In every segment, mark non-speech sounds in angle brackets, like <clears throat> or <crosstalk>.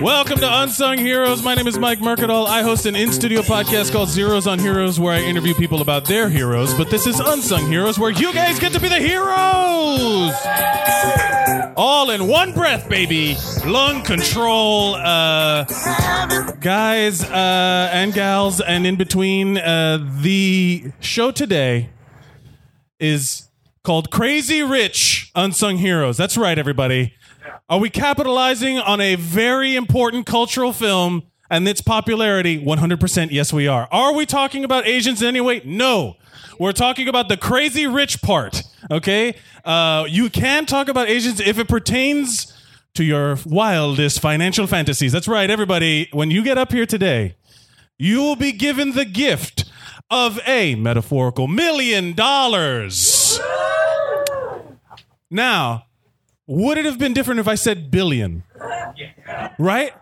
Welcome to Unsung Heroes. My name is Mike Mercadal. I host an in studio podcast called Zeros on Heroes where I interview people about their heroes. But this is Unsung Heroes where you guys get to be the heroes! All in one breath, baby. Lung control. Uh, guys uh, and gals, and in between, uh, the show today is called Crazy Rich Unsung Heroes. That's right, everybody. Are we capitalizing on a very important cultural film and its popularity? 100% yes, we are. Are we talking about Asians in any way? No. We're talking about the crazy rich part, okay? Uh, you can talk about Asians if it pertains to your wildest financial fantasies. That's right, everybody. When you get up here today, you will be given the gift of a metaphorical million dollars. Now, would it have been different if I said billion? Right?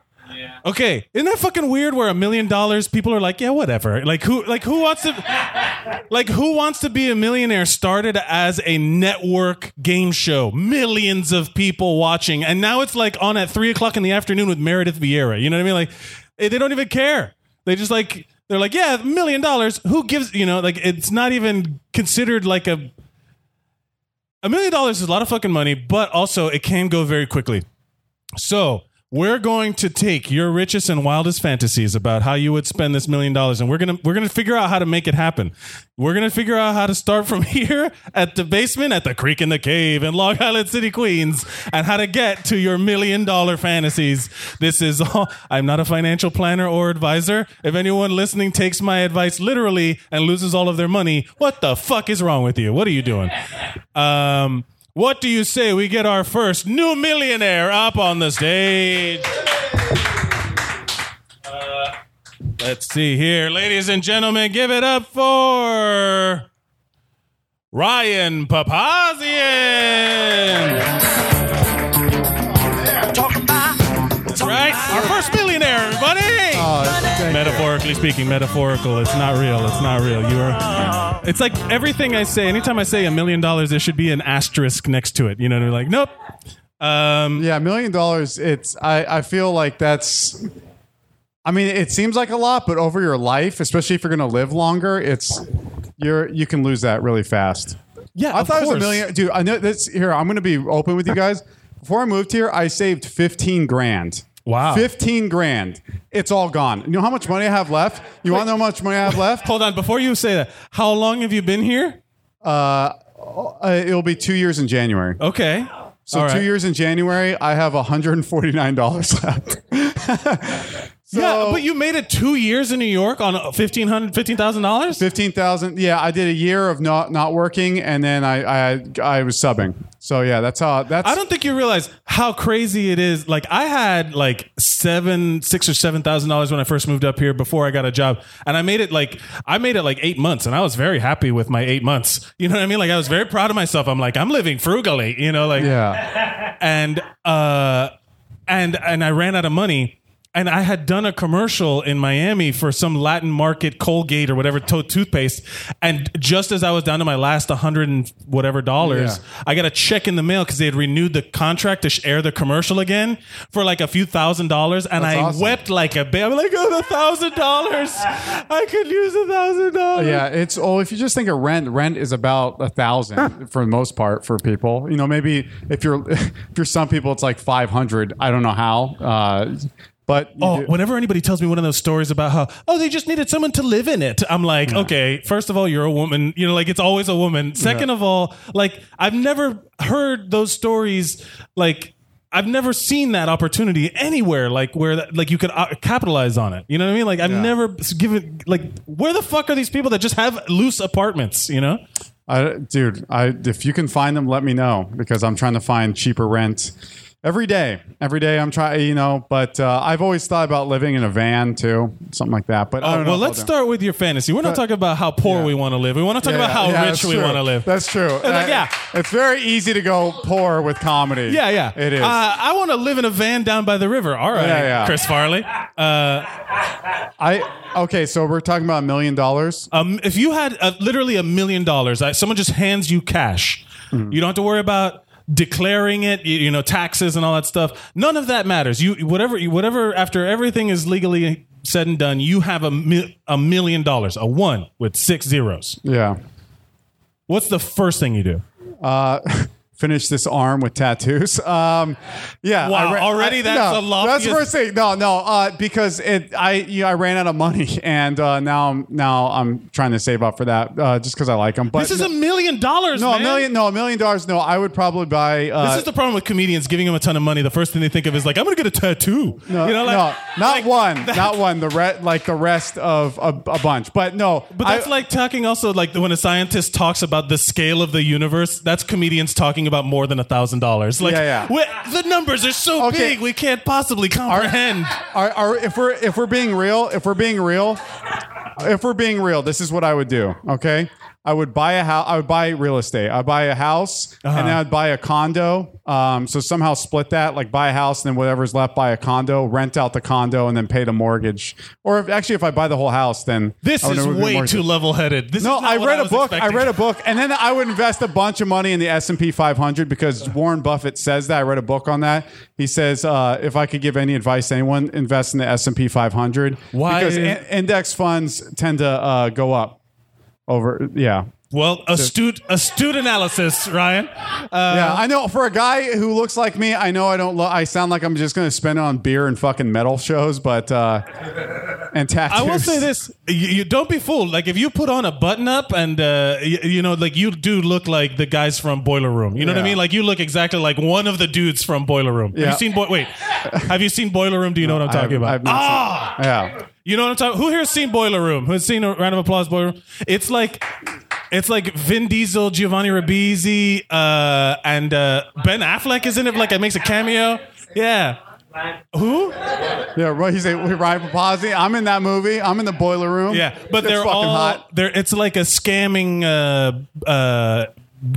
Okay, isn't that fucking weird? Where a million dollars, people are like, yeah, whatever. Like who, like who wants to, like who wants to be a millionaire? Started as a network game show, millions of people watching, and now it's like on at three o'clock in the afternoon with Meredith Vieira. You know what I mean? Like eh, they don't even care. They just like they're like, yeah, a million dollars. Who gives? You know, like it's not even considered like a a million dollars is a lot of fucking money, but also it can go very quickly. So we're going to take your richest and wildest fantasies about how you would spend this million dollars, and we're gonna we're gonna figure out how to make it happen. We're gonna figure out how to start from <laughs> here at the basement, at the creek in the cave in Long Island City, Queens, and how to get to your million dollar fantasies. This is all. I'm not a financial planner or advisor. If anyone listening takes my advice literally and loses all of their money, what the fuck is wrong with you? What are you doing? Um, what do you say we get our first new millionaire up on the stage? Uh, let's see here. Ladies and gentlemen, give it up for Ryan Papazian. That's right. Our first millionaire, everybody. Oh, Uh, Metaphorically speaking, metaphorical. It's not real. It's not real. You are. It's like everything I say. Anytime I say a million dollars, there should be an asterisk next to it. You know, they're like, nope. Um, yeah, a million dollars. It's I, I feel like that's. I mean, it seems like a lot, but over your life, especially if you're going to live longer, it's you're you can lose that really fast. Yeah, I of thought it was course. a million. Dude, I know this. Here, I'm going to be open with you guys. Before I moved here, I saved 15 grand. Wow. 15 grand. It's all gone. You know how much money I have left? You want to know how much money I have left? Hold on. Before you say that, how long have you been here? Uh, it'll be two years in January. Okay. So All right. two years in January, I have $149 <laughs> left. So- yeah, but you made it two years in New York on fifteen hundred, fifteen thousand dollars. Fifteen thousand. Yeah, I did a year of not not working, and then I I, I was subbing. So yeah, that's how that's. I don't think you realize how crazy it is. Like I had like seven, six or seven thousand dollars when I first moved up here before I got a job, and I made it like I made it like eight months, and I was very happy with my eight months. You know what I mean? Like I was very proud of myself. I'm like I'm living frugally. You know, like Yeah, <laughs> and uh and and I ran out of money. And I had done a commercial in Miami for some Latin market Colgate or whatever to- toothpaste. And just as I was down to my last 100 and whatever dollars, Yeah. I got a check in the mail because they had renewed the contract to sh- air the commercial again for like a few thousand dollars. And That's I awesome. wept like a baby. I'm like, oh, the thousand dollars. I could use a thousand dollars. <laughs> yeah. It's oh, if you just think of rent, rent is about a thousand for the most part for people. You know, maybe if you're <laughs> if you're some people, it's like five hundred. I don't know how, uh, but you Oh, do- whenever anybody tells me one of those stories about how, oh, they just needed someone to live in it, I'm like, okay, first of all, you're a woman. You know, like it's always a woman. Second of all, like I've never heard those stories. Like I've never seen that opportunity anywhere. Like where, that, like you could uh, capitalize on it. You know what I mean? Like I've Yeah. never given. Like where the fuck are these people that just have loose apartments? You know? I, dude, I, if you can find them, let me know because I'm trying to find cheaper rent every day. Every day I'm trying, you know, but uh, I've always thought about living in a van too, something like that. But I Oh, don't know well, if I'll let's do- start with your fantasy. We're not talking about how poor we want to live. We want to talk Yeah, about how yeah, rich that's we true. want to live. That's true. like, Uh, yeah. It's very easy to go poor with comedy. Yeah, yeah. It is. Uh, I want to live in a van down by the river. All right, Yeah, yeah. Chris Farley. Uh, I okay. So we're talking about a million dollars. um, Mm-hmm. if you had uh, literally a million dollars, I- someone just hands you cash. You don't have to worry about declaring it, you, you know, taxes and all that stuff. None of that matters. You whatever you, whatever after everything is legally said and done, you have a mi- a million dollars, a one with six zeros. Yeah. What's the first thing you do? Uh, <laughs> Finish this arm with tattoos. Um, yeah. Wow, already that's no, the loftiest- That's first thing. No, no, uh, because it, I, you know, I ran out of money, <laughs> and uh, now I'm now I'm trying to save up for that uh, just because I like them. But This is a million dollars. no, man. a million, no, a million dollars. No, I would probably buy. Uh, This is the problem with comedians giving them a ton of money. The first thing they think of is like, I'm gonna get a tattoo. No, you know, like, no, not like, one, not one. The re- like the rest of a, a bunch, but no. But that's I- like talking also like when a scientist talks about the scale of the universe. That's comedians talking about more than a thousand dollars. Like, Yeah, yeah. we- the numbers are so Okay. big we can't possibly comprehend. Are, are, if we're if we're being real, if we're being real, if we're being real, this is what I would do. Okay, I would buy a house. I would buy real estate. I would buy a house, Uh-huh. and then I'd buy a condo. Um, so somehow split that, like buy a house, and then whatever's left, buy a condo, rent out the condo, and then pay the mortgage. Or if actually, if I buy the whole house, then this I would is remove the way mortgage. too level-headed. This No, is not I what read a was book. I expecting. read a book, and then I would invest a bunch of money in the S and P 500 because Warren Buffett says that. I read a book on that. He says uh, if I could give any advice to anyone, invest in the S and P 500 Why- because in- index funds tend to uh, go up over. Yeah, Well, astute, astute analysis, Ryan. Uh, yeah. I know for a guy who looks like me, I know I don't. Lo- I sound like I'm just going to spend it on beer and fucking metal shows, but uh, and tattoos. I will say this: you, you don't be fooled. Like if you put on a button up, and uh, you, you know, like you do look like the guys from Boiler Room. You know what I Yeah. mean? Like you look exactly like one of the dudes from Boiler Room. Have Yeah. you seen? Boi- Wait, have you seen Boiler Room? Do you know what I'm I talking have- I about? Ah! have not seen- Yeah. You know what I'm talking? Who here's seen Boiler Room? Who's seen a round of applause Boiler Room? It's like, it's like Vin Diesel, Giovanni Ribisi, uh, and uh, Ben Affleck is in it. Like it makes a cameo. Yeah. Who? Yeah, right. He's a Ryan Papazzi. I'm in that movie. I'm in the boiler room. Yeah, but It's they're fucking all hot. they're it's like a scamming uh uh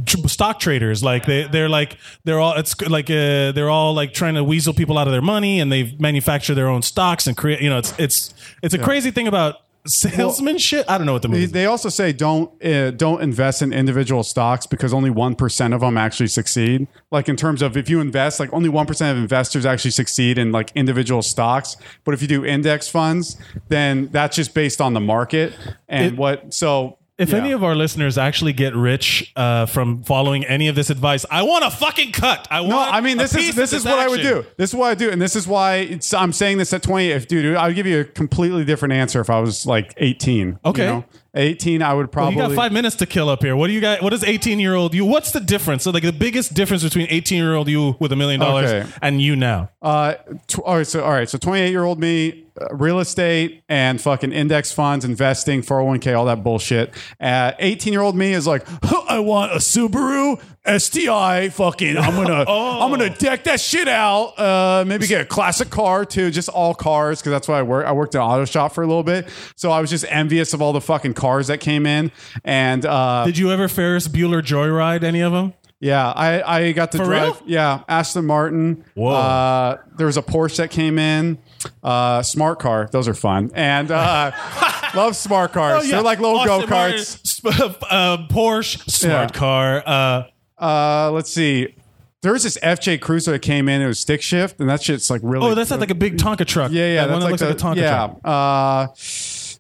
tr- stock traders like they they're like they're all it's like uh, they're all like trying to weasel people out of their money and they manufacture their own stocks and create you know it's it's it's a crazy thing about salesman shit I don't know what the movie They- is. They also say don't uh, don't invest in individual stocks because only one percent of them actually succeed. Like in terms of if you invest, like only one percent of investors actually succeed in like individual stocks. But if you do index funds, then that's just based on the market and what. So if yeah. any of our listeners actually get rich uh, from following any of this advice I want a fucking cut I want No, I mean a this piece is of this is what I would action. do. This is what I do, and this is why it's, I'm saying this at 20. If dude, I would give you a completely different answer if I was like 18. you Okay. know? 18, I would You probably. got five minutes to kill up here. What do you got? What is eighteen year old you? What's the difference? So like the biggest difference between eighteen year old you with a million dollars Okay. and you now. Uh, tw- all right, so all right, so 28 year old me, uh, real estate and fucking index funds, investing, 401k, all that bullshit. 18 year old me is like, "Huh, I want a Subaru STI. Fucking, I'm gonna, I'm gonna deck that shit out. Uh, maybe get a classic car too, just all cars, because that's why I work. I worked in an auto shop for a little bit, so I was just envious of all the fucking cars that came in. And uh, Did you ever Ferris Bueller joyride any of them? yeah, I, I got to For drive. real? Yeah, Aston Martin. Whoa. Uh, there was a Porsche that came in. Uh, smart car. Those are fun. And uh, <laughs> love smart cars. They're like little go Oh, Austin Martin, karts. sp- uh, Porsche, smart Yeah. car. Uh, Uh, let's see. There was this FJ Cruiser that came in. It was stick shift, and that shit's like really. oh, that's not like a big Tonka truck. yeah, yeah. that one that that's looks like a Tonka the- truck. Yeah. Uh,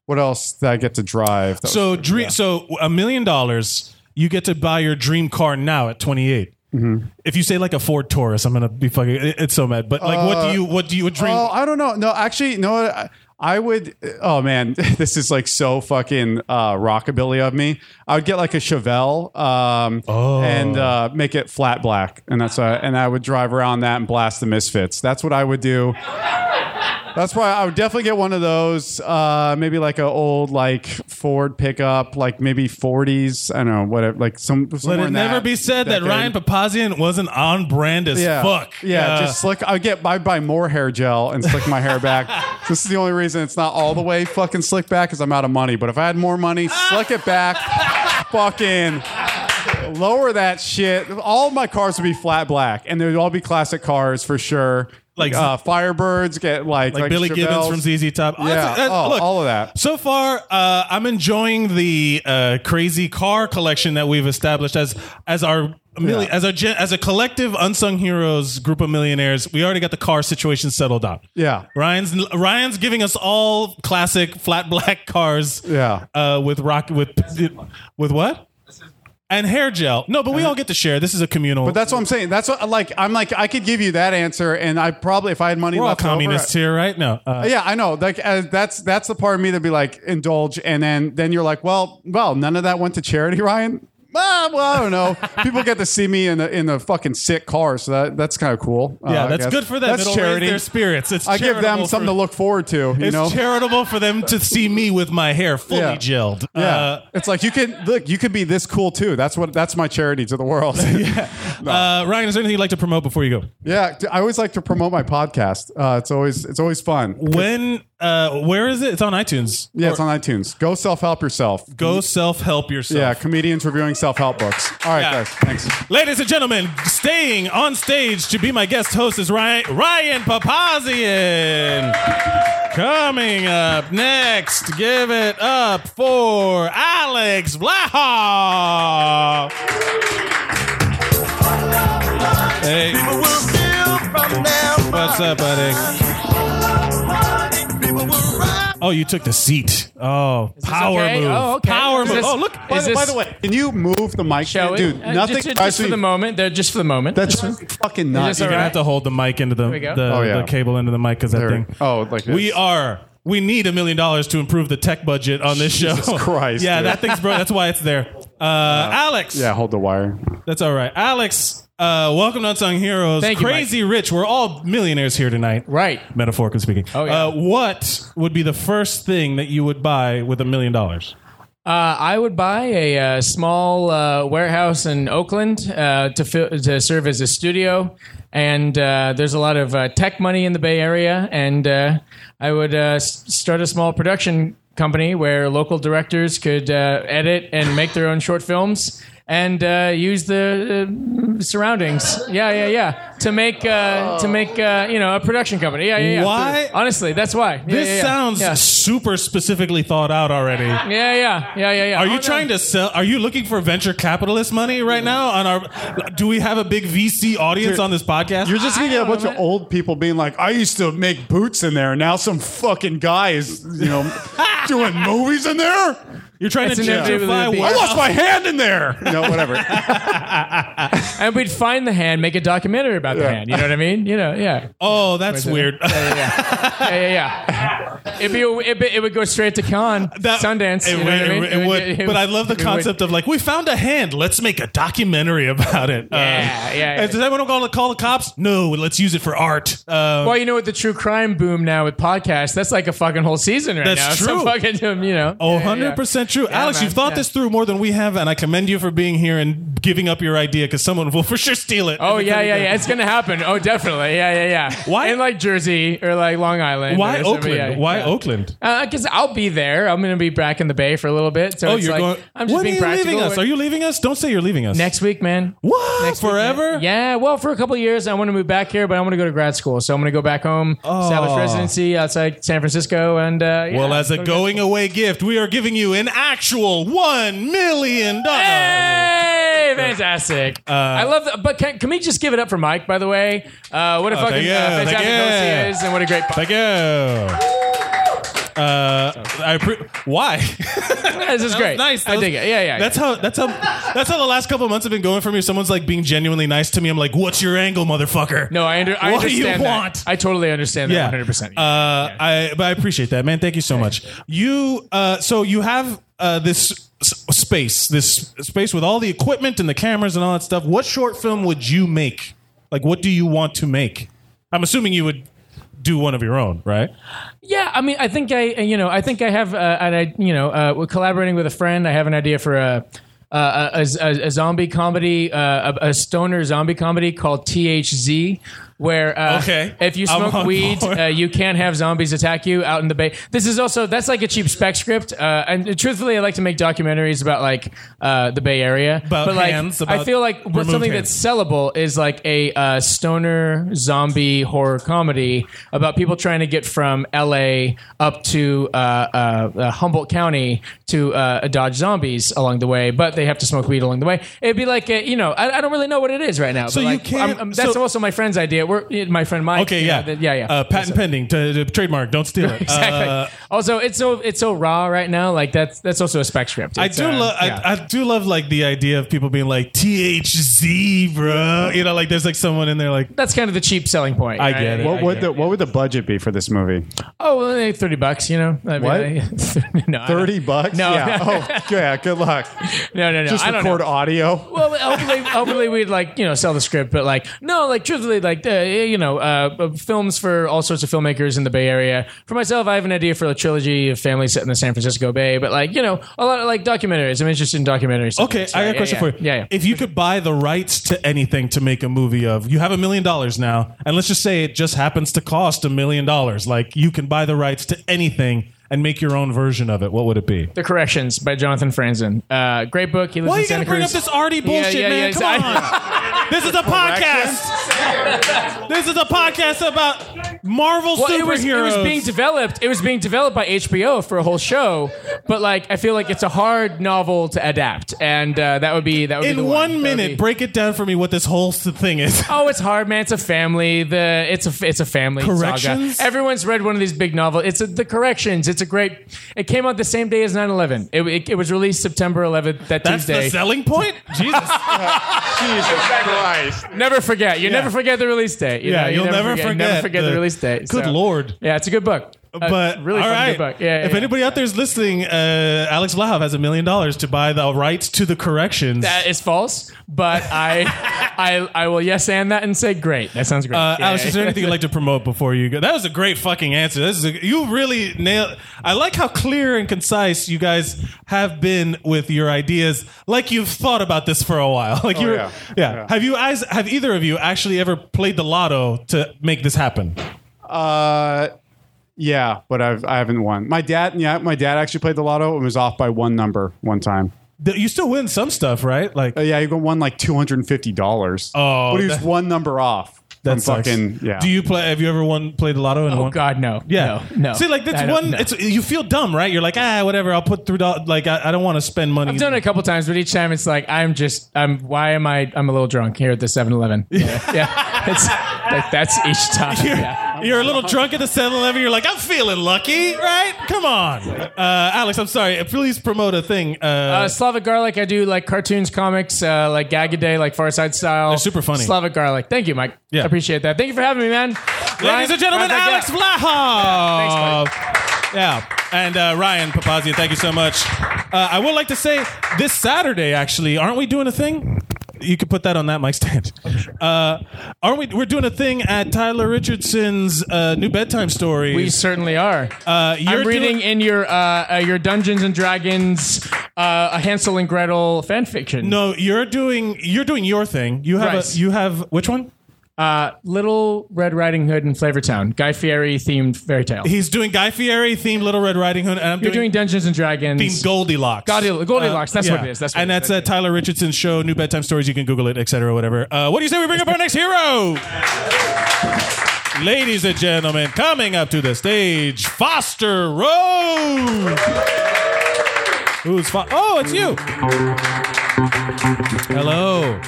what else did I get to drive? That So dream. So a million dollars, you get to buy your dream car now at 28. Mm-hmm. If you say like a Ford Taurus, I'm gonna be fucking. it- It's so mad. But like, Uh, what do you what do you dream? Oh, I don't know. No, actually, no. I, I would. Oh man, <laughs> this is like so fucking uh, rockabilly of me. I would get like a Chevelle, um, Oh. and uh, make it flat black, and that's uh, and I would drive around that and blast the Misfits. That's what I would do. That's why I would definitely get one of those. Uh, maybe like an old like Ford pickup, like maybe 40s. I don't know, whatever. Like some. Let somewhere it in never that be said that decade. Ryan Papazian wasn't on brand as Yeah. fuck. Yeah, Uh, just slick. I get. I buy more hair gel and slick my hair <laughs> back. this is the only reason it's not all the way fucking slick back because I'm out of money. But if I had more money, slick <laughs> it back, fucking lower that shit. All my cars would be flat black, and they'd all be classic cars for sure. Like- uh, Firebirds, get like like, Billy Gibbons Chevelles. from ZZ Top. Oh, Yeah, that's- that- oh, look, all of that. So far, uh, I'm enjoying the uh, crazy car collection that we've established as as our mil- Yeah. as our gen- as a collective unsung heroes group of millionaires. We already got the car situation settled out. Yeah. Ryan's Ryan's giving us all classic flat black cars. Yeah. uh, with rock with with what? And hair gel. No, but we all get to share. This is a communal. But that's what I'm saying. That's what like I'm like I could give you that answer, and I probably if I had money we're all left over, communists here, right? No. Uh, yeah, I know. Like uh, that's that's the part of me that'd be like indulge, and then then you're like, well, well, none of that went to charity, <laughs> Ryan. Ah, well, I don't know. People get to see me in the in the fucking sick car, so that that's kind of cool. Uh, yeah, I that's guess. good for them. That's It'll charity. raise their spirits. It's I give them charitable something for- to look forward to. You It's know, charitable for them to see me with my hair fully Yeah. gelled. yeah. Uh, it's like you can look. You could be this cool too. That's what. That's my charity to <laughs> the world. uh, Ryan, is there anything you'd like to promote before you go? <laughs> yeah, I always like to promote my podcast. Uh, it's always it's always fun. When? Uh, where is it? It's on iTunes. Yeah, it's on iTunes. Go self help yourself. Go self help yourself. Yeah, comedians reviewing self help books. All right, Yeah. guys. Thanks. Ladies and gentlemen, staying on stage to be my guest host is Ryan, Ryan Papazian. Coming up next, give it up for Alex Vlahov. Hey, what's up, buddy? Oh, you took the seat. Oh, this power okay? move. Oh, okay. Power Is move. this- oh, look. By, Is the, by this- the way, can you move the mic, Shall we? dude? Uh, nothing. Just, just drives for me- the moment. There, just for the moment. That's fucking nuts. this all You're gonna right? have to hold the mic into the we go. the, Oh, yeah. the cable into the mic because that There- thing. oh, like we this. are. We need a million dollars to improve the tech budget on this show. <laughs> Jesus Christ, yeah, dude. that thing's broke. That's why it's there. Uh, Alex. Yeah, hold the wire. That's all right. Alex, uh, welcome to Unsung Heroes. Thank you, Mike. Crazy rich. We're all millionaires here tonight. Right. Metaphorically speaking. Oh, yeah. uh, what would be the first thing that you would buy with a million dollars? Uh, I would buy a uh, small uh, warehouse in Oakland uh, to fi- to serve as a studio, and uh, there's a lot of uh, tech money in the Bay Area, and uh, I would uh, s- start a small production company where local directors could uh, edit and make their own short films and uh, use the uh, surroundings. Yeah, yeah, yeah, to make uh, to make uh, you know a production company. Yeah, yeah, yeah. Why- Honestly, that's why. Yeah, This yeah, yeah. sounds Yeah. super specifically thought out already. Yeah, yeah, <laughs> yeah, yeah, yeah. Are Oh, you no. trying to sell? Are you looking for venture capitalist money right now? On our, do we have a big VC audience on this podcast? You're just gonna I get a don't know, bunch of man. old people being like, "I used to make boots in there. Now some fucking guy is, <laughs> you know, doing movies in there. You're trying It's to an interview with gentrify a bee. I warehouse. lost my hand in <laughs> there. You know, whatever. And we'd find the hand, make a documentary about the Yeah. hand. You know what I mean? You know, yeah. Oh, that's weird. Yeah, yeah, yeah. yeah, yeah, yeah. It'd be, a- it'd be- it would go straight to con <laughs> That- Sundance. <laughs> It, you know would- what I mean? it would. but I <laughs> love the it would- concept of like we found a hand. Let's make a documentary <laughs> about it. Um, Yeah, yeah, yeah. And does anyone call the call the cops? No. Let's use it for art. Uh, Well, you know, with the true crime boom now with podcasts, that's like a fucking whole season right That's now. true. So fucking, um, you know. Oh, Yeah, yeah, yeah. 100% true. Yeah, Alex, man, you've thought yeah. this through more than we have, and I commend you for being here and giving up your idea because someone will <laughs> for sure steal it. Oh yeah, yeah, yeah! It's gonna happen. Oh, definitely. Yeah, yeah, yeah. Why- in like Jersey or like Long Island? Why or something. Oakland? Yeah, Why yeah. Oakland? Because I'll be there. I'm gonna be back in the Bay for a little bit. So Oh, it's you're like, going. I'm just when are being you practical. leaving us? Are you leaving us? Don't say you're leaving us. next week, man? What? Next week, Forever? man. yeah. Well, for a couple of years, I want to move back here, but I want to go to grad school, so I'm going to go back home, establish residency outside San Francisco, and uh, yeah, Oh. Well, as a go to grad going away gift, we are giving you an actual one million school. dollars. Hey, <laughs> fantastic! Uh, I love that. But can, can we just give it up for Mike, by the way? Uh, what a fucking Oh, thank you, uh, thank fantastic you. host he is, <laughs> and what a great podcast. Thank you. Uh, I appre- why? This is great. nice. That I was- dig it. Yeah, yeah. That's how. That's how. That's how the last couple of months have been going for me. Someone's like being genuinely nice to me. I'm like, "What's your angle, motherfucker?" no, I, under, I What do you understand that. want? I totally understand that. Yeah, 100. percent Uh, I but I appreciate that, man. Thank you so much. You uh, so you have uh, this s- space, this space with all the equipment and the cameras and all that stuff. What short film would you make? Like, what do you want to make? I'm assuming you would do one of your own, right? Yeah, I mean, I think I, you know, I think I have, uh, and I, you know, uh, we're collaborating with a friend. I have an idea for a. Uh, a, a, a zombie comedy, uh, a, a stoner zombie comedy called THZ, where uh, Okay. if you I'm smoke on weed, board. uh, you can't have zombies attack you out in the bay. This is also that's like a cheap spec script. Uh, and truthfully, I like to make documentaries about like uh, the Bay Area. About but like, hands, I about feel like what's removed something hands. that's sellable is like a uh, stoner zombie horror comedy about people trying to get from LA up to uh, uh, uh, Humboldt County to uh, dodge zombies along the way, but they have to smoke weed along the way. It'd be like, a, you know, I, I don't really know what it is right now. So but you like, can't- I'm- I'm- that's so- also my friend's idea. We're my friend Mike. Okay, you know, yeah, that- yeah, <laughs> yeah. Uh, patent pending, to, to trademark. Don't steal it. <laughs> Exactly. Uh, also, it's so it's so raw right now. Like that's that's also a spec script. I It's, do uh, love. yeah. I, I do love like the idea of people being like THZ, bro. You know, like there's like someone in there like that's kind of the cheap selling point. I right? get it. What would the what would the budget be for this movie? <laughs> Oh, well, eh, 30 bucks, you know? I <laughs> mean, What? I- no, I don't- Thirty bucks? No. <laughs> Yeah. Oh, yeah. Good luck. No, no, no. Just I don't record know. audio. Well, hopefully, hopefully we'd like, you know, sell the script, but like, no, like, truthfully, like, uh, you know, uh, films for all sorts of filmmakers in the Bay Area. For myself, I have an idea for a trilogy of families set in the San Francisco Bay, but like, you know, a lot of like documentaries. I'm interested in documentaries. Okay, I got a question for yeah, you. Yeah, yeah. If you could buy the rights to anything to make a movie of, you have a million dollars now, and let's just say it just happens to cost a million dollars. Like you can buy the rights to anything and make your own version of it. What would it be? The Corrections by Jonathan Franzen. Uh, great book. He lives Why in you Santa gotta bring Cruz. up this arty bullshit, yeah, man? yeah, Come I- on. this is a podcast. this is a podcast about Marvel Well, superheroes. it was, it was being developed. It was being developed by HBO for a whole show, but like I feel like it's a hard novel to adapt, and uh, that would be that would be in the one That would minute, be- break it down for me what this whole s- thing is. Oh, it's hard, man. It's a family. The it's a it's a family Corrections? saga. Everyone's read one of these big novels. It's a, the corrections. It's a great. It came out the same day as 9-11. It, it, it was released September 11th. That That's Tuesday. the selling <laughs> point. Jesus. Jesus Christ. never forget. You Yeah. never forget the release date. <laughs> You yeah, know, you you'll never you forget. Never forget the, release date. Good So- lord. Yeah, it's a good book. A But really all fucking right. good book. Yeah. if yeah. anybody out there is listening, uh, Alex Vlahov has a million dollars to buy the rights to the corrections. That is false, but I, I, I will yes and that and say great. That sounds great. uh, Yeah, Alex, yeah. is there anything you'd like to promote before you go? That was a great fucking answer. This is a, you really nailed. I like how clear and concise you guys have been with your ideas. Like you've thought about this for a while. <laughs> Like you, yeah. yeah. yeah. Have you guys? Have either of you actually ever played the lotto to make this happen? Uh, yeah, but I've I haven't won. My dad, yeah, my dad actually played the lotto and was off by one number one time. Th- You still win some stuff, right? Like Uh, yeah, he won like two hundred and fifty dollars. Oh, but he was that- one number off. that That's sucks. fucking yeah. <laughs> Do you play? Have you ever won played the lotto and Oh won? God, no. Yeah. No. no. See, like that's I don't- one. no. It's you feel dumb, right? You're like, ah, whatever. I'll put through. doll- Like, I, I don't want to spend money. I've done it a couple times, but each time it's like I'm just I'm why am I I'm a little drunk here at <laughs> the 7-Eleven. Yeah, yeah. It's like that's each time. You're, Ah, Yeah. you're a little drunk at the 7-Eleven. You're like, I'm feeling lucky, right? Come on, uh, Alex. I'm sorry. Please promote a thing. Uh, Uh, Slavic Garlic, I do like cartoons, comics, uh, like Gagaday, like Far Side Style. They're super funny. Slavic Garlic. Thank you, Mike. Yeah. I appreciate that. Thank you for having me, man. ladies and gentlemen, Alex Vlahov. Thanks, yeah, and uh, Ryan Papazian. Thank you so much. Uh, I would like to say this Saturday, actually, aren't we doing a thing? You could put that on that mic stand. Uh, aren't we? We're doing a thing at Tyler Richardson's uh, new bedtime story. We certainly are. Uh, you're I'm reading doing- in your uh, uh, your Dungeons and Dragons, uh, a Hansel and Gretel fan fiction. no, you're doing you're doing your thing. You have Rice. a you have which one? uh, Little Red Riding Hood and Flavortown, Guy Fieri themed fairy tale. He's doing Guy Fieri themed Little Red Riding Hood, and I'm You're doing doing, Dungeons and Dragons. themed Goldilocks. Uh, Goldil- Goldilocks, that's what it is, that's what and it is, that's uh, Tyler Richardson's show, New Bedtime Stories. You can Google it, etc., whatever. Uh, what do you say we bring up our next hero? Ladies and gentlemen, coming up to the stage, Foster Rowe. Who's Fo- Oh, it's you. Hello.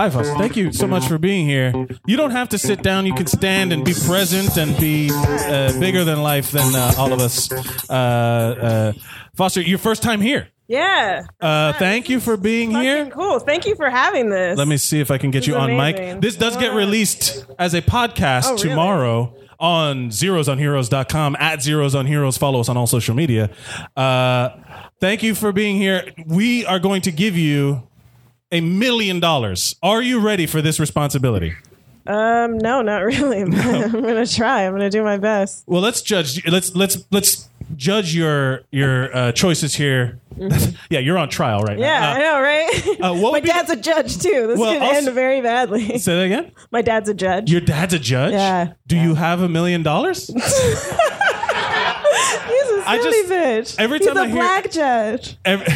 Hi, Foster. Thank you so much for being here. You don't have to sit down. You can stand and be present and be uh, bigger than life than uh, all of us. Uh, uh, Foster, your first time here. Yeah. Uh, thank you for being here. Fucking cool. Thank you for having this. Let me see if I can get you is on mic. amazing. This does get Wow. released as a podcast Oh, really? tomorrow on zerosonheroes.com at zerosonheroes. Follow us on all social media. Uh, thank you for being here. We are going to give you a million dollars. Are you ready for this responsibility? Um, <laughs> no, not really. I'm gonna try. I'm gonna do my best. Well, let's judge. Let's let's let's judge your your uh, choices here. <laughs> yeah, you're on trial right Mm-hmm. Yeah, I now. know, right? Uh, uh, what My would be- dad's a judge too. This Well, could also- end very badly. Say that again. My dad's a judge. Your dad's a judge. Yeah. Do you have a million dollars? He's a silly I bitch. every He's time a I hear- black judge. Every- <laughs>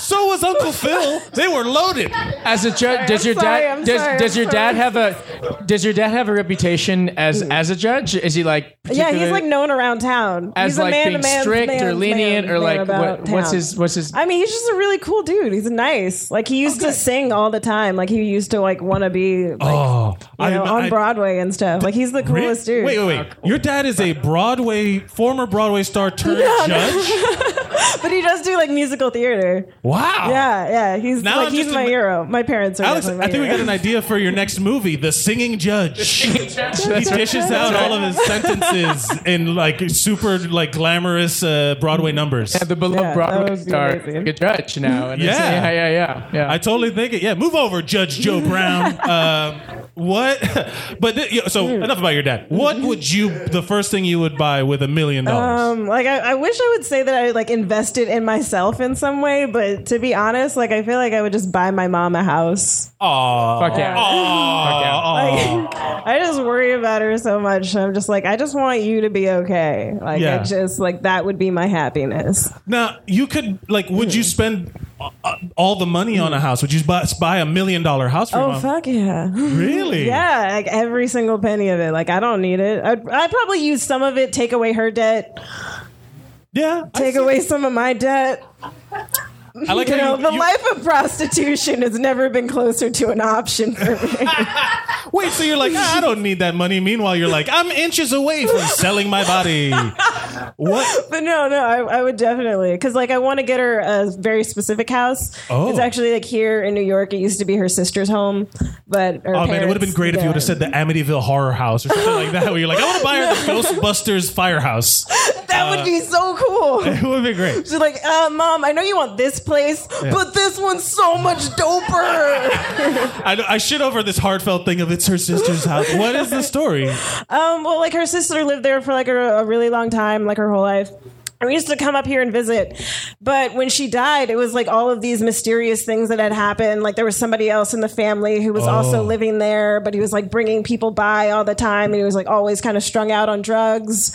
so was Uncle Phil. They were loaded. As a judge, does I'm your sorry, dad I'm does, sorry, does I'm your dad sorry. have a does your dad have a reputation as as a judge? Is he like Yeah, he's particular- like known around town. as he's a like man being to man, strict man, or lenient man, or man like about what, what's town. his what's his I mean, he's just a really cool dude. He's nice. Like he used to sing all the time. Like he used to like want to be like, Oh, you know, on I- Broadway and stuff. Like he's the Really? coolest dude. Wait, wait, <laughs> wait. Your dad is a Broadway, former Broadway star turned judge? <laughs> But he does do like musical theater. Wow. Yeah, yeah. He's Now like I'm he's just my ima- hero. My parents are Alex, definitely my I think we hero. got an idea for your next movie, The Singing Judge. <laughs> he dishes out all of his <laughs> sentences in like super like glamorous uh, Broadway numbers. the beloved Yeah, that Broadway would be star amazing. like a judge now? And it's- Yeah. yeah, yeah, yeah, yeah. I totally think it. Yeah, move over, Judge Joe <laughs> Brown. Um, what? <laughs> but thi- yeah, Hmm. so enough about your dad. What would you? The first thing you would buy with a million dollars? Um, like I, I wish I would say that I like invested in myself in some way, but to be honest, like I feel like I would just buy my mom a house. Aw. Fuck yeah. Aw. yeah. Aw. I just worry about her so much. I'm just like, I just want you to be okay. Like Yeah. I just like that would be my happiness. Now you could like, would you spend uh, uh, all the money on a house? Would you buy, buy a million dollar house for your Oh mom? fuck yeah. <laughs> Really? Yeah, like every single penny of it. Like I don't need it. I'd, I'd probably use some of it, take away her debt, Yeah. I take see. away some of my debt. I like <laughs> You how know, you, the you- life of prostitution has never been closer to an <laughs> option for me. Wait, so you're like, "Ah, I don't need that money. Meanwhile, you're like, I'm inches away from selling my <laughs> body. What? but no, no, I, I would definitely because like I want to get her a very specific house. Oh. It's actually like here in New York. It used to be her sister's home, but her Oh man, it would have been parents- great if you yeah. would have said the Amityville Horror House or something like that, where you're like, I want to buy her <laughs> the Ghostbusters firehouse. Uh, that would be so <laughs> cool. It would be great. She's like, uh, mom, I know you want this place, but this one's so much doper. <laughs> I, I shit over this heartfelt thing of it's her sister's house. What is the story? um, well, like her sister lived there for like a, a really long time, like her whole life. And we used to come up here and visit, but when she died, it was like all of these mysterious things that had happened. Like there was somebody else in the family who was also living there, but he was like bringing people by all the time, and he was like always kind of strung out on drugs.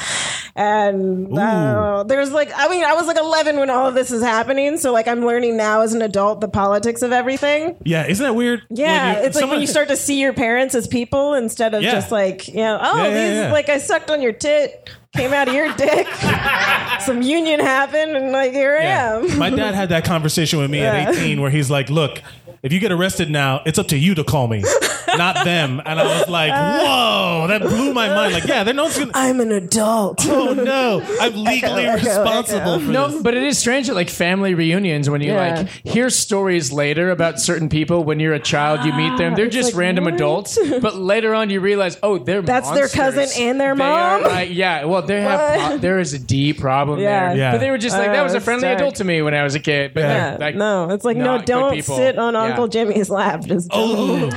And uh, there's like, I mean, I was like 11 when all of this is happening, so like I'm learning now as an adult the politics of everything. Yeah, isn't that weird? Yeah, When you- it's like when someone- you start to see your parents as people instead of Yeah. just like, you know, oh, Yeah, yeah, these, yeah. like I sucked on your tit, came out of your <laughs> dick, some union happened, and like here I am. My dad <laughs> had that conversation with me at 18 where he's like, look, if you get arrested now, it's up to you to call me, not them. And I was like, whoa, that blew my mind. Like, yeah, they're not going to. Uh. I'm an adult. <laughs> Oh no, <laughs> I'm legally Echo, echo, responsible for this. No, but it is strange at like family reunions when you Yeah. like hear stories later about certain people when you're a child, you meet them. They're Ah, It's just like, random what? <laughs> adults. But later on you realize, oh, they're That's their cousin monsters. and their They are, mom? like- yeah, well they have What? pro- there is a deep problem Yeah. there. Yeah. But they were just like, Oh, that was a it's friendly dark. adult to me when I was a kid. But Yeah. Yeah, like, no, it's like no, not good don't people. sit on Yeah. Uncle Jimmy's lap. Just Oh.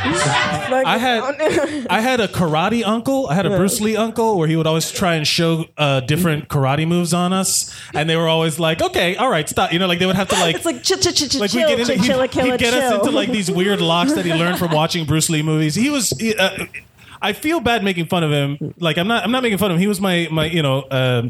<laughs> like, I had I had a karate uncle. I had a Bruce Lee uncle where he would always try and show uh, different karate moves on us, and they were always like, "Okay, all right, stop." You know, like they would have to like <laughs> it's like chill, chill, chill, chill, like chill, we get into chill, he'd, chill, he'd get us chill. into like these weird locks that he learned from <laughs> watching Bruce Lee movies. He was. he, uh, I feel bad making fun of him. Like I'm not. I'm not making fun of him. He was my my you know uh,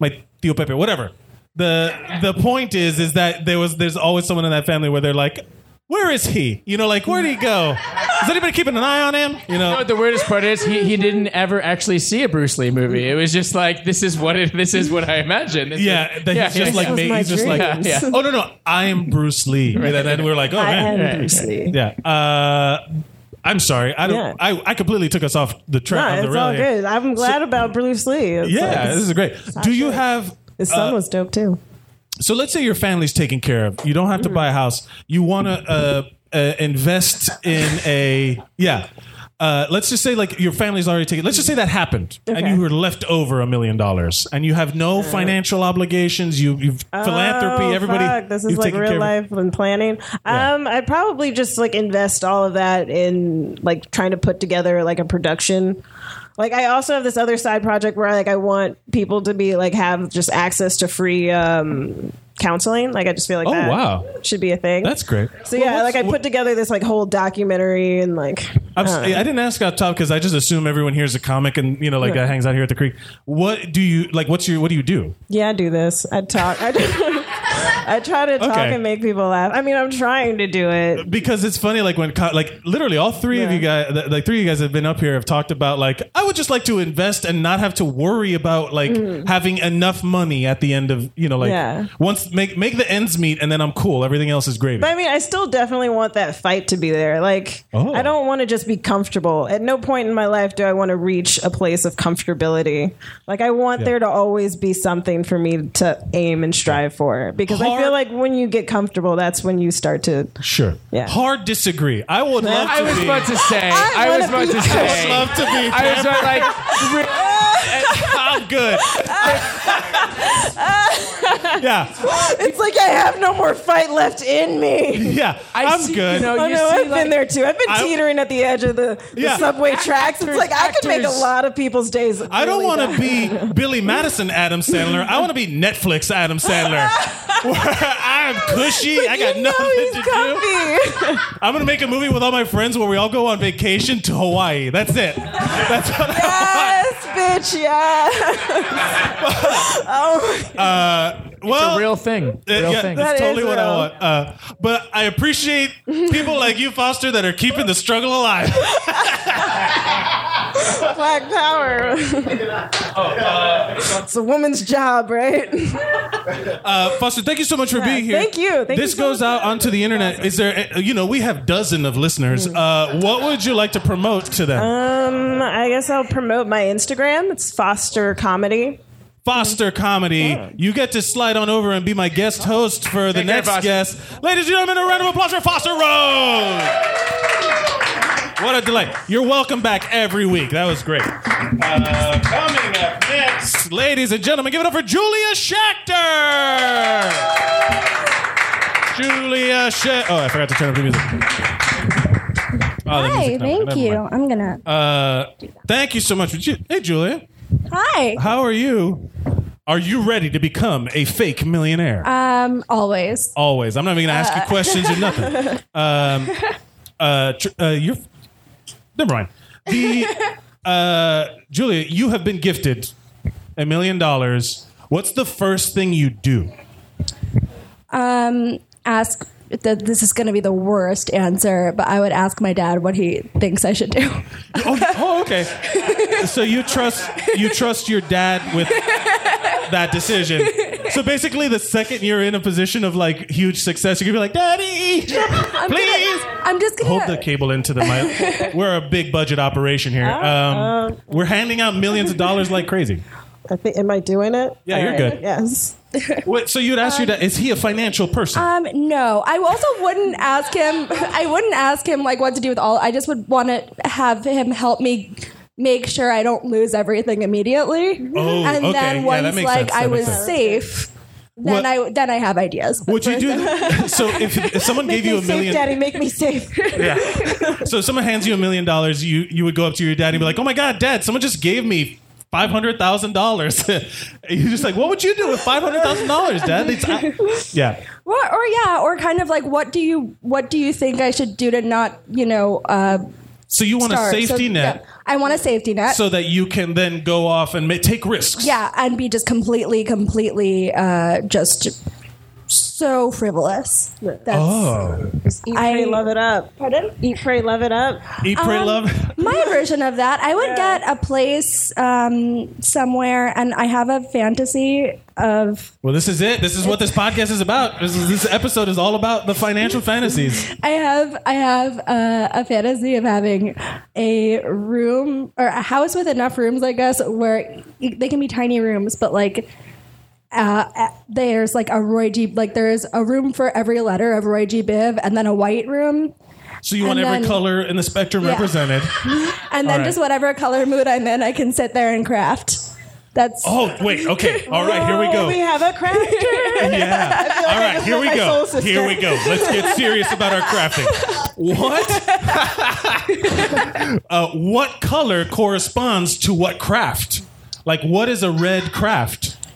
my Tio Pepe, whatever. The the point is is that there was there's always someone in that family where they're like. Where is he? You know, like where'd he go? Is anybody keeping an eye on him? You know, You know what the weirdest part is? He, he didn't ever actually see a Bruce Lee movie. It was just like this is what it, this is what I imagined. This Yeah, is, that he's just like was ma- my he's just like, dream. Yeah, yeah. oh no no, I am Bruce Lee, and then we're like, oh I man, am Bruce Lee. yeah. Uh, I'm sorry, I don't. Yeah. I, I completely took us off the track. No, on the it's rail all here. good. I'm glad about Bruce Lee. It's Yeah, like- this is great. Do you good. have? his son uh, was dope too. So let's say your family's taken care of. You don't have to Mm. buy a house. You want to uh, uh, invest in a yeah. Uh, let's just say like your family's already taken. Let's just say that happened, and Okay. you were left over a million dollars, and you have no financial obligations. You you've philanthropy. Oh, Everybody, fuck. This is you've like taken care real of it. life and planning. Um, I'd probably just like invest all of that in like trying to put together like a production. Like I also have this other side project where I like I want people to be like have just access to free um counseling. Like I just feel like Oh, that wow. should be a thing. That's great. so yeah, like I put together this like whole documentary and like I'm, si didn't ask out top because I just assume everyone here is a comic and you know like Yeah. that hangs out here at the creek. What do you like? What's your what do you do? yeah, I do this. I talk. I, <laughs> do, <laughs> I try to talk Okay. and make people laugh. I mean, I'm trying to do it. Because it's funny like when co- like literally all three of Yeah. you guys th- like three of you guys have been up here have talked about like I would just like to invest and not have to worry about like having enough money at the end of you know like Mm. Yeah. once make make the ends meet and then I'm cool. Everything else is gravy. But I mean, I still definitely want that fight to be there. Like, Oh. I don't want to just be comfortable. At no point in my life do I want to reach a place of comfortability. Like, I want there to always be something for me to aim and strive for. Because I Hard- feel like when you get comfortable, that's when you start to. Sure. Yeah. <laughs> Hard disagree. I would love I to was be. about to say. I I, wanna was about to be- I would say. love to be. I was about like. re- <laughs> I'm good. yeah. It's like I have no more fight left in me. Yeah. I I'm see, good. You know, Oh you no, see, I've like, been there too. I've been I- teetering at the edge of the, the Yeah. subway tracks. It's like I could make a actors. lot of people's days. I don't really want bad. to be Billy Madison Adam Sandler. I want to be Netflix Adam Sandler. <laughs> Where I'm cushy. I got You know nothing he's to do. comfy. <laughs> I'm going to make a movie with all my friends where we all go on vacation to Hawaii. That's it. That's <laughs> what I want. yes, bitch. <laughs> Oh, Yeah. Uh, Well, It's a real thing. Uh, Real yeah, thing. that's That totally is what I real. want. Uh, but I appreciate people like you, Foster, that are keeping the struggle alive. Black power. it's a woman's job, right? Uh, Foster, thank you so much for being here. thank you. Thank this you so goes much out onto the internet. Is there, uh, you know, we have dozen of listeners. Mm-hmm. Uh, what would you like to promote to them? Um, I guess I'll promote my Instagram. It's Foster Comedy. Foster Comedy. You get to slide on over and be my guest host for the Take care, next Foster. guest. Ladies and gentlemen, a round of applause for Foster Rose. What a delight. You're welcome back every week. That was great. Uh, coming up next, ladies and gentlemen, give it up for Julia Schachter. Julia Schachter. Oh, I forgot to turn up the music. Oh, the Hi, music- no, thank never you. mind. I'm gonna. Uh, thank you so much. Would you- Hey, Julia. Hi. How are you? Are you ready to become a fake millionaire? Um, always. Uh, Always. Oh, I'm not even going to ask you questions or nothing. <laughs> Um, uh, tr- uh, you're. Never mind. The, uh, Julia, you have been gifted a million dollars. What's the first thing you do? Um, ask. That this is going to be the worst answer, but I would ask my dad what he thinks I should do. Oh, oh okay. So you trust you trust your dad with that decision. So basically, the second you're in a position of like huge success, you're gonna be like, "Daddy, <laughs> I'm please." Gonna, I'm just gonna. Hold the cable into the mic. we're a big budget operation Oh, here. Uh-huh. Um, we're handing out millions of dollars like crazy. I think, am I doing it? Yeah, you're good. Yes. Wait, so you'd ask your dad, is he a financial person? Um, no, I also wouldn't ask him. <laughs> I wouldn't ask him like what to do with all. I just would want to have him help me make sure I don't lose everything immediately. Oh, and okay. Yeah, then that once makes like sense. That I makes was sense. safe, then What- I then I have ideas. But Would you first <laughs> do I- <laughs> so if, if someone gave you a Make me safe, million? Daddy. Make me safe. <laughs> So if someone hands you a million dollars, you you would go up to your dad and be like, "Oh my god, dad, someone just gave me five hundred thousand dollars." <laughs> You're just like, "What would you do with five hundred thousand dollars, dad?" It's- I- yeah, Well, or yeah, or kind of like what do you what do you think I should do to not you know uh, so you want starve? a So, safety net yeah, I want a safety net. so that you can then go off and ma- take risks. yeah, and be just completely, completely uh, just so frivolous. That's, Oh, Eat, I- pray, love it up. Pardon? Eat, pray, love it up. eat, pray, Um, <laughs> love. My version of that, I would get a place um, somewhere, and I have a fantasy of Well, this is it. This is what this podcast is about. This, is, this episode is all about the financial fantasies. I have I have uh, a fantasy of having a room or a house with enough rooms, I guess, where e- they can be tiny rooms, but like. Uh, uh, there's like a Roy G. Like there's a room for every letter of Roy G. Biv, and then a white room, So you want And every then- color in the spectrum Yeah. represented. and then All right. just whatever color mood I'm in, I can sit there and craft. That's Oh, wait. Okay. All right. Here we Oh, go. we have a crafter. <laughs> Yeah. All right, here met we my go. soul sister. Here we go. Let's get serious about our crafting. What? uh, what color corresponds to what craft? Like, what is a red craft? <laughs>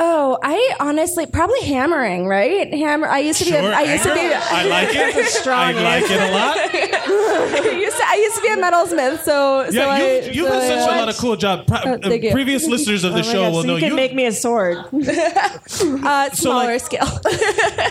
Oh, I honestly probably hammering, right? Hammer. I used to be. A, I used to be. I like it. I like it a <laughs> <laughs> lot. I used to, I used to be a metalsmith, so so Yeah, I, you've, you've so done I- such a lot of cool job. Pro- Oh, thank you. <laughs> Previous listeners of the show will Oh so know you <laughs> can make me a <laughs> sword. uh, smaller like- scale.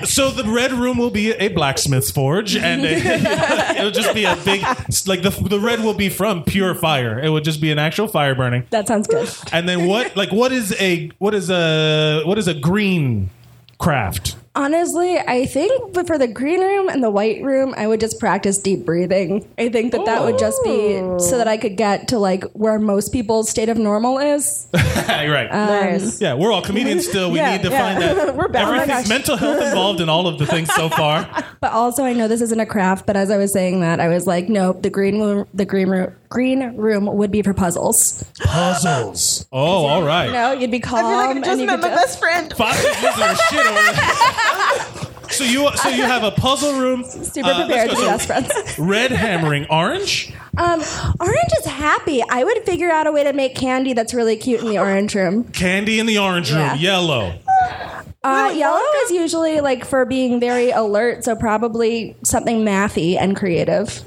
So the red room will be a blacksmith's forge, <laughs> and a, <laughs> it'll just be a big like the the red will be from pure fire. It will just be an actual fire burning. that sounds good. And then what? Like what is a what is a what is a green craft? <laughs> Honestly, I think but for the green room and the white room, I would just practice deep breathing. I think that that would just be so that I could get to like where most people's state of normal <laughs> is. You're right. nice. yeah, we're all comedians still. We yeah, need to yeah. <laughs> find that. We're back. Oh my Everything's gosh. mental health involved in all of the things so far. <laughs> But also, I know this isn't a craft. But as I was saying that, I was like, nope. The green room, the green room, green room would be for puzzles. Puzzles. Oh, all right. You know, you'd be calm I feel like I and just you met could my just- best friend. Foxy's losing her shit over <laughs> there. So you so you have a puzzle room. super Uh, prepared let's to go. be best So friends. Red hammering orange. Um, orange is happy. I would figure out a way to make candy that's really cute in the orange room. Candy in the orange room, Yeah. yellow. Uh, yellow is usually like for being very alert, so probably something mathy and creative.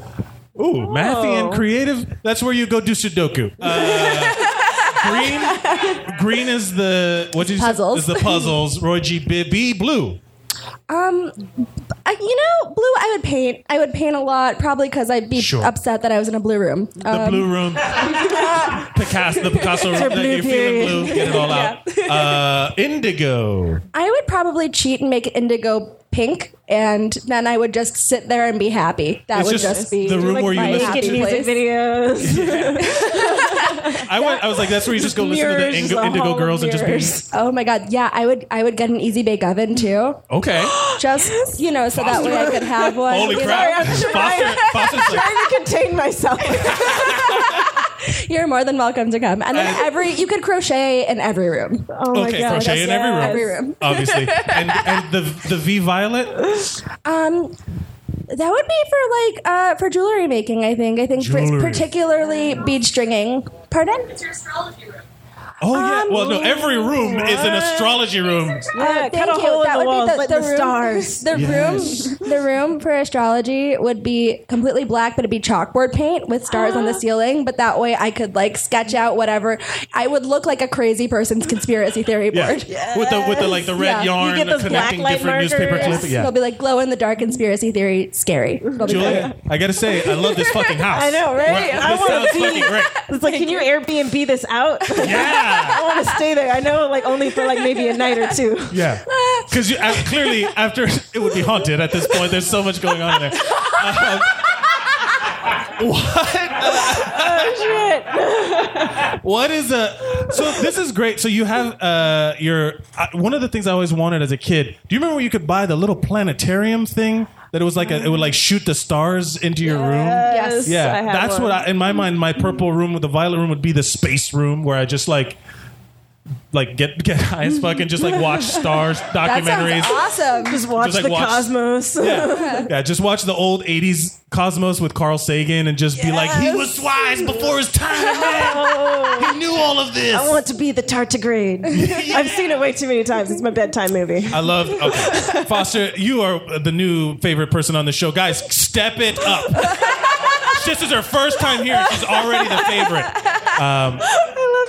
Ooh, Oh. mathy and creative. That's where you go do Sudoku. <laughs> Uh, green, green is the what did you Puzzles. Say? Is the puzzles. Roy G. Bibby, blue. I, Um, uh, you know, blue. I would paint. I would paint a lot, probably because I'd be Sure. upset that I was in a blue room. Uh, The blue room. Picasso, the Picasso room. That blue you're feeling period. blue. Get it all out. Uh, indigo. I would probably cheat and make indigo pink, and then I would just sit there and be happy. That It's would just just, be the room like where you my listen happy Get music place. <laughs> videos. <laughs> I went. I was like, that's where you just go listen to the Mirrors, Indigo, the Hall indigo of Girls and just be Mirrors. Oh my god! Yeah, I would. I would get an easy bake oven too. okay. Just you know, so that way I could have one. Holy you crap! I'm sorry, Foster, I'm Foster's like, trying to contain myself. <laughs> You're more than welcome to come. And then Uh, every you could crochet in every room. Oh my okay, god. crochet in every room. yes. Every room. obviously, and and the the V Violet. Um that would be for like uh, for jewelry making, I think. I think par- Jewelry. particularly bead stringing. Pardon? Oh yeah. Um, well, no. Every room is an Um, astrology room. Yeah, Oh, Thank cut a you. hole in the walls, let the room, stars. <laughs> The room, the room for astrology would be completely black, but it'd be chalkboard paint with stars on the Ah. ceiling. But that way, I could like sketch out whatever. I would look like a crazy person's conspiracy theory Yeah. board. With the with the like the Yeah. red You yarn get those connecting blacklight different newspaper markers. clips. Yeah. They'll be like glow in the dark conspiracy theory, scary. They'll be great. Julia, I gotta say, I love this fucking house. <laughs> I know, right? Wow, I this wanna sounds be- fucking great. <laughs> It's like, can you Airbnb this out? <laughs> Yeah, I want to stay there. I know, like only for like maybe a night or <laughs> two. yeah. Because uh, clearly, after it would be haunted at this point. There's so much going on in <laughs> there. Uh, Oh, <laughs> What is a? So this is great. So you have uh your uh, one of the things I always wanted as a kid. Do you remember when you could buy the little planetarium thing that it was like a, it would like shoot the stars into your room? Yes. Yeah, I had that's one. what I, in my mind, my purple room with the violet room would be the space room where I just like, like get get <laughs> high as fuck and just like watch stars <laughs> That documentaries. sounds awesome. Just watch Just, like, the watch- cosmos. <laughs> Yeah. yeah, just watch the old '80s Cosmos with Carl Sagan and just be like, he Yes. was wise before his time, man. Oh, He knew all of this. I want to be the <laughs> tardigrade. <laughs> I've seen it way too many times. It's my bedtime movie. I love okay. Foster, you are the new favorite person on the show. Guys, step it up. <laughs> this is her first time here. She's already the favorite. I Um, No. love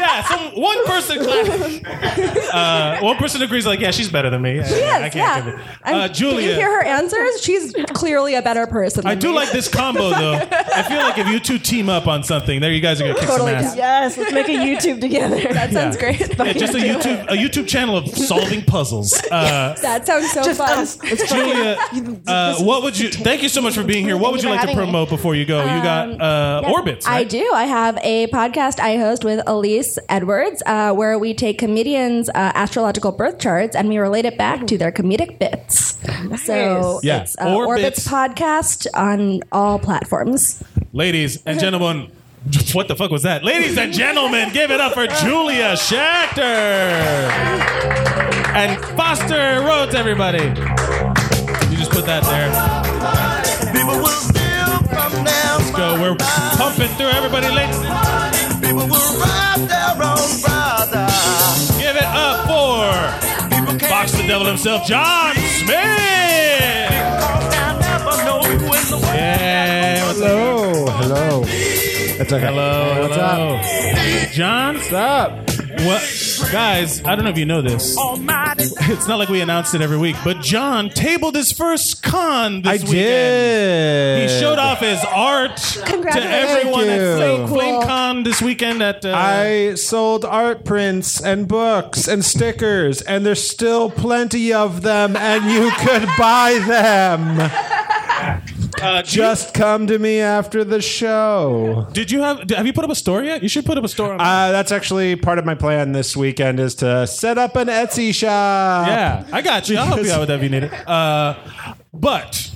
Yeah, some one person clap. Uh, one person agrees, like, yeah, she's better than me. She Yes, I can't yeah. give it. I'm- Uh, Julia. Did you hear her answers? She's clearly a better person. I than do me. like this <laughs> combo though. I feel like if you two team up on something, there you guys are gonna kick Totally some ass. down. Yes, let's <laughs> make a YouTube together. That sounds Yeah. great. Yeah, just a YouTube a YouTube channel of solving puzzles. Uh, <laughs> that sounds so Just fun. us. It's <laughs> Julia, uh, what would you? Thank you so much for being here. What would you Thank you like for to having me. promote before you go? you got uh, Yes, orbits. I right? do. I have a podcast I host with Elise Edwards, uh, where we take comedians' uh, astrological birth charts and we relate it back to their comedic bits. So Yeah. it's uh, Orbits. Orbits. podcast on all platforms. Ladies and gentlemen, <laughs> what the fuck was that? Ladies and gentlemen, give it up for Julia Schachter and Foster Rhodes, everybody. You just put that there. People will steal from their Go. We're mother. pumping through everybody. Let's People will rob their own brother. give it up for People can't Box the Devil himself, John Smith. I never know who in the world. Yeah. What's up? Hello, hello. That's okay. Hello. What's hello. up? John. What's up? What, guys? I don't know if you know this. Almighty <laughs> It's not like we announce it every week, but John tabled his first con this I weekend. He did. showed off his art to Congratulations. everyone at Thank Flame, you. Cool. FlameCon this weekend at. Uh, I sold art prints and books and stickers, and there's still plenty of them, and <laughs> you could buy them. uh, do you- Just come to me after the show. did you have? Have you put up a store yet? You should put up a store. On Uh, that's actually part of my plan this weekend is to set up an Etsy shop. yeah, I got you. I'll help you out with that if you need it. Uh, but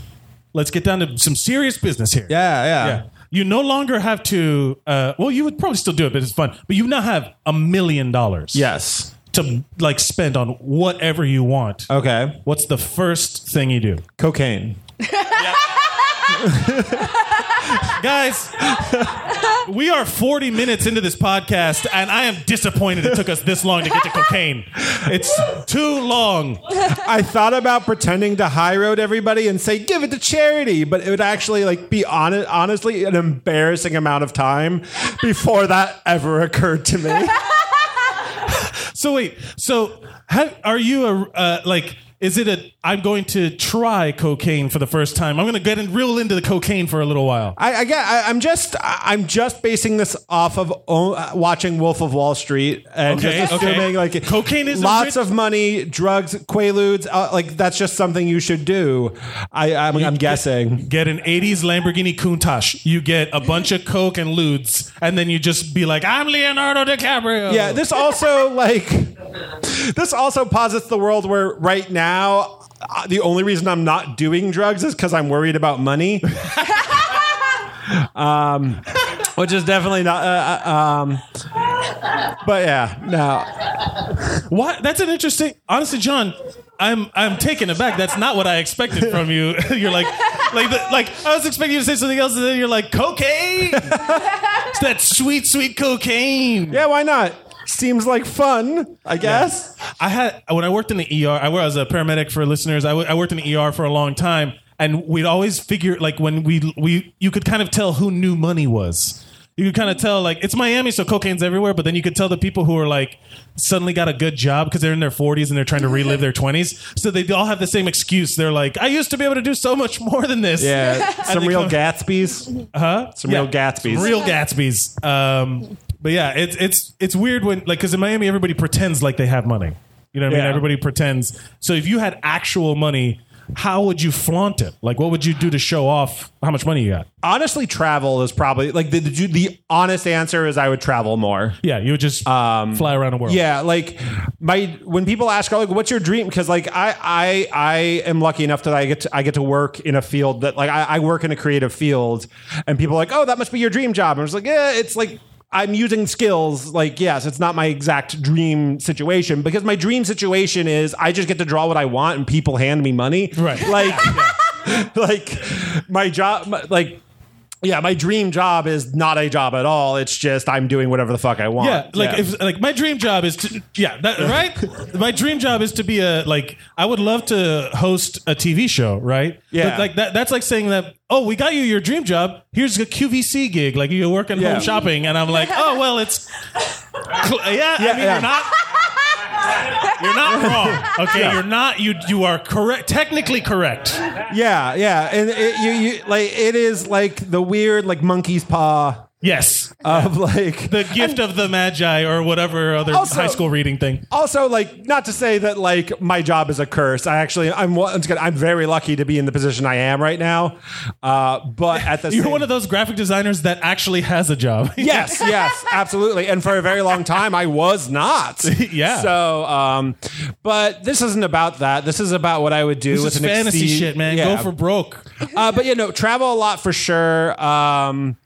let's get down to some serious business here. Yeah, yeah. Yeah. You no longer have to. Uh, well, you would probably still do it, but it's fun. But you now have a million dollars. Yes. To like spend on whatever you want. Okay. What's the first thing you do? Cocaine. <laughs> Guys, we are 40 minutes into this podcast, and I am disappointed it took us this long to get to cocaine. It's too long. I thought about pretending to high road everybody and say give it to charity, but it would actually like be honest, honestly an embarrassing amount of time before that ever occurred to me. <laughs> So wait, so how, are you a uh, like? Is it a? I'm going to try cocaine for the first time. I'm going to get in, reel into the cocaine for a little while. I, I, get- I I'm just I- I'm just basing this off of o- uh, watching Wolf of Wall Street and Okay, just okay. assuming like Cocaine is a rich- lots of money, drugs, quaaludes, uh, like that's just something you should do. I I'm, I'm guessing. Get an 80s Lamborghini Countach. You get a bunch of coke and lewds, and then you just be like, I'm Leonardo DiCaprio. Yeah, this also like this also posits the world where right now uh, the only reason I'm not doing drugs is because I'm worried about money. um, which is definitely not. Uh, uh, um, but yeah, no. What? That's an interesting. Honestly, John, I'm I'm taken aback. That's not what I expected from you. <laughs> you're like, like, the, like I was expecting you to say something else, and then you're like, cocaine. it's that sweet, sweet cocaine. Yeah, why not? Seems like fun, I guess. I had when I worked in the ER. I wa- I was a paramedic for listeners. I wo- I worked in the ER for a long time, and we'd always figure like when we we you could kind of tell who new money was. You could kind of tell like it's Miami, so cocaine's everywhere. But then you could tell the people who are like suddenly got a good job because they're in their 40s and they're trying to relive their 20s. So they all have the same excuse. They're like, I used to be able to do so much more than this. <laughs> some real Gatsby's. Huh? Some real Gatsby's. Real Gatsby's. Um, but yeah, it's it's it's weird when like because in Miami everybody pretends like they have money. You know what I mean? Yeah. Everybody pretends. So if you had actual money, how would you flaunt it? Like, what would you do to show off how much money you got? Honestly, travel is probably like the, the the honest answer is I would travel more. Um, Yeah, you would just fly around the world. Yeah, like my when people ask oh, like what's your dream because like I I I am lucky enough that I get to, I get to work in a field that like I, I work in a creative field and people are like oh that must be your dream job and I was like yeah it's like I'm using skills like yes it's not my exact dream situation because my dream situation is I just get to draw what I want and people hand me money Right. like like my job my- like. Yeah, my dream job is not a job at all. It's just I'm doing whatever the fuck I want. Yeah, like if like my dream job is to yeah, that, right? my dream job is to be a like I would love to host a TV show, right? Yeah. But, like that that's like saying that, "Oh, we got you your dream job. Here's a QVC gig. Like you're working Yeah. home shopping." And I'm like, <laughs> "Oh, well, it's cl- yeah, I Yeah, mean, yeah. you're not <laughs> you're <laughs> not wrong. Okay, you're not you you are correct technically correct. Yeah, yeah, and it, you, you like it is like the weird like monkey's paw <laughs> Yes. Uh, of <laughs> like. The gift of the magi or whatever other Also- high school reading thing. also, like, not to say that like my job is a curse. I actually, I'm one- I'm very lucky to be in the position I am right now. Uh, but at the <laughs> You're same- one of those graphic designers that actually has a job. <laughs> Yes, yes, absolutely. And for a very long time, I was not. <laughs> Yeah. So, um, but this isn't about that. This is about what I would do This with is an fantasy exceed- shit, man. Yeah. Go for broke. uh, but you know, travel a lot for sure. Um,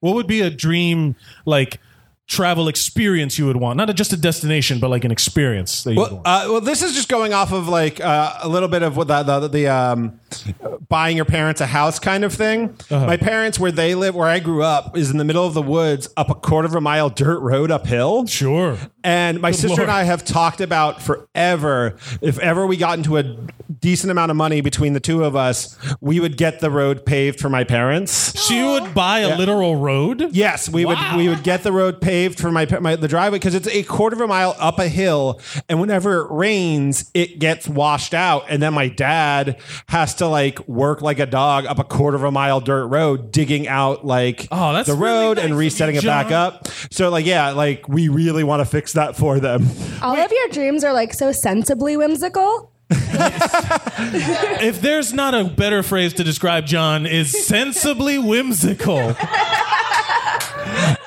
What would be a dream like travel experience you would want? Not just a destination, but like an experience that you would Well, want. uh, well, this is just going off of like uh, a little bit of what the the, the um, buying your parents a house kind of thing. Uh-huh. My parents, where they live, where I grew up, is in the middle of the woods, up a quarter of a mile dirt road uphill. Sure. And my sister and Lord. I have talked about forever. If ever we got into a decent amount of money between the two of us, we would get the road paved for my parents. She would buy a literal road. Yes, we would. We would get the road paved for my, pa- my the driveway because it's a quarter of a mile up a hill, and whenever it rains, it gets washed out, and then my dad has to like work like a dog up a quarter of a mile dirt road, digging out like Oh, that's the really road nice of and you, resetting it back John. up. So like yeah, like we really want to fix that for them. All of your dreams are like so sensibly whimsical. If there's not a better phrase to describe John, is <laughs> sensibly whimsical.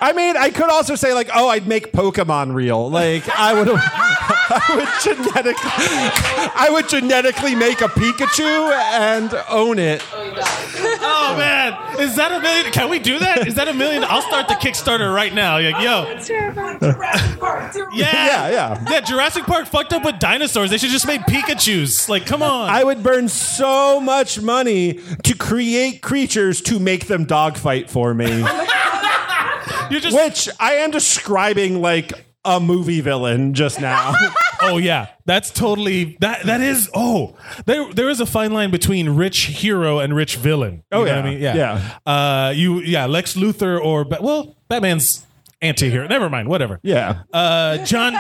I mean, I could also say like, oh, I'd make Pokemon real. Like, I would, <laughs> I would genetically, I would genetically make a Pikachu and own it. Oh man, is that a million? Can we do that? Is that a million? I'll start the Kickstarter right now. Like, <laughs> yo, yeah, <laughs> Yeah, yeah. yeah. Jurassic Park fucked up with dinosaurs. They should just make Pikachu's. Like, come on. I would burn so much money to create creatures to make them dogfight for <laughs> me, You're just. which I am describing like a movie villain just now. <laughs> Oh yeah, that's totally that. That is. Oh, there there is a fine line between rich hero and rich villain. You Oh, know yeah. what I mean? yeah, Uh, you yeah, Lex Luthor or Ba- well, Batman's anti-hero. Never mind. Whatever. yeah. Uh, John,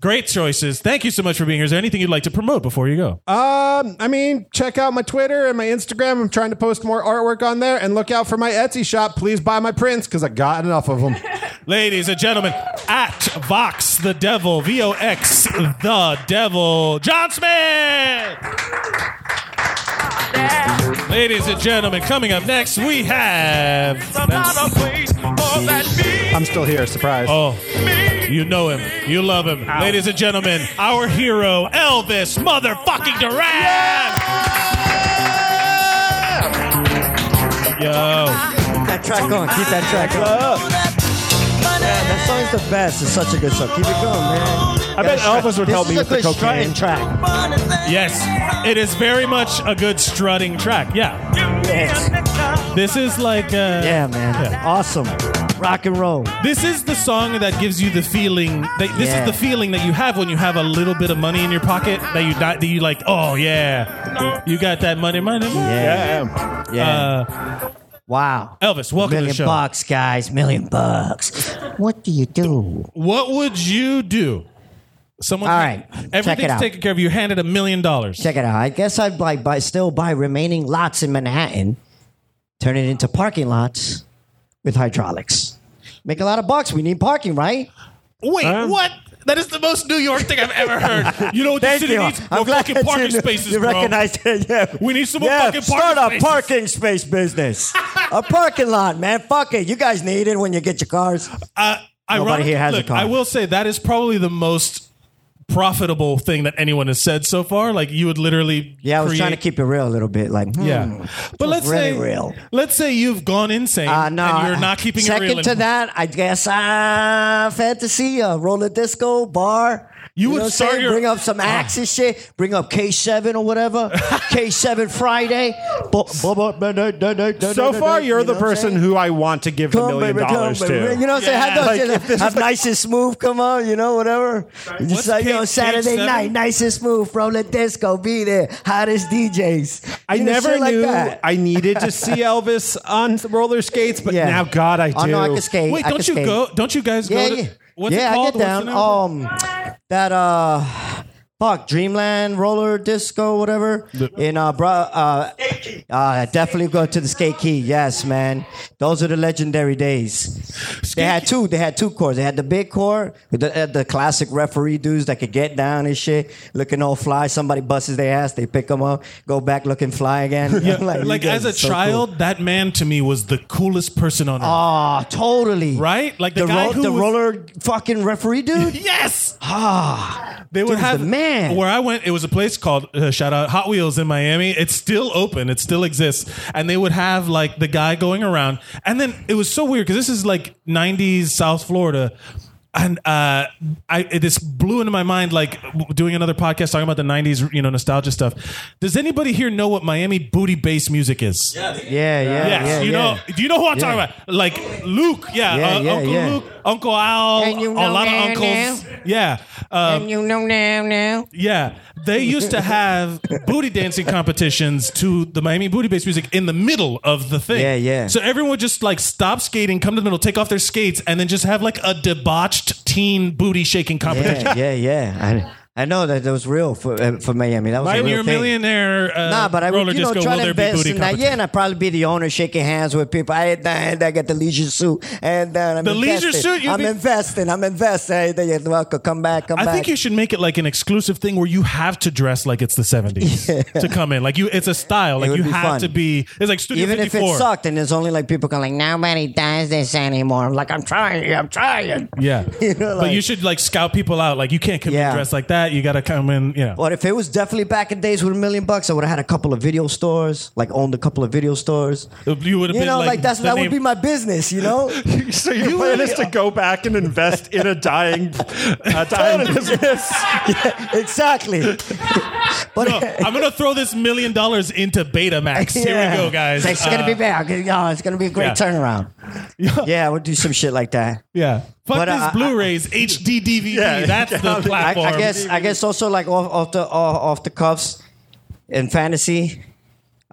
great choices. Thank you so much for being here. Is there anything you'd like to promote before you go? Um, I mean, check out my Twitter and my Instagram. I'm trying to post more artwork on there, and look out for my Etsy shop. Please buy my prints because I got enough <laughs> of them. Ladies and gentlemen, at Vox the Devil, V O X the Devil, John Smith. Ladies and gentlemen, coming up next, we have. I'm still here. Surprise. Oh, you know him. You love him. Ladies and gentlemen, our hero, Elvis motherfucking Duran. Yo. That track on. Keep that track on. Man, that song's the best. It's such a good song. Keep it going, man. I bet Elvis would This help is me a with the good strutting cocaine. track. Yes, it is very much a good strutting track. Yeah. This is like. Uh, Yeah, man. Awesome. Rock and roll. This is the song that gives you the feeling. That, this Yeah. is the feeling that you have when you have a little bit of money in your pocket that you not, that you like. Oh yeah, you got that money, money. money. Yeah. Yeah. Uh, wow. Elvis, welcome to Million the show. bucks, guys. Million bucks. What do you do? What would you do? Someone. All right, Everything's check it out. taken care of. You handed a million dollars. Check it out. I guess I'd like buy, still buy remaining lots in Manhattan, turn it into parking lots with hydraulics. Make a lot of bucks. We need parking, right? Wait, what? That is the most New York thing I've ever heard. <laughs> You know what this city needs? More fucking that's parking you- spaces, You bro. recognize it, yeah. We need some more yeah, fucking start parking spaces. a parking space business. a parking lot, man. Fuck it. You guys need it when you get your cars. Uh, ironically- here has a look, car. I will say that is probably the most profitable thing that anyone has said so far. Like you would literally Yeah, I was create- trying to keep it real a little bit. Like, hmm, yeah. But let's really say real. let's say you've gone insane Uh, no, and you're not keeping second it real. and- to that, I guess uh, fantasy, uh, roller disco, bar. You would know what I'm start saying? your- Uh. bring up some acts and shit. Bring up K7 or <laughs> whatever. K7 Friday. Bu- bu- bu- da- da- da- da- da- So da- far, da- you're you know the what I'm person saying? who I want to give the Come, million baby, come, dollars baby. to. You know what I'm saying? Have, those, Like, you know, if this have nice and smooth come on, you know, whatever. What's Just like, you know, K- Saturday K7? night, nice and smooth, roller disco, be there, hottest DJs. I You know, never shit like knew that. I needed <laughs> to see Elvis on roller skates, but Yeah. now, God, I do. Oh, no, I can skate. Wait, I don't can you skate. go? Don't you guys go? Yeah, To, yeah. What's yeah, it called? I get What's down. the name of it? Um, that uh, fuck, Dreamland roller disco, whatever. In uh, bro, uh, uh, definitely go to the skate key. Yes, man, those are the legendary days. they had two. They had two cores. They had the big core, with the, uh, the classic referee dudes that could get down and shit, looking all fly. Somebody busts their ass, they pick them up, go back looking fly again. <laughs> <laughs> Yeah, I'm like you as guys a are so cool. child, that man to me was the coolest person on earth. Ah, totally. Right? Like the the, guy who the was- roller fucking referee dude. Yes. They would Dude's have the man. Where I went, it was a place called uh, shout out Hot Wheels in Miami. It's still open. It still exists. And they would have like the guy going around, and then it was so weird because this is like '90s South Florida. and uh, I it- this blew into my mind like w- doing another podcast talking about the '90s, you know, nostalgia stuff. Does anybody here know what Miami booty bass music is? Yeah, Yeah, yeah, yes, yeah. you yeah. know, do you know who I'm Yeah. talking about? Like Luke, yeah, Yeah, uh, yeah, Uncle yeah. Luke, Uncle Al, And you a know lot of now, uncles, yeah. Uh, And you know now, now. yeah, they used to have booty dancing competitions to the Miami booty bass music in the middle of the thing. Yeah, yeah. So everyone would just like stop skating, come to the middle, take off their skates, and then just have like a debauched teen booty shaking competition. Yeah, yeah, yeah. I, I know that that was real for uh, for Miami. That was Miami, a real you're a thing. millionaire. Uh, Nah, but I roller would, you know, disco, try will to there be invest booty in that. Yeah, competition? and I'd probably be the owner shaking hands with people. I, I, I got the leisure suit. And then I'm The leisure investing. suit, you'd I'm be- investing. I'm investing. Hey, they- you're welcome. Come back. Come I back. think you should make it like an exclusive thing where you have to dress like it's the <laughs> 70s to come in. Like you, it's a style. Like would you be have fun. to be. It's like Studio Even if 54. it sucked, and there's only like people going like, Like nobody does this anymore. I'm like, I'm trying, I'm trying. <laughs> Yeah, know, but like- you should like scout people out. Like you can't come in Yeah. dressed like that. You got to come in. You know. But if it was definitely back in days with a million bucks, I would have had a couple of video stores, like owned a couple of video stores. You would have You been know, like, that's the that name- would be my business. You <laughs> know, <laughs> So your plan is to go back and invest in a <laughs> dying, a dying business. exactly. but uh, I'm gonna throw this million dollars into Betamax. <laughs> Here we Yeah. go, guys. It's gonna be Uh, back. Oh, it's gonna be a great yeah. <laughs> turnaround. Yeah, we'll do some shit like that. <laughs> yeah. Fuck But, uh, these I- Blu-rays, HD DVD. Yeah. that's the <laughs> I, platform. I guess. I guess also like off, off the off, off the cuffs in fantasy.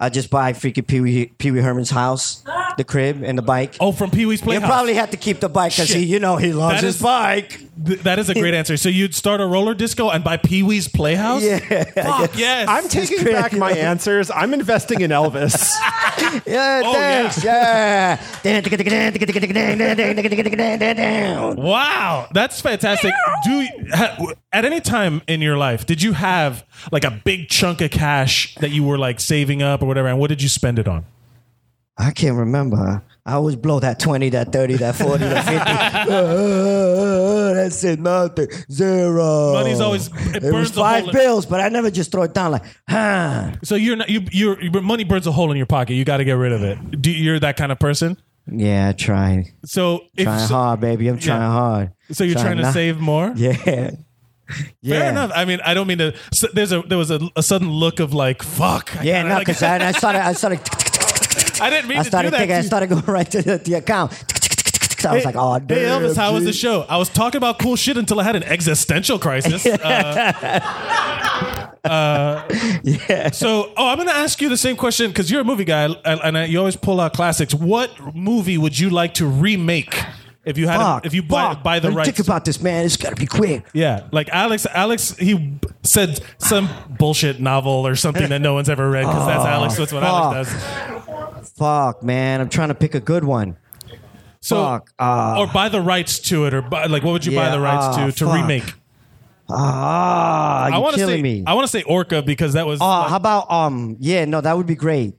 I just buy freaking Pee Wee Pee Wee Herman's house, the crib, and the bike. Oh, from Pee Wee's you Playhouse. probably have to keep the bike because he, Shit. you know, he loves That his is- <laughs> bike. Th- that is a great answer. So you'd start a roller disco and buy Pee Wee's Playhouse. Yeah, Fuck yes. I'm taking back <laughs> my answers. I'm investing in Elvis. Yeah, Oh, thanks. Yeah. <laughs> <laughs> Wow, that's fantastic. Do you, ha, at any time in your life did you have like a big chunk of cash that you were like saving up or whatever, and what did you spend it on? I can't remember. I always blow that 20, that 30, that 40, that <laughs> 50. that's it, nothing. Zero. Money's always- it It, burns was a hole five in- bills, but I never just throw it down like, huh. So you're not you you're, your money burns a hole in your pocket. You got to get rid of it. Do, you're that kind of person. Yeah, I try. So if Trying so, hard, baby. I'm trying hard. so you're trying to not- save more. Yeah. Yeah. Fair enough. I mean, I don't mean to. So there's a there was a, a sudden look of like fuck. I Yeah, gotta- no, like, because I, I started, I started, <laughs> I didn't mean I to do started that. thinking, I to you. started going right to the, the account. I was like, oh, damn, Hey Elvis, how was dude." the show? I was talking about cool shit until I had an existential <laughs> crisis. Uh, uh, So, oh, I'm going to ask you the same question because you're a movie guy and, and I, you always pull out classics. What movie would you like to remake if you had Fuck, a, if you buy, fuck. buy the Let me rights? Think about this, man. It's got to be quick. yeah, like Alex. Alex, he b- said some bullshit novel or something that no one's ever read because that's Alex. That's what Alex does. Fuck, man. I'm trying to pick a good one. So, fuck, uh, or buy the rights to it, or buy, like, what would you buy Yeah, the rights uh, to to fuck. remake? Ah, I you're want to killing say me. I want to say Orca because that was Uh, how about um? Yeah, no, that would be great.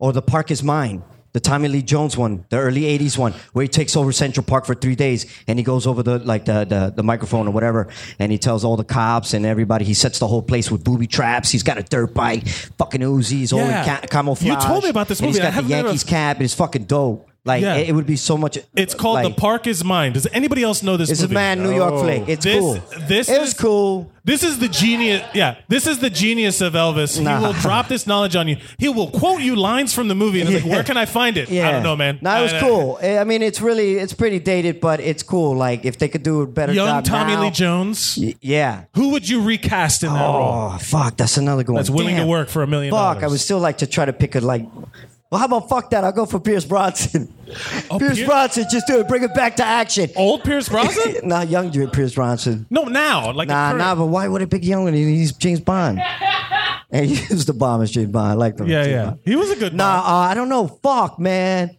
Or the park is mine. The Tommy Lee Jones one, the early '80s one, where he takes over Central Park for three days and he goes over the like the, the the microphone or whatever, and he tells all the cops and everybody. He sets the whole place with booby traps. He's got a dirt bike, fucking Uzis, all Yeah. in ca- camouflage. You told me about this and movie. I He's got have the never- Yankees cap. And it's fucking dope. Like Yeah. it, it would be so much. it's called like, The Park Is Mine. Does anybody else know this It's a movie? man New York flick. It's This- cool. this it is- was cool. This is the genius. Yeah, this is the genius of Elvis. Nah. He will drop this knowledge on you. He will quote you lines from the movie, and it's like, "Where can I find it? I don't know, man." No, it was I- uh, I- cool. I I mean, it's really, it's pretty dated, but it's cool. Like, if they could do a better Young job Tommy now- Lee Jones. Y- Yeah. Who would you recast in that role? Oh, fuck. That's another good one. That's willing to Damn. work for a million Fuck. I dollars. would still like to try to pick a, like, well, how about fuck that? I'll go for Pierce <laughs> Bronson. Pierce Pier- Bronson, just do it. Bring it back to action. Oh, Old Pierce Brosnan? <laughs> nah, young dude, Pierce Bronson. no, now like the Nah, current- nah, but why would it pick young? He's James <laughs> Bond. and he was the bomb as James Bond. I like him. yeah, James yeah. Bond. He was a good. Nah, Bond. uh, I don't know. Fuck, man.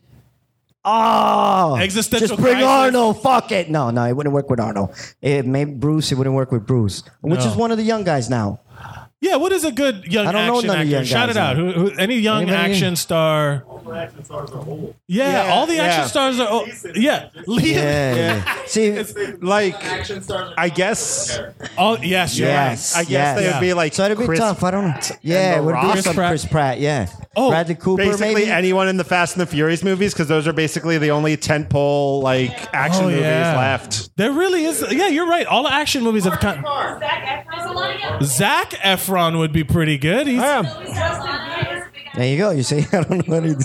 Oh, Existential Just bring crisis. Arnold. Fuck it. No, no, it wouldn't work with Arnold. It maybe Bruce. It wouldn't work with Bruce, which No. is one of the young guys now. yeah. What is a good young I don't know action none of actor? young Shout guys it out. Who, now. who, any young Anybody? action star? Yeah, Yeah, all the action yeah. stars are. Oh, yeah, Lee. Yeah. See, <laughs> Like, I guess, <laughs> All, Oh, yes, you're yes, I guess yes. they would be like So it'd be Chris tough. I don't know. Yeah, The it would Rock. be Chris some Pratt. Chris Pratt. Yeah, <laughs> Oh, Bradley Cooper, Basically, maybe. anyone in the Fast and the Furious movies, because those are basically the only tentpole like action Oh, movies yeah. left. There really is. Yeah, you're right. All action movies have kind. Zach Efron would be pretty good. He's, Yeah. there you go. You see, I don't know any.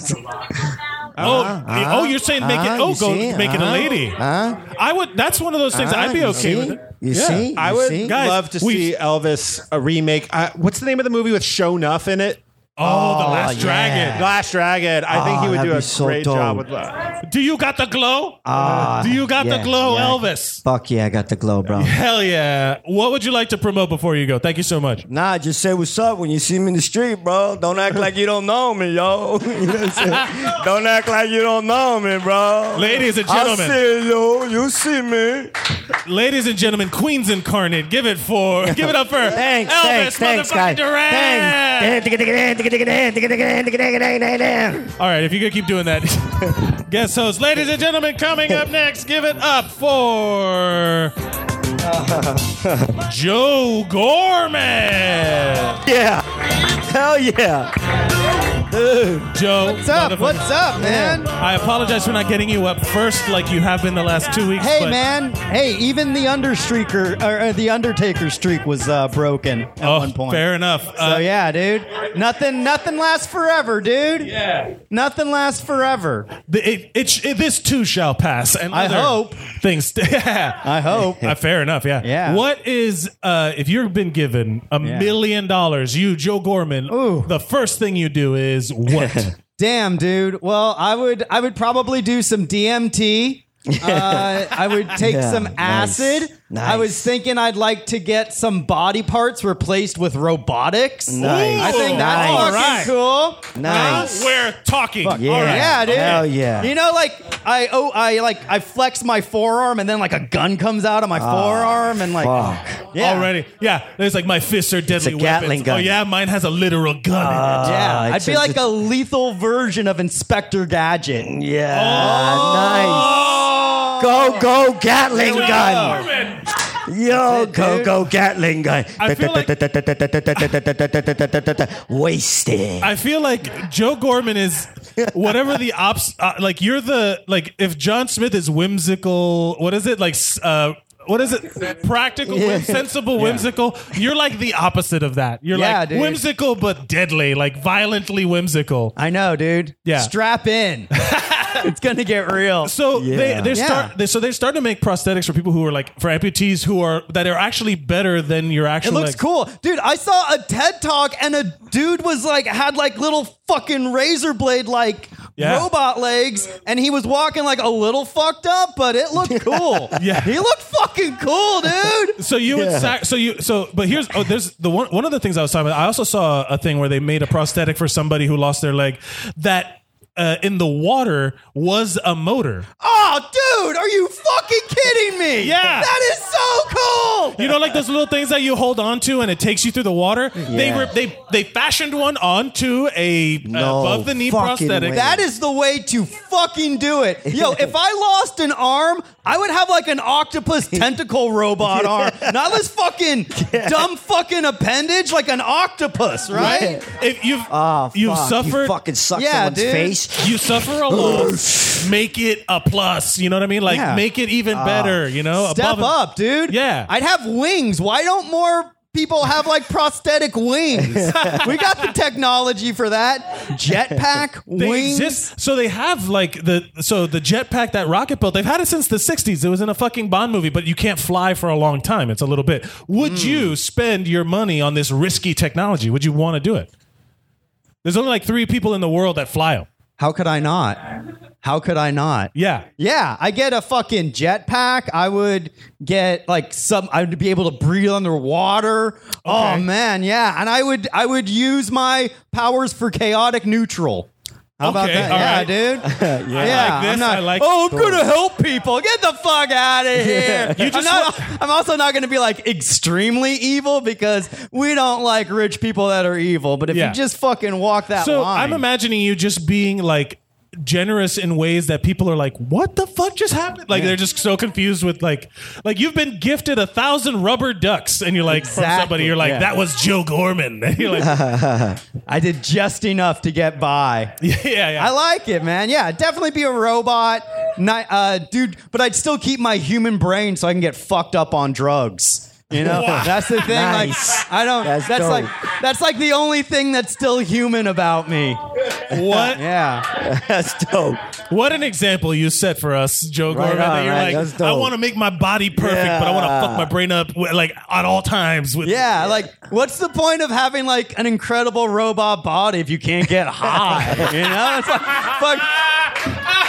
oh, oh, you're saying make it. uh-huh, Oh, you go see, make it a uh-huh, lady. I would. That's one of those things. I'd be you okay see? with it. You see? You I would see? Guys, love to we- see Elvis a remake. Uh, what's the name of the movie with Show Nuff in it? Oh, the last yeah. dragon. The Last Dragon. I think Oh, he would that'd do a be so great job dope. with that. Do you got the <laughs> glow? Oh, Ah, Do you got the Ah, yeah, glow, yeah. Elvis? Fuck yeah, I got the <laughs> glow, bro. Hell yeah. What would you like to promote before you go? Thank you so much. Nah, just say what's up when you see me in the street, bro. Don't act like you don't know me, yo. <laughs> You know what <laughs> I'm saying? don't act like you don't know me, bro. Ladies and I gentlemen. see you. Oh, You see me. Ladies and gentlemen, Queens incarnate, give it for, give it up for <laughs> Thanks, Elvis thanks, thanks, motherfucking guys. Duran. <laughs> Thanks. All right, if you could keep doing that, <laughs> guest host, ladies and gentlemen, coming up next, give it up <laughs> for Joe Gorman. Yeah. Hell yeah. Dude. Joe, What's up? What's up, man? I apologize for not getting you up first like you have been the last two weeks. Hey, but man. Hey, even the Understreaker or uh, the Undertaker streak was uh, broken at Oh, one point. fair enough. So Uh, yeah, dude. Nothing. Nothing lasts forever, dude. Yeah. Nothing lasts forever. the- it, it, sh- it- this too shall pass. And I other hope. things. <laughs> I hope. Uh, fair enough. Yeah. Yeah. What is uh, if you've been given a Yeah. million dollars, you Joe Gorman, Ooh. the first thing you do is <laughs> what? Damn, dude. Well, I would. I would probably do some <laughs> DMT. uh, I would take Yeah, some nice. acid. I was Nice. thinking I'd like to get some body parts replaced with robotics. Nice. I think that's Nice. fucking cool. Nice. We're talking. Fuck, yeah. All right. Yeah, dude. Hell yeah. You know, like I oh I like I flex my forearm and then like a gun comes out of my forearm and like Ah, Fuck. yeah. Already, yeah. There's like my fists are deadly a weapons. Gatling gun. Uh, Oh yeah, mine has a literal gun. in it. Yeah, I'd it's be a- like a lethal version of Inspector Gadget. Yeah. Oh. Nice. Go, go, Gatling Joe gun. Gorman. Yo, go, go, Gatling gun. I feel like- <laughs> Wasted. I feel like Joe Gorman is whatever the ops. Uh, like you're the like if John Smith is whimsical. What is it like? s- Uh, what is it? Practical, whim- sensible, whimsical. You're like the opposite of that. You're Yeah, like dude. whimsical but deadly, like violently whimsical. I know, dude. Yeah. Strap in. <laughs> it's gonna get real. So they they Yeah. start they, so they're starting to make prosthetics for people who are like for amputees who are that are actually better than your actual. It looks like- cool. Dude, I saw a TED talk and a dude was like had like little fucking razor blade like Yeah. robot legs and he was walking like a little fucked up, but it looked cool. <laughs> Yeah. He looked fucking <laughs> cool, dude. So you would sac- so you so but here's oh there's the one one of the things I was talking about. I also saw a thing where they made a prosthetic for somebody who lost their leg that uh, in the water was a motor. Oh, dude, are you fucking kidding me? Yeah. That is so cool. You know, like those little things that you hold on to and it takes you through the water. They Yeah. were they they fashioned one onto a uh, No above the knee fucking prosthetic. way. That is the way to fucking do it. Yo, <laughs> if I lost an arm, I would have like an <laughs> octopus tentacle robot arm, not this fucking dumb fucking appendage like an octopus, right? if you've Oh, <laughs> fuck. you've suffered You fucking suck Yeah, someone's dude. face. you suffer a <laughs> loss, make it a plus. You know what I mean? Like Yeah. make it even better. You know, Step above and- up, dude. Yeah. I'd have wings. Why don't more people have like prosthetic <laughs> wings? we got the technology for that. Jetpack <laughs> They wings. exist. So they have like the so the jetpack that rocket built. They've had it since the '60s. It was in a fucking Bond movie, but you can't fly for a long time. It's a little bit. Would Hmm. you spend your money on this risky technology? Would you want to do it? There's only like three people in the world that fly them. How could I not? How could I not? Yeah. Yeah, I get a fucking jetpack. I would get like some. I would be able to breathe underwater. Oh man, yeah. And I would I would use my powers for chaotic neutral. How about Okay, that? all yeah, right. <laughs> dude. yeah, like this, I'm not. I like- oh, I'm gonna help people. Get the <laughs> fuck out of here. You I'm, just not, <laughs> I'm also not gonna be like extremely evil because we don't like rich people that are evil. But if Yeah. you just fucking walk that So line, I'm imagining you just being like generous in ways that people are like, "What the fuck just happened?" Like they're just so confused with like, like you've been gifted a thousand rubber ducks, and you're like from somebody, you're like, yeah. "That was Joe Gorman." <laughs> And you're like, I did just enough to get by. <laughs> Yeah, yeah. I like it, man. Yeah, I'd definitely be a robot, not, uh, dude. But I'd still keep my human brain so I can get fucked up on drugs. You know, Wow. that's the thing. Nice. Like, I don't. That's That's, dope. like that's like the only thing that's still human about me. What? yeah, that's dope. What an example you set for us, Joe Right Gorman. that on, you're right, that's like, dope. I want to make my body perfect, but I want Yeah. to fuck my brain up wi- like at all times. With Yeah, like what's the point of having like an incredible robot body if you <laughs> can't get high? you know, it's like fuck.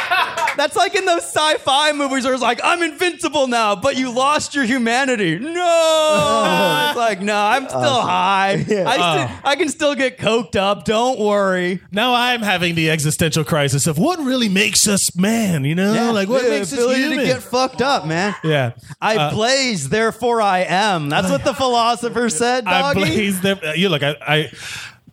That's like in those sci-fi movies where it's like I'm invincible now, but you lost your humanity. <laughs> No, it's like no, I'm still Uh, Awesome. high. Yeah. I, sti- Oh. I can <laughs> still get coked up. Don't worry. now I'm having the existential crisis of what really makes us man. You know, like what the makes us ability human? to get fucked up, man. yeah, I Uh, blaze, therefore I am. That's <laughs> what the philosopher said, I doggy. blaze them. uh, You look, I, I,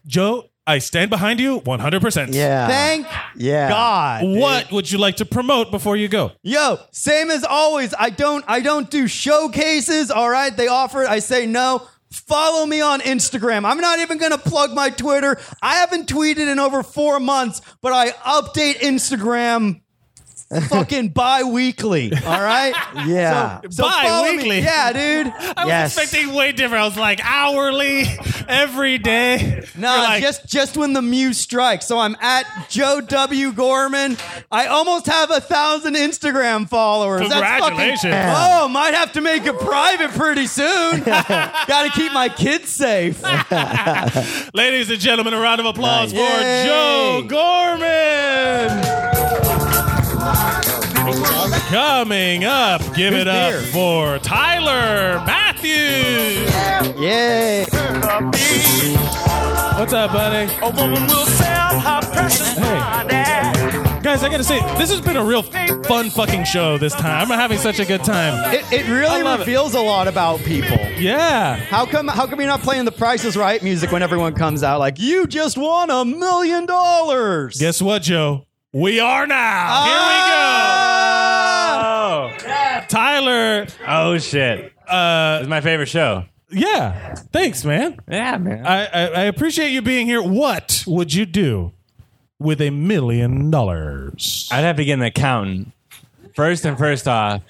Joe, I stand behind you 100%. Yeah. Thank yeah. God, dude. What would you like to promote before you go? Yo, same as always. I don't I don't do showcases, all right? They offer it, I say no. Follow me on Instagram. I'm not even going to plug my Twitter. I haven't tweeted in over 4 months, but I update <laughs> Instagram fucking bi-weekly, all right? Yeah. So, so follow me. Bi-weekly? Yeah, dude. <laughs> I was expecting way different. I was like hourly, every day. No, You're like- just just when the muse strikes. So I'm at Joe W Gorman. I almost have a thousand Instagram followers. That's fucking, Congratulations. oh, might have to make it private pretty soon. Got to keep my kids safe. <laughs> Ladies and gentlemen, a round of applause for Yay. Joe Gorman. Coming up, give it up for Tyler Matthews. Yay. What's up, buddy? A woman will sell her precious body. Guys, I gotta say, this has been a real fun fucking show this time. I'm having such a good time. It, it really reveals a lot about people. Yeah. How come how come you're not playing the Price is Right music when everyone comes out like you just won a million dollars? Guess what, Joe? We are now. Oh. Here we go. Tyler. Oh shit! Uh, it's my favorite show. Yeah. Thanks, man. Yeah, man. I, I, I appreciate you being here. What would you do with a million dollars? I'd have to get an accountant first and first off.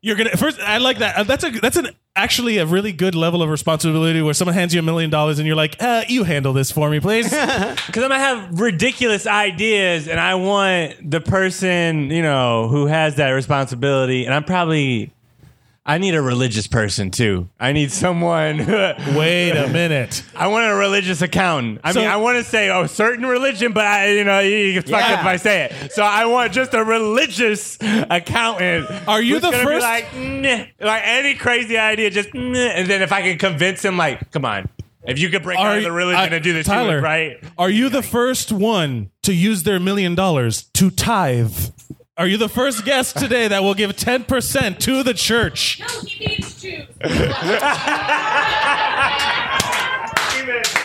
You're gonna first. I like that. Uh, That's a that's an actually a really good level of responsibility where someone hands you a million dollars and you're like, uh, you handle this for me, <laughs> please. Because I'm gonna have ridiculous ideas, and I want the person you know who has that responsibility, and I'm probably. I need a religious person too. I need someone. <laughs> Wait a minute. I want a religious accountant. I So- mean, I want to say a certain religion, but I, you know, you, you can fuck Yeah. up if I say it. So I want just a religious accountant. Are you who's the gonna be first- like, "Nah." like any crazy idea, just "Nah." and then if I can convince him, like, come on, if you could break out of the religion I- and do this, you would, Tyler, right? Are you the first one to use their million dollars to tithe? Are you the first guest today that will give ten percent to the church? <laughs>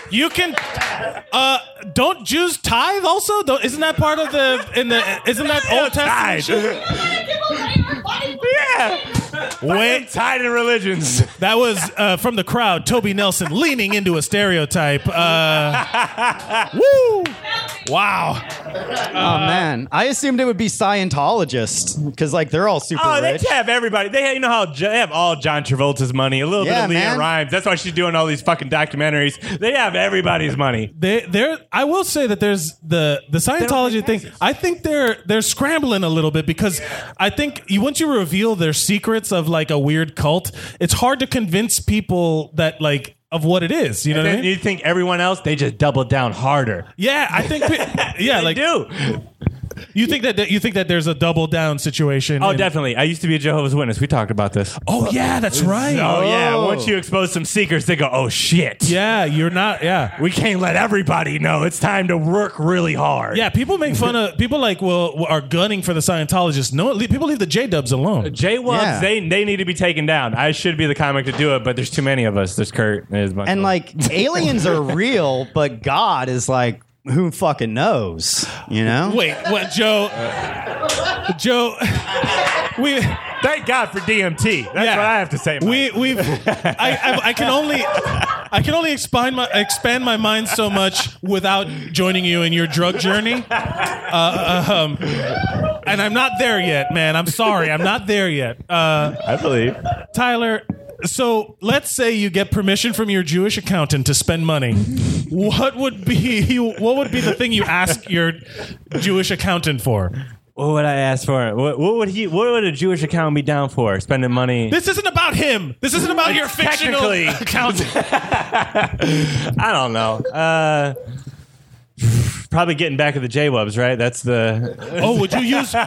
You can. Uh, don't Jews tithe also? Don't, isn't that part of the in the? Isn't that Old <laughs> Testament? shit? Wait, tithe in religions. That was uh, from the crowd. Toby Nelson leaning into a stereotype. <laughs> Uh, <laughs> woo! Wow. oh man, I assumed it would be Scientologists because like they're all super Oh, they rich. have everybody. They have, you know how Jo- they have all John Travolta's money, a little Yeah, bit of Leanne man. Rhymes. That's why she's doing all these fucking documentaries. They have everybody's money. They, there, I will say that there's the the Scientology thing. I think they're they're scrambling a little bit because I think you, once you reveal their secrets of like a weird cult, it's hard to convince people that like of what it is. You know And what I then mean? you think everyone else they just double down harder. Yeah, I <laughs> think. pe- Yeah, like do. You think that you think that there's a double down situation? Oh, in- definitely. I used to be a Jehovah's Witness. We talked about this. Oh yeah, that's right. Oh yeah. Once you expose some secrets, they go, "Oh shit." Yeah, you're not. Yeah, we can't let everybody know. It's time to work really hard. Yeah, people make fun of people like well are gunning for the Scientologists. No, le- people leave the J Dubs alone. J Wubs, Yeah. they they need to be taken down. I should be the comic to do it, but there's too many of us. There's Kurt. There's and like aliens are real, but God is like who fucking knows? You know? Wait, what, Joe? Joe, we. Thank God for DMT. That's what I have to say. We we've I, I, I can only I can only expand my expand my mind so much without joining you in your drug journey. Uh, um, and I'm not there yet, man. I'm sorry, I'm not there yet. Uh, I believe Tyler. So let's say you get permission from your Jewish accountant to spend money. What would be what would be the thing you ask your Jewish accountant for? What would I ask for? What, what would he? What would a Jewish accountant be down for? Spending money. This isn't about him. This isn't about your fictional <laughs> Technically. accountant. <laughs> I don't know. Uh, <sighs> probably getting back at the J Wubs, right? That's the. Oh, would you use? <laughs> I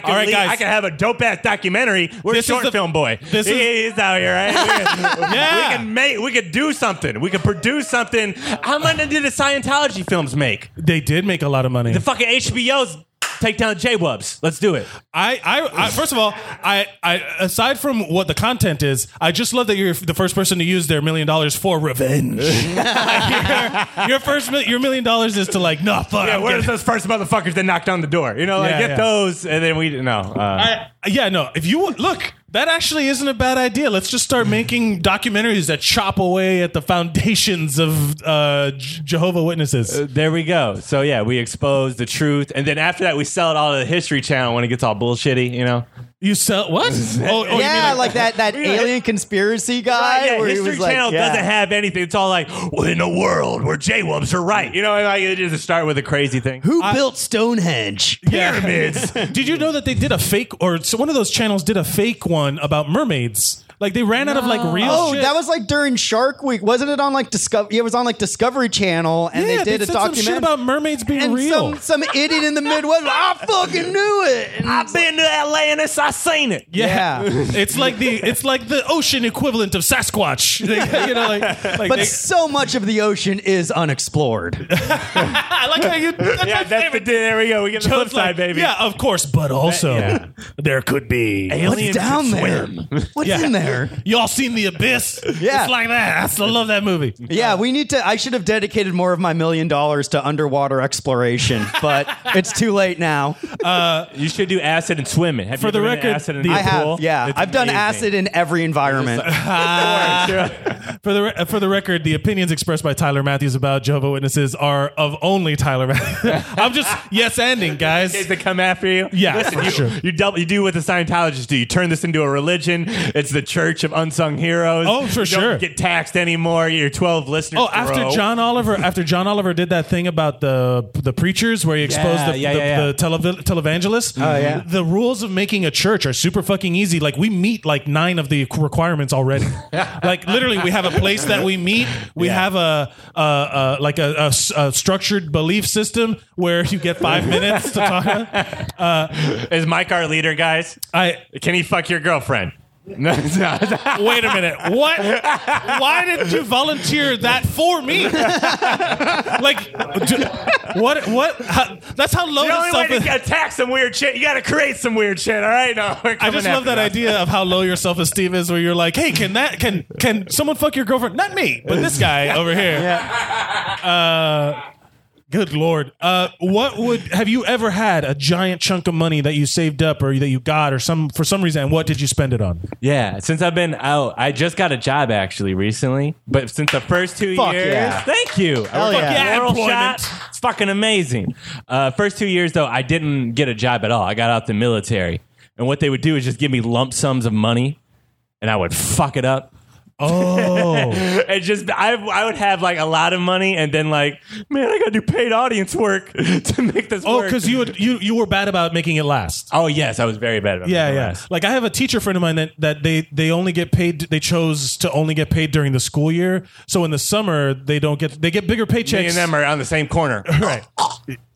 can All right, leave- guys. I can have a dope ass documentary. We're This is short the- film boy. this is- He- he's out here, right? <laughs> Yeah. We can make. We could do something. We could produce something. How much did the Scientology films make? They did make a lot of money. The fucking HBOs take down the J Wubs. Let's do it. I, <laughs> I, I first of all, I, I aside from what the content is, I just love that you're the first person to use their million dollars for revenge. Like, your, your first, mi- your million dollars is to like, no, fuck. Yeah, I'm where's getting- those first motherfuckers that knocked on the door? You know, like Yeah, get yeah. those, and then we no. Uh, I, yeah, no. If you look, that actually isn't a bad idea. Let's just start making documentaries that chop away at the foundations of uh, J- Jehovah Witnesses. uh, there we go. So yeah, we expose the truth, and then after that, we sell it all to the History Channel when it gets all bullshitty. You know, You sell <laughs> what? Oh, oh, you mean yeah, like, that that Yeah. alien conspiracy guy. yeah, where he History was like, Channel yeah. doesn't have anything. It's all like, well, in a world where J-Wubs are right. You know, like it just start with a crazy thing. Who built Stonehenge? pyramids. <laughs> did you know that they did a fake, or so one of those channels did a fake one about mermaids? Like they ran out of like real. Oh, shit. that was like during Shark Week, wasn't it? On like Discover, yeah, it was on like Discovery Channel, and yeah, they did a said documentary some shit about mermaids being and real. Some, some idiot in the Midwest. I fucking knew it. <laughs> And I've been to Atlantis. I seen it. yeah. Yeah. <laughs> it's like the it's like the ocean equivalent of Sasquatch. <laughs> you know, like, like but they- so much of the ocean is unexplored. <laughs> I like how you. That's my Yeah, that's the favorite. there we go. We get the Joe's flip side, like, baby. Yeah, of course, but also there could be What's down there? What's Yeah. in there? <laughs> Y'all seen the abyss? <laughs> Yeah. it's like that. I still love that movie. Yeah, we need to. I should have dedicated more of my million dollars to <laughs> underwater exploration, but it's too late now. uh, You should do acid and swimming. Have For you the ever been record, acid in the- a I pool? have, yeah. It's I've done amazing. acid in every environment. <laughs> Ah, For the re- for the record, the opinions expressed by Tyler Matthews about Jehovah Witnesses are of only Tyler Matthews. <laughs> I'm just yes ending, guys. Kids that come after you. Yeah, Listen, for you, sure. you, double, you do what the Scientologists do. You turn this into a religion. It's the Church of Unsung Heroes. Oh, for you sure. Don't get taxed anymore. Your twelve listeners. Oh, after grow. John Oliver, after John Oliver did that thing about the the preachers where he exposed Yeah, the, yeah, the, yeah, yeah. the tele- televangelists. Oh, yeah. The rules of making a church are super fucking easy. Like we meet like nine of the requirements already. <laughs> like literally, we have a place that we meet. We have a, a, a like a, a s- a structured belief system where you get five minutes to talk. Uh, Is Mike our leader, guys? I Can he fuck your <laughs> girlfriend? No, it's not. wait a minute. What? <laughs> Why did you volunteer that for me? <laughs> like, do- what? What? How, that's how low The this only self. way to attack some weird shit, you got to create some weird shit. All right, no. <laughs> we're I coming just love after that idea of how low your self esteem is, where you're like, "Hey, can that can can someone fuck your girlfriend? Not me, but <laughs> this guy over here." Yeah. Uh, good lord. Uh, what would have you ever had a giant chunk of money that you saved up or that you got or some for some reason? And what did you spend it on? Yeah, since I've been out, I just got a job actually recently. But since the first two Fuck years, yeah. thank you. Hell yeah. yeah, employment. It's fucking amazing. Uh, first two years though, I didn't get a job at all. I got out the military, and what they would do is just give me lump sums of money, and I would fuck it up. <laughs> Oh, It just I, I would have like a lot of money, and then like, man, I gotta do paid audience work <laughs> to make this. oh, work. because you would, you you were bad about making it last. Oh yes, I was very bad about Yeah, that. yeah. Like I have a teacher friend of mine that, that they they only get paid. They chose to only get paid during the school year. So in the summer they don't get they get bigger paychecks. Me and them are on the same corner. <laughs> Right.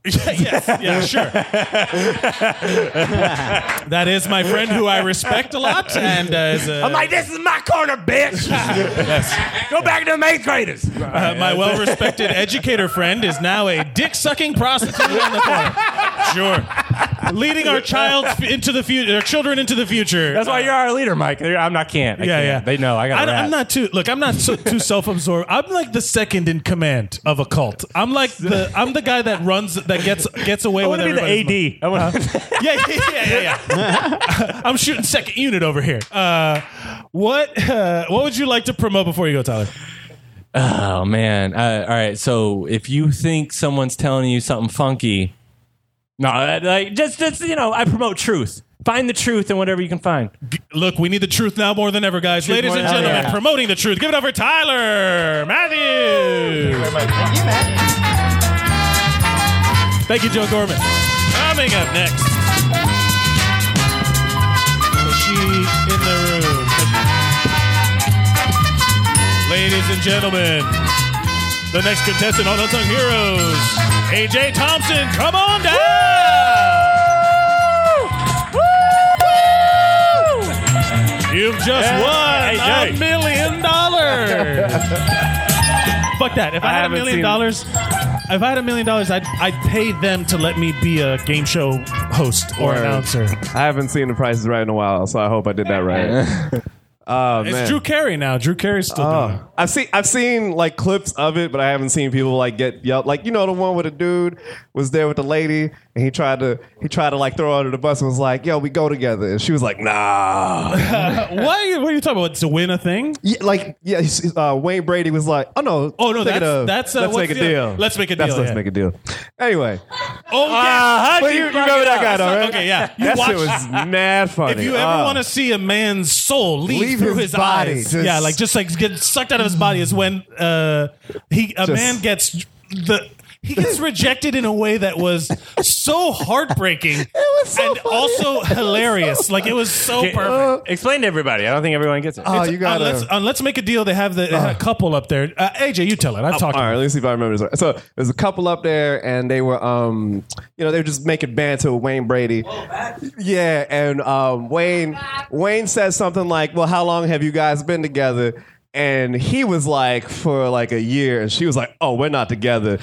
yeah, yes, yeah, sure. that is my friend who I respect a lot, and uh, is a, <laughs> I'm like, this is my corner, bitch. <laughs> Go back to the eighth graders. uh, my well-respected educator friend is now a dick-sucking prostitute on the corner. Sure. leading our child <laughs> f- into the future, our children into the future. That's why you're our leader, Mike. I'm not can't. I yeah, can't. yeah. They know I got. I a don't- rat. I'm not too. Look, I'm not so, too self-absorbed. I'm like the second in command of a cult. I'm like the. I'm the guy that runs that gets gets away I with wanna be the everybody's AD. I wanna- money. yeah, yeah, yeah, yeah, yeah. I'm shooting second unit over here. Uh, what uh, What would you like to promote before you go, Tyler? Oh man! Uh, all right. So if you think someone's telling you something funky, no, uh, like just just you know, I promote truth. Find the truth in whatever you can find. Look, we need the truth now more than ever, guys. Ladies and gentlemen, promoting the truth. Give it up for Tyler Matthews. Thank you, Joe Gorman. Coming up next. Was she in the room? Ladies and gentlemen, the next contestant on Unsung Heroes, AJ Thompson. Come on down. You've just Hey, won AJ. a million dollars. <laughs> Fuck that. If I, I had a haven't million seen- dollars, if I had a million dollars, I'd, I'd pay them to let me be a game show host or <laughs> announcer. <laughs> I haven't seen The Price is Right in a while, so I hope I did that right. <laughs> Oh, It's man. Oh. Drew Carey now. Drew Carey's still doing it. I've seen I've seen like clips of it, but I haven't seen people like get yelled like you know the one where the dude was there with the lady and he tried to he tried to like throw her under the bus and was like, yo, we go together. And she was like, nah. what, are you, what are you talking about? To win a thing? Yeah, like yeah, he's- uh, Wayne Brady was like, oh no, Oh, no, <laughs> take it that's- up. that's, uh, let's what's make a the- deal. let's make a That's- deal, Let's yeah. make a deal. Anyway, Oh, yeah. Uh, how'd But you you- you fuck remember it that up? guy, though, right? Okay, yeah. That shit was <laughs> mad funny. If you ever Oh. want to see a man's soul leave, Leave through his, his body, eyes, just- yeah, like just like get sucked out of his body is when uh, he a Just- man gets the. He gets rejected in a way that was so <laughs> heartbreaking and also <laughs> hilarious. like it was so Get- uh, perfect. Explain to everybody. I don't think everyone gets it. Oh, It's- uh, unless, unless make a deal. They have the they have a couple up there. Uh, AJ, you tell it. I've talked. Oh, All right, let me see if I remember this. Right. So there's a couple up there, and they were, um, you know, they were just making banter with Wayne Brady. Yeah, and um, Wayne Wayne says something like, "Well, how long have you guys been together?" And he was like, "For like a year," and she was like, "Oh, we're not together."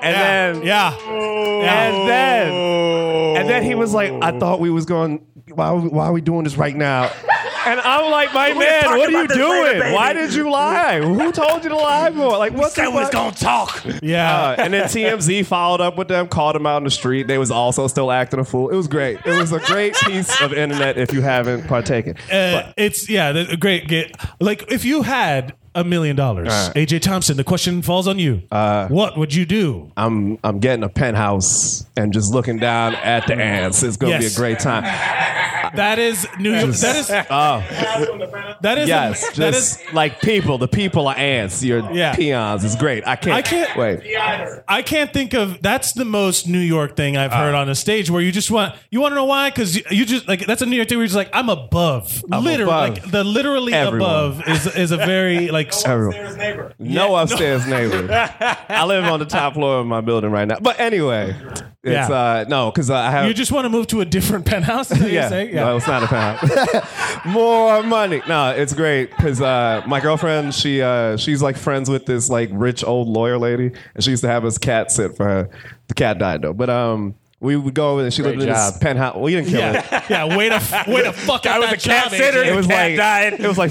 And then yeah, and then and then he was like, "I thought we was going. Why why are we doing this right now?" And I'm like, my We'll man, talk what are about you this doing? later, baby." Why did you lie? <laughs> Who told you to lie for? Like, what's said the we was fuck? gonna talk. Yeah. Uh, and then TMZ followed up with them, called them out in the street. They was also still acting a fool. It was great. It was <laughs> a great piece of internet if you haven't partaken. Uh, it's yeah, the, great. Get, like if you had a million dollars, All right. Uh, AJ Thompson. The question falls on you. what would you do? I'm I'm getting a penthouse and just looking down at the ants. It's gonna Yes. be a great time. That is New York. Just- That is <laughs> oh. that is yes, just that is. like people. The people are ants. You're Yeah. peons. It's great. I can't. I can't- wait. I can't think of that's the most New York thing I've heard Uh. on a stage where you just want you want to know why because you, you just like that's a New York thing where you're just like I'm above I'm literally above like the literally everyone. above is <laughs> is a very like Everyone. No <laughs> upstairs neighbor. I live on the top floor of my building right now. But anyway, Yeah. it's uh no because I have you just want to move to a different penthouse. is that what you're yeah, saying? no, it's not <laughs> a pound. <laughs> More money. No, it's great because uh, my girlfriend, she uh, she's like friends with this like rich old lawyer lady, and she used to have us cat sit for her. The cat died though, but um, we would go over there. She lived in this job. penthouse. We didn't <laughs> kill her. yeah, yeah. Way to f- way to <laughs> fuck up that job, AJ. It was like it was like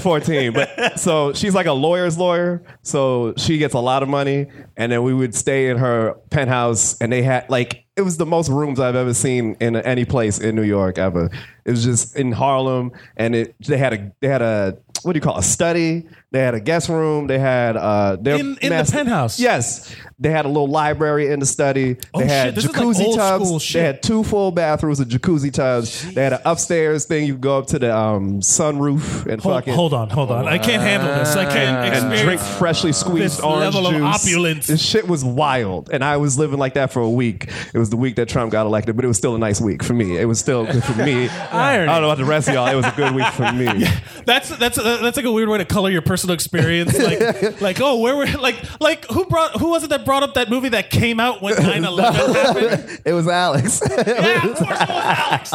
<laughs> fourteen, but so she's like a lawyer's lawyer, so she gets a lot of money, and then we would stay in her penthouse, and they had like it was the most rooms I've ever seen in any place in New York ever. It was just in Harlem, and it they had a they had a what do you call it, a study? They had a guest room. They had uh their In- in the master- penthouse? Yes, they had a little library in the study. Oh, they shit, had this is like jacuzzi old tubs. school They shit. had two full bathrooms and jacuzzi tubs. They had an upstairs thing. You go up to the um, sunroof and Hold, fucking hold on, hold on. I can't handle this. I can't and experience drink freshly squeezed this orange level juice. of opulence. This shit was wild, and I was living like that for a week. It was the week that Trump got elected, but it was still a nice week for me. It was still good for <laughs> me. I don't know about the rest of y'all. It was a good week for me. That's that's uh, that's like a weird way to color your personal experience. <laughs> Like like oh where were like like who brought who was it that brought up that movie that came out <laughs> when 9-11 happened? It was Alex. <laughs> Yeah, of course it was Alex.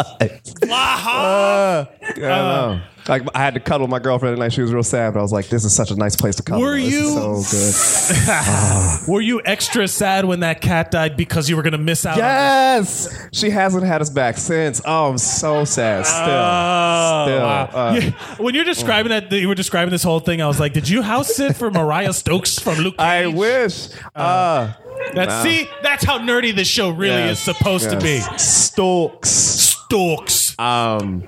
Laha. Uh, Uh. I don't know. Like I had to cuddle my girlfriend at night. She was real sad, but I was like, "This is such a nice place to cuddle. Were This is you- so good?" Were you extra sad when that cat died because you were going to miss out? yes, she hasn't had us back since. Oh, I'm so sad. Still, Oh, still. wow. Uh, Yeah, when you're describing that, you were describing this whole thing. I was like, did you house sit for Mariah Stokes from Luke? I wish. Uh, that's nah. see, that's how nerdy this show really is Yes, supposed to be. yes. Storks. Storks. Um,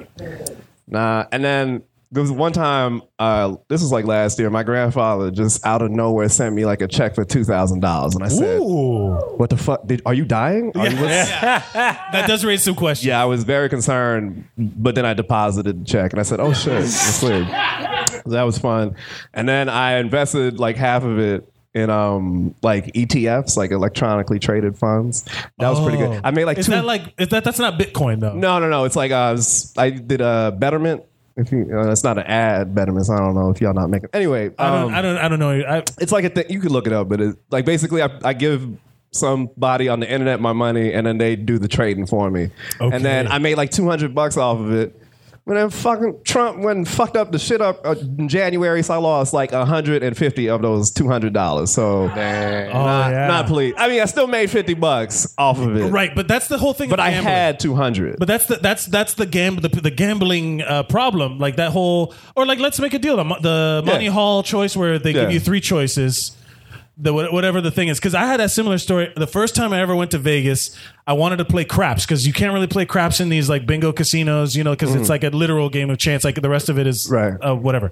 nah. And then there was one time. Uh, this was like last year. My grandfather just out of nowhere sent me like a check for two thousand dollars, and I said, "What the fuck? Did, are you dying? Are Oh, you, what's- <laughs> that does raise some questions. Yeah, I was very concerned, but then I deposited the check and I said, "Oh shit, that's weird." <laughs> That was fun, and then I invested like half of it in um like ETFs, like electronically traded funds. That was pretty good. Oh. I made like is two. that like is that that's not Bitcoin though? Oh. no, no, no. It's like uh, s- I did a uh, Betterment. If you, uh, it's not an ad, Betterment. So I don't know if y'all not making. Anyway, I don't, um, I don't, I don't know. I, it's like a thing. You could look it up, but it, like basically, I, I give somebody on the internet my money, and then they do the trading for me. Okay. And then I made like two hundred bucks off of it. When then fucking Trump went and fucked up the shit up uh, in January, so I lost like hundred and fifty of those two hundred dollars. So Oh, not, yeah. not pleased. I mean, I still made fifty bucks off of it. Right, but that's the whole thing. But of I gambling. had two hundred. But that's the that's that's the gam the, the gambling uh, problem. Like that whole or like let's make a deal. The, mo- the Yeah. money hall choice where they Yeah. give you three choices. The, wha- whatever the thing is, because I had a similar story. The first time I ever went to Vegas, I wanted to play craps because you can't really play craps in these like bingo casinos, you know, because it's Mhm. like a literal game of chance. Like the rest of it is Right. uh, whatever.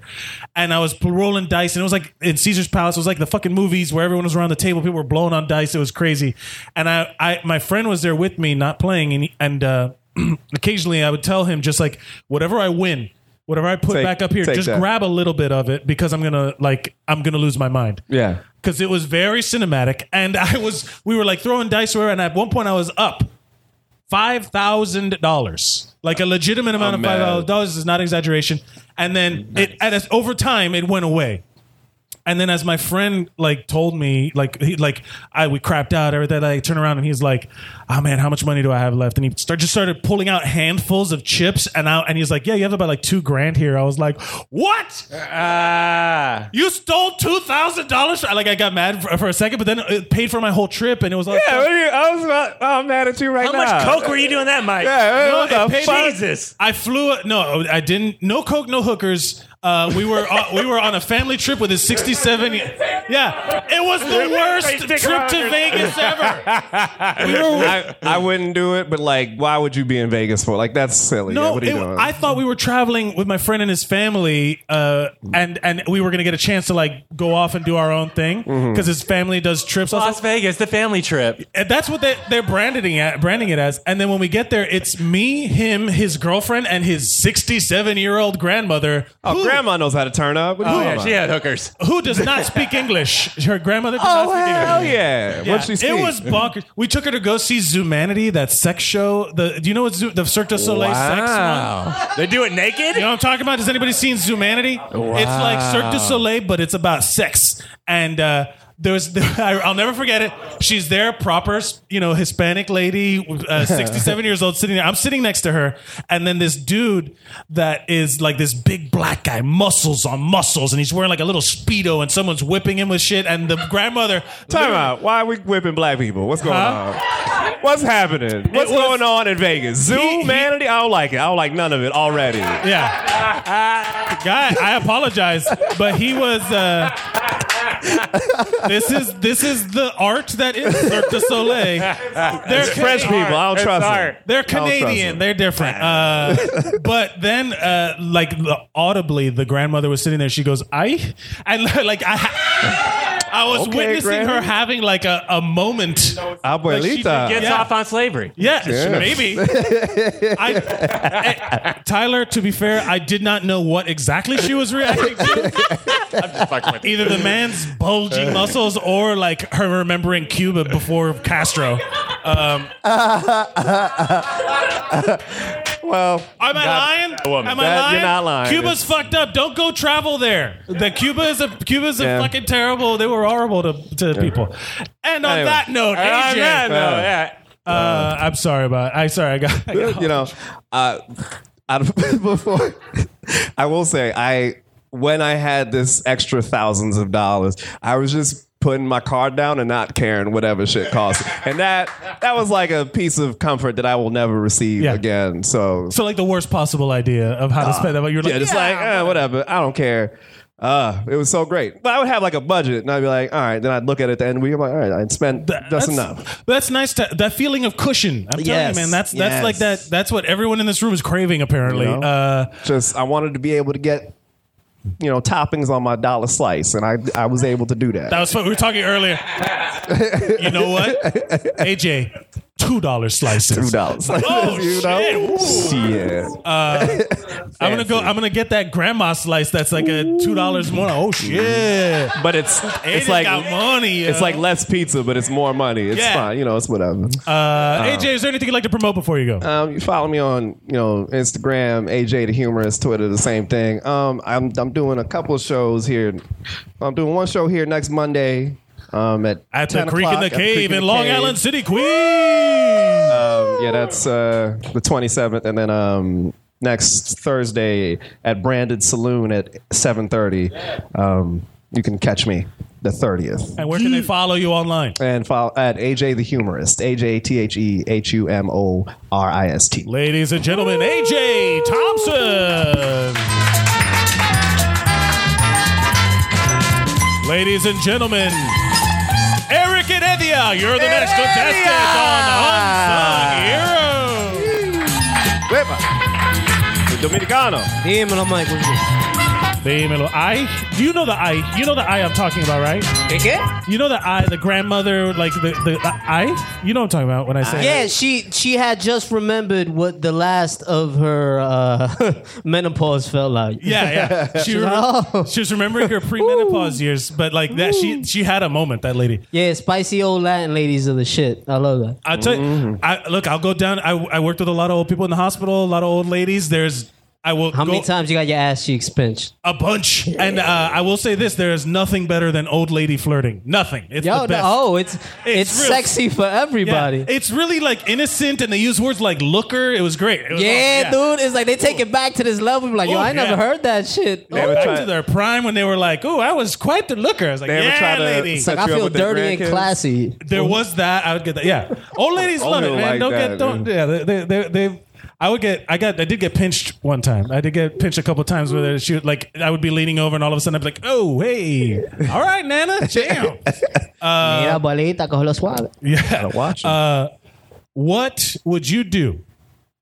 And I was rolling dice, and it was like in Caesar's Palace. It was like the fucking movies where everyone was around the table, people were blowing on dice. It was crazy. And I, I my friend was there with me, not playing, and he- and uh, <clears throat> occasionally I would tell him just like whatever I win, whatever I put Take- back up here, take just that. grab a little bit of it because I'm gonna like I'm gonna lose my mind <laughs> Yeah. because it was very cinematic and i was we were like throwing dice around and at one point i was up $5000 like a legitimate amount I'm of mad. $5000 is not exaggeration and then it at a, over time it went away and then as my friend like told me like he like i we crapped out everything i turn around and he's like oh man how much money do i have left and he start, just started pulling out handfuls of chips and out and he's like yeah you have about like two grand here i was like what Uh, you stole two thousand dollars. Like I got mad uh, for, for a second, but then it paid for my whole trip, and it was like, Yeah, what are you, I was about, oh, I'm mad at you right How now. much coke were you doing that, Mike? Yeah, No, what the it paid- fuck? I flew. No, I didn't. No coke, no hookers. Uh, we were on, we were on a family trip with his sixty-seven. Yeah, it was the worst trip to Vegas ever. <laughs> I, I wouldn't do it, but like, why would you be in Vegas for? Like, that's silly. No, what are you it- doing? I thought we were traveling with my friend and his family, uh, and and we were gonna get a chance to like go off and do our own thing because Mm-hmm. his family does trips. Las Vegas, the family trip. And that's what they, they're branding at, branding it as. And then when we get there, it's me, him, his girlfriend, and his 67 year old grandmother. Oh, grandma knows how to turn up. What are you Oh, talking yeah, about? she had hookers. Who does <laughs> not speak English? Her grandmother does not Oh, speak hell <laughs> English. yeah. What'd she It speak? was bonkers. We took her to go see Zumanity, that sex show. The Do you know what Zoo, the Cirque du Soleil sex Wow. one? They do it naked? You know what I'm talking about? Has anybody seen Zumanity? It's like Cirque du Wow. Soleil, but it's about sex. And uh, there was, <laughs> I'll never forget it. She's there, proper, you know, Hispanic lady, uh, 67 years old, sitting there. I'm sitting next to her. And then this dude that is like this big black guy, muscles on muscles, and he's wearing like a little Speedo, and someone's whipping him with shit. And the grandmother. Time out. Why are we whipping black people? What's going on? What's happening? What's was- going on in Vegas? Zoo He- he- manity? I don't like it. I don't like none of it already. Yeah. Guy, I apologize, but he was. Uh, this is this is the art that is Cirque du Soleil. They're It's French people. I don't It's trust them. art. They're I don't trust Canadian. They're different. Uh, but then, uh, like the- audibly, the grandmother was sitting there. She goes, "I," and like I, ha- I was Okay, witnessing her Granny. having like a, a moment. Like, she She gets yeah. off on slavery. Yeah, Yes. maybe. <laughs> I, eh, Tyler, to be fair, I did not know what exactly she was reacting to. Either the man's Uh. bulging muscles or like her remembering Cuba before Castro. Um, well, am I God- lying? that woman. Am I That- lying? you're not lying. Cuba's fucked up. Don't go travel there. The Cuba is a Cuba is a Yeah. fucking terrible. They were horrible to, to people. And on Anyway. that note, And on AJ, that note, yeah. uh, I'm sorry about. I sorry. I got. I got you know, uh, out of <laughs> before. I will say I when I had this extra thousands of dollars, I was just putting my card down and not caring whatever shit cost. and that that was like a piece of comfort that I will never receive again. So So like the worst possible idea of how to spend that. money. You're like, yeah, just like eh, whatever. I don't care. Uh, it was so great. But I would have like a budget, and I'd be like, all right. Then I'd look at it at the end. We, I'm like, all right, I'd spend just enough. That's nice. To, that feeling of cushion. I'm telling Yes, you, man. That's that's yes. like that. That's what everyone in this room is craving. Apparently, You know? uh, just I wanted to be able to get you know toppings on my dollar slice, and I I was able to do that. that was what we were talking <laughs> earlier. you know what, AJ? Two dollar slices. Two dollars. Oh You know? shit! Yeah. Uh, I'm gonna go. I'm gonna get that grandma slice. That's like a two dollars more. Oh shit! But it's Aiden's it's like got money. It's yo. like less pizza, but it's more money. It's Yeah. fine. You know, it's whatever. Uh, AJ, is there anything you'd like to promote before you go? Um, you follow me on, you know, Instagram, AJ the Humorist, Twitter, the same thing. Um, I'm I'm doing a couple of shows here. I'm doing one show here next Monday. Um, at At the 10 Creek in o'clock the at the Cave Creek in Long Cave. Island City, Queens. Um, yeah, that's uh, the 27th, and then um, next Thursday at Branded Saloon at 7:30. Um, you can catch me the 30th. And where can they follow you online? And follow at AJ the Humorist, A J T H E H U M O R I S T. Ladies and gentlemen, AJ Thompson. Ladies and gentlemen, Eric and Evia, you're the next contestant on Unsung Heroes. Dominicano. Dímelo, Michael. Dímelo. I, do you know the I? You know the I I'm talking about, right? You know the I, the grandmother, like the, the, the I? You know what I'm talking about when I say Yeah, she she had just remembered what the last of her uh, <laughs> menopause felt like. Yeah, <laughs> yeah. She, She's rem- like, "Oh, she was remembering her premenopause years, but like that, she she had a moment. That lady. yeah, spicy old Latin ladies are the shit. I love that. I tell you, Mm-hmm. I, look, I'll go down. I, I worked with a lot of old people in the hospital, a lot of old ladies. There's, I will. How go, many times you got your ass cheeks pinched? A bunch. And uh, I will say this: there is nothing better than old lady flirting. Nothing. It's Yo, the best. oh, it's it's, real- sexy for everybody. Yeah, it's really like innocent, and they use words like "looker." It was great. It was Yeah, awesome. dude. It's like they take it back to this level. Like, yo, Ooh, I yeah. never heard that shit. They were Oh, back to their prime when they were like, "Oh, I was quite the looker." I was like, They ever "Yeah, try to lady." set Like, I you up feel with their dirty and grandkids? classy. There was that. I would get that. Yeah, old ladies Old love it, people man. like don't that, get don't. Yeah, they they they. they I would get, I got, I did get pinched one time. I did get pinched a couple times where she would like, I would be leaning over and all of a sudden I'd be like, oh, hey, all right, <laughs> Nana, damn. uh, Mira, abuelita, cógelo suave. Yeah. Watch uh, what would you do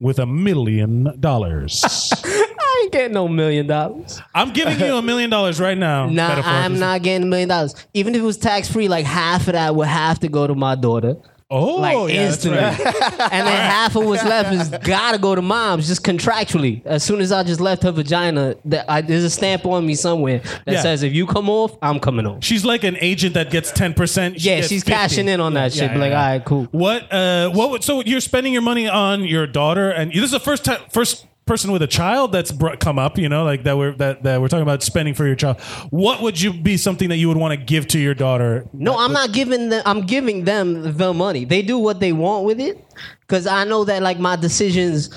with a million dollars? <laughs> I ain't getting no million dollars. I'm giving you a million dollars right now. Nah, metaphorically I'm not getting a million dollars. Even if it was tax free, like half of that would have to go to my daughter. Oh, like yeah, that's instantly. <laughs> and then half of what's <laughs> left is gotta go to mom's just contractually. As soon as I just left her vagina, that I, there's a stamp on me somewhere that Yeah. says if you come off, I'm coming off. She's like an agent that gets ten percent. Yeah, she's cashing in on that shit. Be like, all right, cool. What? Uh, what? Would, so you're spending your money on your daughter, and this is the first time, first person with a child that's br- come up. You know, like that we're that, that we're talking about spending for your child. What would you be something that you would want to give to your daughter? No, I'm not giving them. I'm giving them the money. They do what they want with it, because I know that like my decisions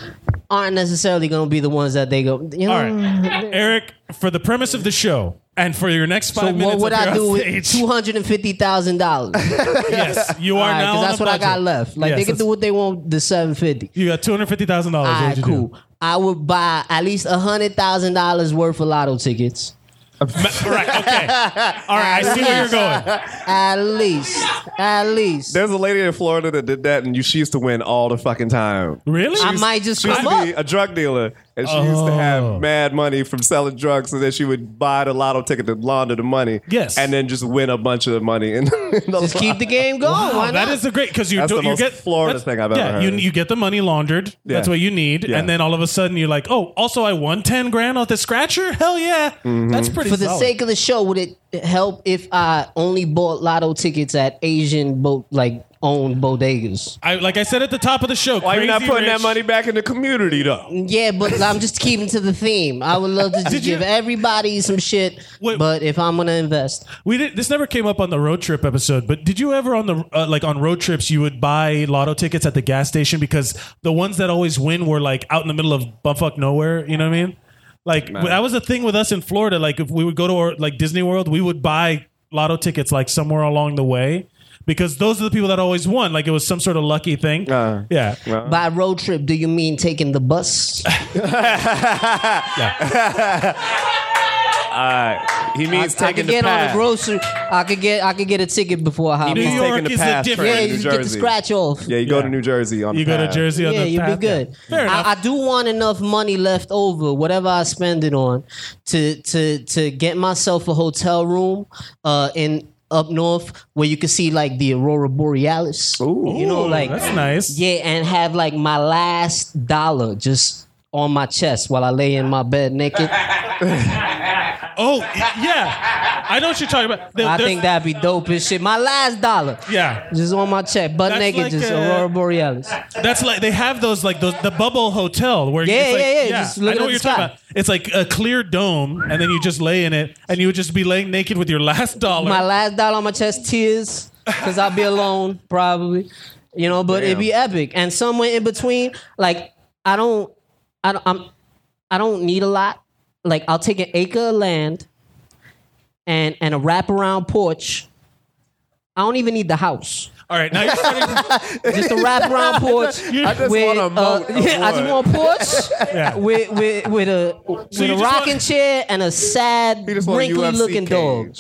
aren't necessarily gonna be the ones that they go. You know, All right, Eric, for the premise of the show and for your next five so minutes, what would up here I on do stage- with two hundred and fifty thousand dollars? <laughs> <laughs> Yes, you are now on Because that's a what I got budget. left. Like Yes, they can that's- do what they want. with The seven fifty. You got two hundred fifty thousand dollars. All right, cool. I would buy at least hundred thousand dollars worth of lotto tickets. <laughs> All <laughs> right, I see where you're going. <laughs> At least, at least. There's a lady in Florida that did that, and you- she used to win all the fucking time. Really? I She used- might just she used come to be a drug dealer, and she used to Oh. have mad money from selling drugs, so then she would buy the lotto ticket to launder the money. Yes, and then just win a bunch of the money and just keep the game <laughs> going. Wow, Why that not? is a great because you That's do, the you most get Florida that's- thing I've ever yeah, You, <laughs> heard. you get the money laundered. Yeah. That's what you need, Yeah. and then all of a sudden you're like, oh, also I won ten grand off the scratcher. Hell yeah, that's pretty. For the solid. sake of the show, would it help if I only bought lotto tickets at Asian boat like own bodegas. I, like I said at the top of the show, Why you not Crazy putting Rich- that money back in the community though? <laughs> Yeah, but I'm just keeping to the theme. I would love to just give everybody some shit, but if I'm gonna invest, We did, this never came up on the road trip episode, but did you ever on the uh, like on road trips you would buy lotto tickets at the gas station because the ones that always win were like out in the middle of bumfuck nowhere. You know what I mean? Like Man. that was a thing with us in Florida. Like if we would go to our, like Disney World, we would buy lotto tickets like somewhere along the way because those are the people that always won. Like it was some sort of lucky thing. yeah. by road trip, do you mean taking the bus? <laughs> Uh, he means I taking could the get on a path. grocery. I could get. I could get a ticket before I hop New on. York Taking the is a path different- train Yeah, to you New get the Jersey. scratch off. Yeah, you go to New Jersey on. You the go to path. Jersey on yeah, the you'll path. be good. I, I do want enough money left over, whatever I spend it on, to to to get myself a hotel room uh, in up north where you can see like the aurora borealis. Ooh, you know, Ooh, like that's nice. Yeah, and have like my last dollar just on my chest while I lay in my bed <laughs> naked. oh yeah, I know what you're talking about. I think that'd be dope as shit. My last dollar. Yeah. Just on my check, butt That's naked, like, just uh, aurora borealis. That's like they have those like those the bubble hotel where Yeah, it's like, yeah, yeah, just look I know at what the you're sky. talking about. It's like a clear dome, and then you just lay in it, and you would just be laying naked with your last dollar. My last dollar on my chest, tears, <laughs> because I'll be alone probably, you know. But it'd be epic. And somewhere in between, like I don't, I don't, I'm, I don't need a lot. Like I'll take an acre of land, and and a wraparound porch. I don't even need the house. All right, now you're starting. <laughs> Just <laughs> a wraparound porch. I just with, want a moat uh, of yeah, I just wood. want a <laughs> porch with, with with a with you a just rocking chair and a sad, want a wrinkly UFC looking dog.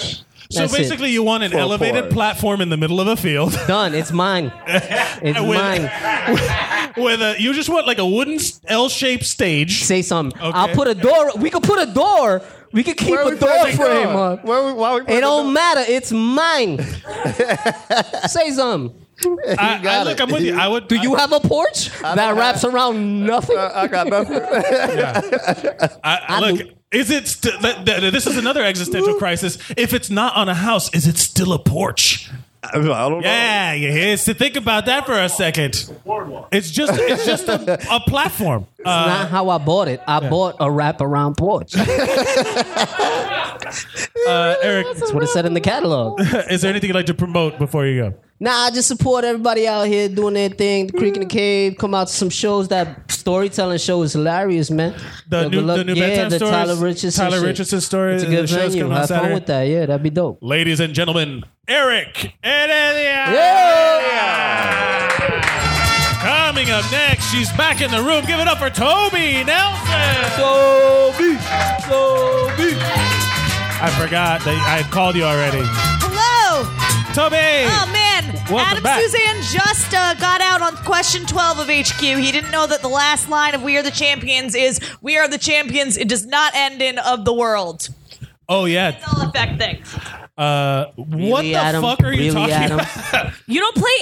So That's it. basically, you want an For a elevated porch. platform in the middle of a field. <laughs> Done. <laughs> It's mine. It's mine. With a, you just want like a wooden L-shaped stage. Say something. I'll put a door. We could put a door. We could keep a door frame up. it don't matter. It's <laughs> mine. Say something. I, I, look, I'm with you. I would. Do you have a porch that wraps around nothing? I <laughs> got nothing. I, look, is it? St- that, that- this is another existential crisis. If it's not on a house, is it still a porch? I don't yeah, know. Yeah, to think about that for a second. It's just, it's just a, a <laughs> platform. It's not how I bought it. I bought a wraparound <laughs> porch. Uh, Eric, that's what it said in the catalog. <laughs> is there anything you'd like to promote before you go? Nah, I just support everybody out here doing their thing. The Creek in the Cave, come out to some shows. That storytelling show is hilarious, man. The Yo, new- good luck- the new yeah, bedtime the stories, Tyler Richardson, Tyler shit. Richardson story, It's a the good show's venue. coming out Have fun Saturday. with that. Yeah, that'd be dope. Ladies and gentlemen, Eric and Coming up next, she's back in the room. Give it up for Toby Nelson. Toby, Toby. I forgot that I called you already. Hello. Toby. Oh man, Welcome Adam back. Suzanne just uh, got out on question 12 of HQ. He didn't know that the last line of "We Are the Champions" is "We Are the Champions." It does not end in "Of the World." Oh yeah. It's all effect thing. Uh, what the Adam, fuck are really, you talking Adam? about? <laughs> You don't play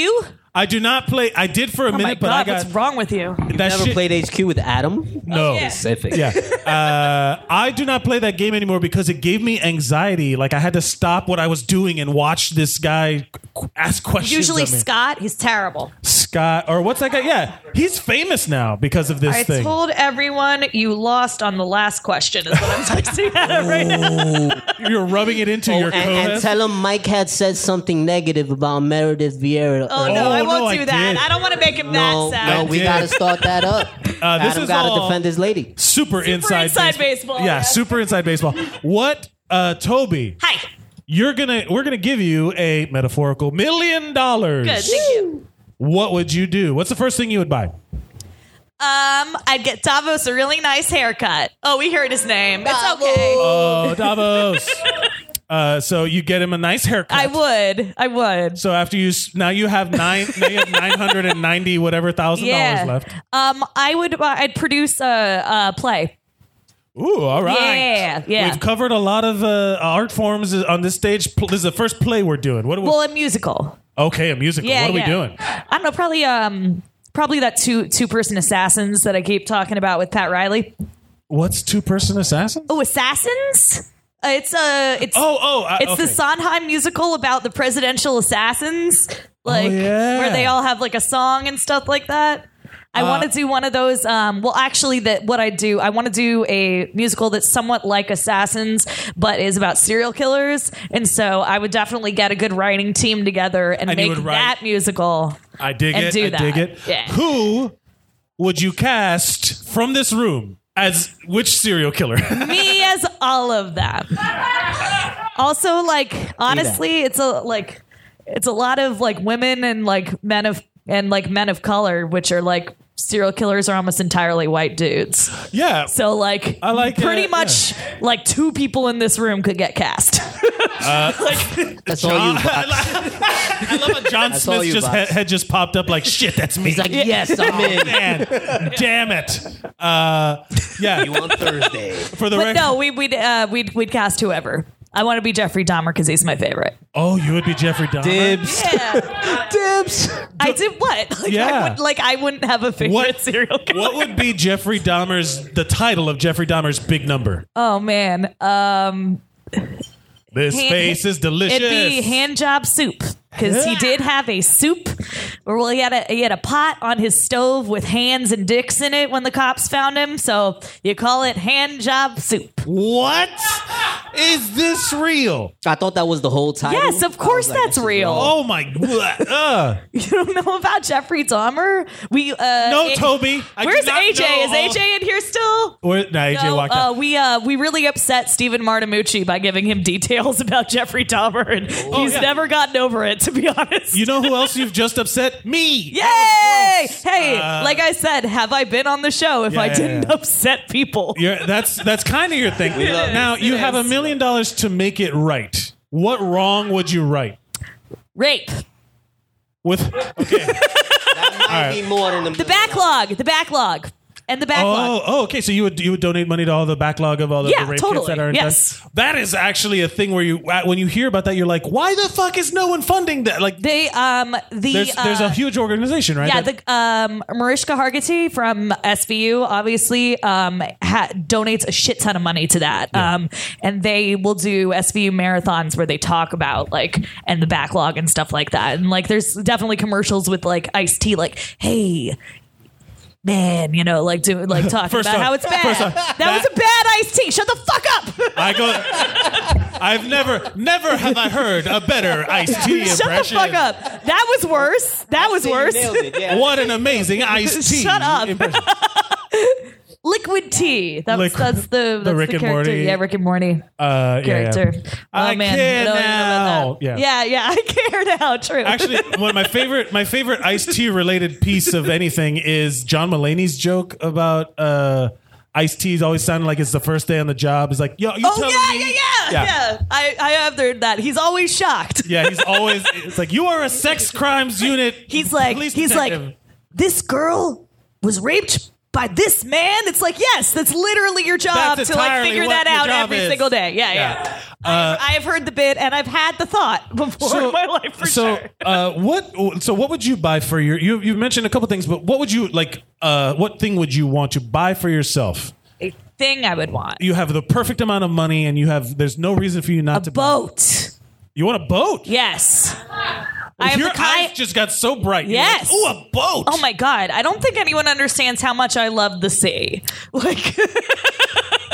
HQ? I do not play. I did for a Oh my minute, but I God, got what's wrong with you? You've That never shit- played HQ with Adam? Oh, No. Specific. Yeah. Uh, I do not play that game anymore because it gave me anxiety. Like I had to stop what I was doing and watch this guy qu- ask questions. Usually of me. Scott, he's terrible. Scott, or what's that guy? Yeah, he's famous now because of this I thing. told everyone you lost on the last question. Is what I'm <laughs> texting Adam right now. <laughs> You're rubbing it into your Oh, and, and co-host? tell him Mike had said something negative about Meredith Vieira. Oh, earlier. no, I won't do that. I don't want to make him No, that sad. no, we gotta start that up. Uh, this Adam is gotta all defend his lady. Super, inside, inside baseball, Yeah, yes. super inside baseball. What, uh, Toby? Hi. You're gonna we're gonna give you a metaphorical million dollars. Good, thank you. What would you do? What's the first thing you would buy? Um, I'd get Davos a really nice haircut. Oh, we heard his name. It's okay. Oh, Davos. Uh, so you get him a nice haircut. I would. I would. So after you, s- now you have nine, now you have nine hundred and ninety whatever thousand Yeah. dollars left. Um, I would. I'd produce a, a play. Ooh, all right. Yeah, yeah. We've covered a lot of uh, art forms on this stage. Pl- This is the first play we're doing. What? Are we- Well, a musical. okay, a musical. Yeah, what are yeah. we doing? I don't know. Probably. Um, probably that two two person assassins that I keep talking about with Pat Riley. What's two person assassin? Oh, assassins. Uh, it's uh, it's Oh, oh, uh, it's the okay. Oh, Sondheim musical about the presidential assassins like yeah. where they all have like a song and stuff like that. I Uh, want to do one of those. Um, well, actually, that what I do, I want to do a musical that's somewhat like Assassins, but is about serial killers. And so I would definitely get a good writing team together and, And you make would write- that musical. I dig and it. Do I that. dig it. Yeah. Who would you cast from this room as which <laughs> serial killer? me as all of them. Also, like honestly, it's a like it's a lot of like women and like men of and like men of color, which are like serial killers are almost entirely white dudes. Yeah. So like I like pretty much like two people in this room could get cast. <laughs> like that's Uh, John, all you. I love how John That's all Smith you, just Bucks. had, had just popped up like shit. That's me. He's like, "Yes, I'm <laughs> in." Man, damn it. Uh, yeah, you on Thursday for the but record. no, we would uh, we'd we'd cast whoever. I want to be Jeffrey Dahmer because he's my <laughs> favorite. Oh, you would be Jeffrey Dahmer. Dibs. Yeah. Dibs. I did what? <laughs> Like, Yeah. I would, like I wouldn't have a favorite What- serial killer. What would be Jeffrey Dahmer's the title of Jeffrey Dahmer's big number? Oh man. Um This Hand- face is delicious. It'd be hand job soup because he did have a soup, or well, he had a he had a pot on his stove with hands and dicks in it when the cops found him. So you call it hand job soup. What is this real? I thought that was the whole title. Yes, of course that's real. Oh my! <laughs> Uh. <laughs> You don't know about Jeffrey Dahmer? We uh, no, Toby. I do where's not AJ? know Is all- AJ in here still? Or, nah, AJ no, walked uh, out. we uh, we really upset Stephen Martimucci by giving him details <laughs> about Jeffrey Dahmer, and he's Oh, yeah. never gotten over it. To be <laughs> honest, You know who else you've just <laughs> upset? Me. Yay! Hey, Uh, like I said, have I been on the show if Yeah, I yeah, didn't yeah. upset people? You're, that's that's kind of your thing. We love now it. you It have a is. million dollars to make it right. What wrong would you right? Rape. With okay, All right. more than The backlog, the backlog, and the backlog. Oh, oh, okay. So you would you would donate money to all the backlog of all the, Yeah, the rape totally. kits that are in Yes. town? That is actually a thing where you when you hear about that you're like, why the fuck is no one funding that? Oh, Like They um the there's there's uh, a huge organization, right? Yeah, that- the um, Mariska Hargitay from SVU obviously um, ha- donates a shit ton of money to that, um, and they will do SVU marathons where they talk about like and the backlog and stuff like that, and like there's definitely commercials with like iced tea, like hey. Man, you know, like doing, like <laughs> talking First about off- how it's bad. first off, that, that- was a bad iced tea. Shut the fuck up. I go. I've never, never have I heard a better iced tea Shut impression. the fuck up. That was worse. That was worse. What <laughs> an amazing iced tea. Shut up. impression. <laughs> Liquid tea. That was, Liquid- that's the, that's the Rick and character. Morty. Yeah, Rick and Morty. Uh, yeah, yeah. character. I oh man, care No, you know now. about that. yeah, yeah, <laughs> I care now. True. Actually, one of my favorite my favorite iced tea related piece of anything is John Mulaney's joke about uh iced teas always sounding like it's the first day on the job. He's like, yo, you oh telling yeah, me? yeah, yeah, yeah, I, I have heard that. He's always shocked. Yeah, he's always it's like you are a sex crimes unit. He's like, police he's detective." like, this girl was raped by this man. It's like, yes, that's literally your job That's to like entirely figure what that your out job every is. single day. Yeah, yeah. Uh, I have heard the bit and I've had the thought <laughs> before in my life for so, sure. uh, what? So, what would you buy for your? You you mentioned a couple things, but what would you like? Uh, what thing would you want to buy for yourself? A thing I would want. You have the perfect amount of money, and you have. There's no reason for you not to boat. You want a boat? Yes. I am your the ki- eyes just got so bright. You're like, Yes. "Ooh, a boat. Oh my god! I don't think anyone understands how much I love the sea. <laughs> Like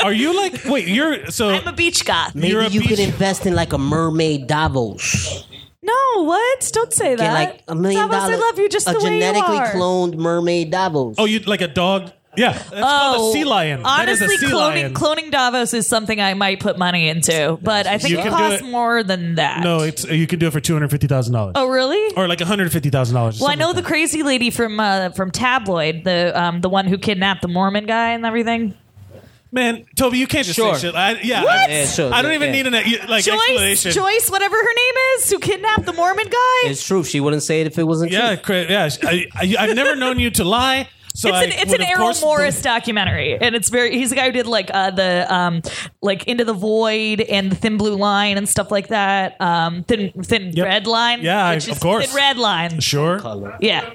Are you like wait? You're so I'm a beach goth. Maybe you could invest in like a mermaid Davos. No, what? Don't say Get that. like a million Davos, dollars. I love you just a the way you genetically are. cloned mermaid Davos. Oh, you like a dog? Yeah, that's called a sea lion. That is Oh, Honestly, a sea cloning lion. cloning Davos is something I might put money into, but I think You it can do costs it. more than that. no, it's you can do it for two hundred fifty thousand dollars. Oh, really? Or like one hundred fifty thousand dollars. Well, I know the crazy lady from uh, from Tabloid, the um, the one who kidnapped the Mormon guy and everything. Man, Toby, you can't just Sure. say shit. I, yeah, What? I, Yeah, sure, I don't yeah, even yeah. need an uh, you- like Joyce, explanation. Joyce, whatever her name is, who kidnapped the Mormon guy. It's true. She wouldn't say it if it wasn't yeah, cra- yeah. I, I, I've never known you to lie. So it's an, I it's would, an of Errol course, Morris documentary, and it's very. He's the guy who did like uh, the um, like Into the Void and the Thin Blue Line and stuff like that. Um, thin Thin Red Line, Yeah, I- which is of course. Thin Red Line. Sure. Yeah.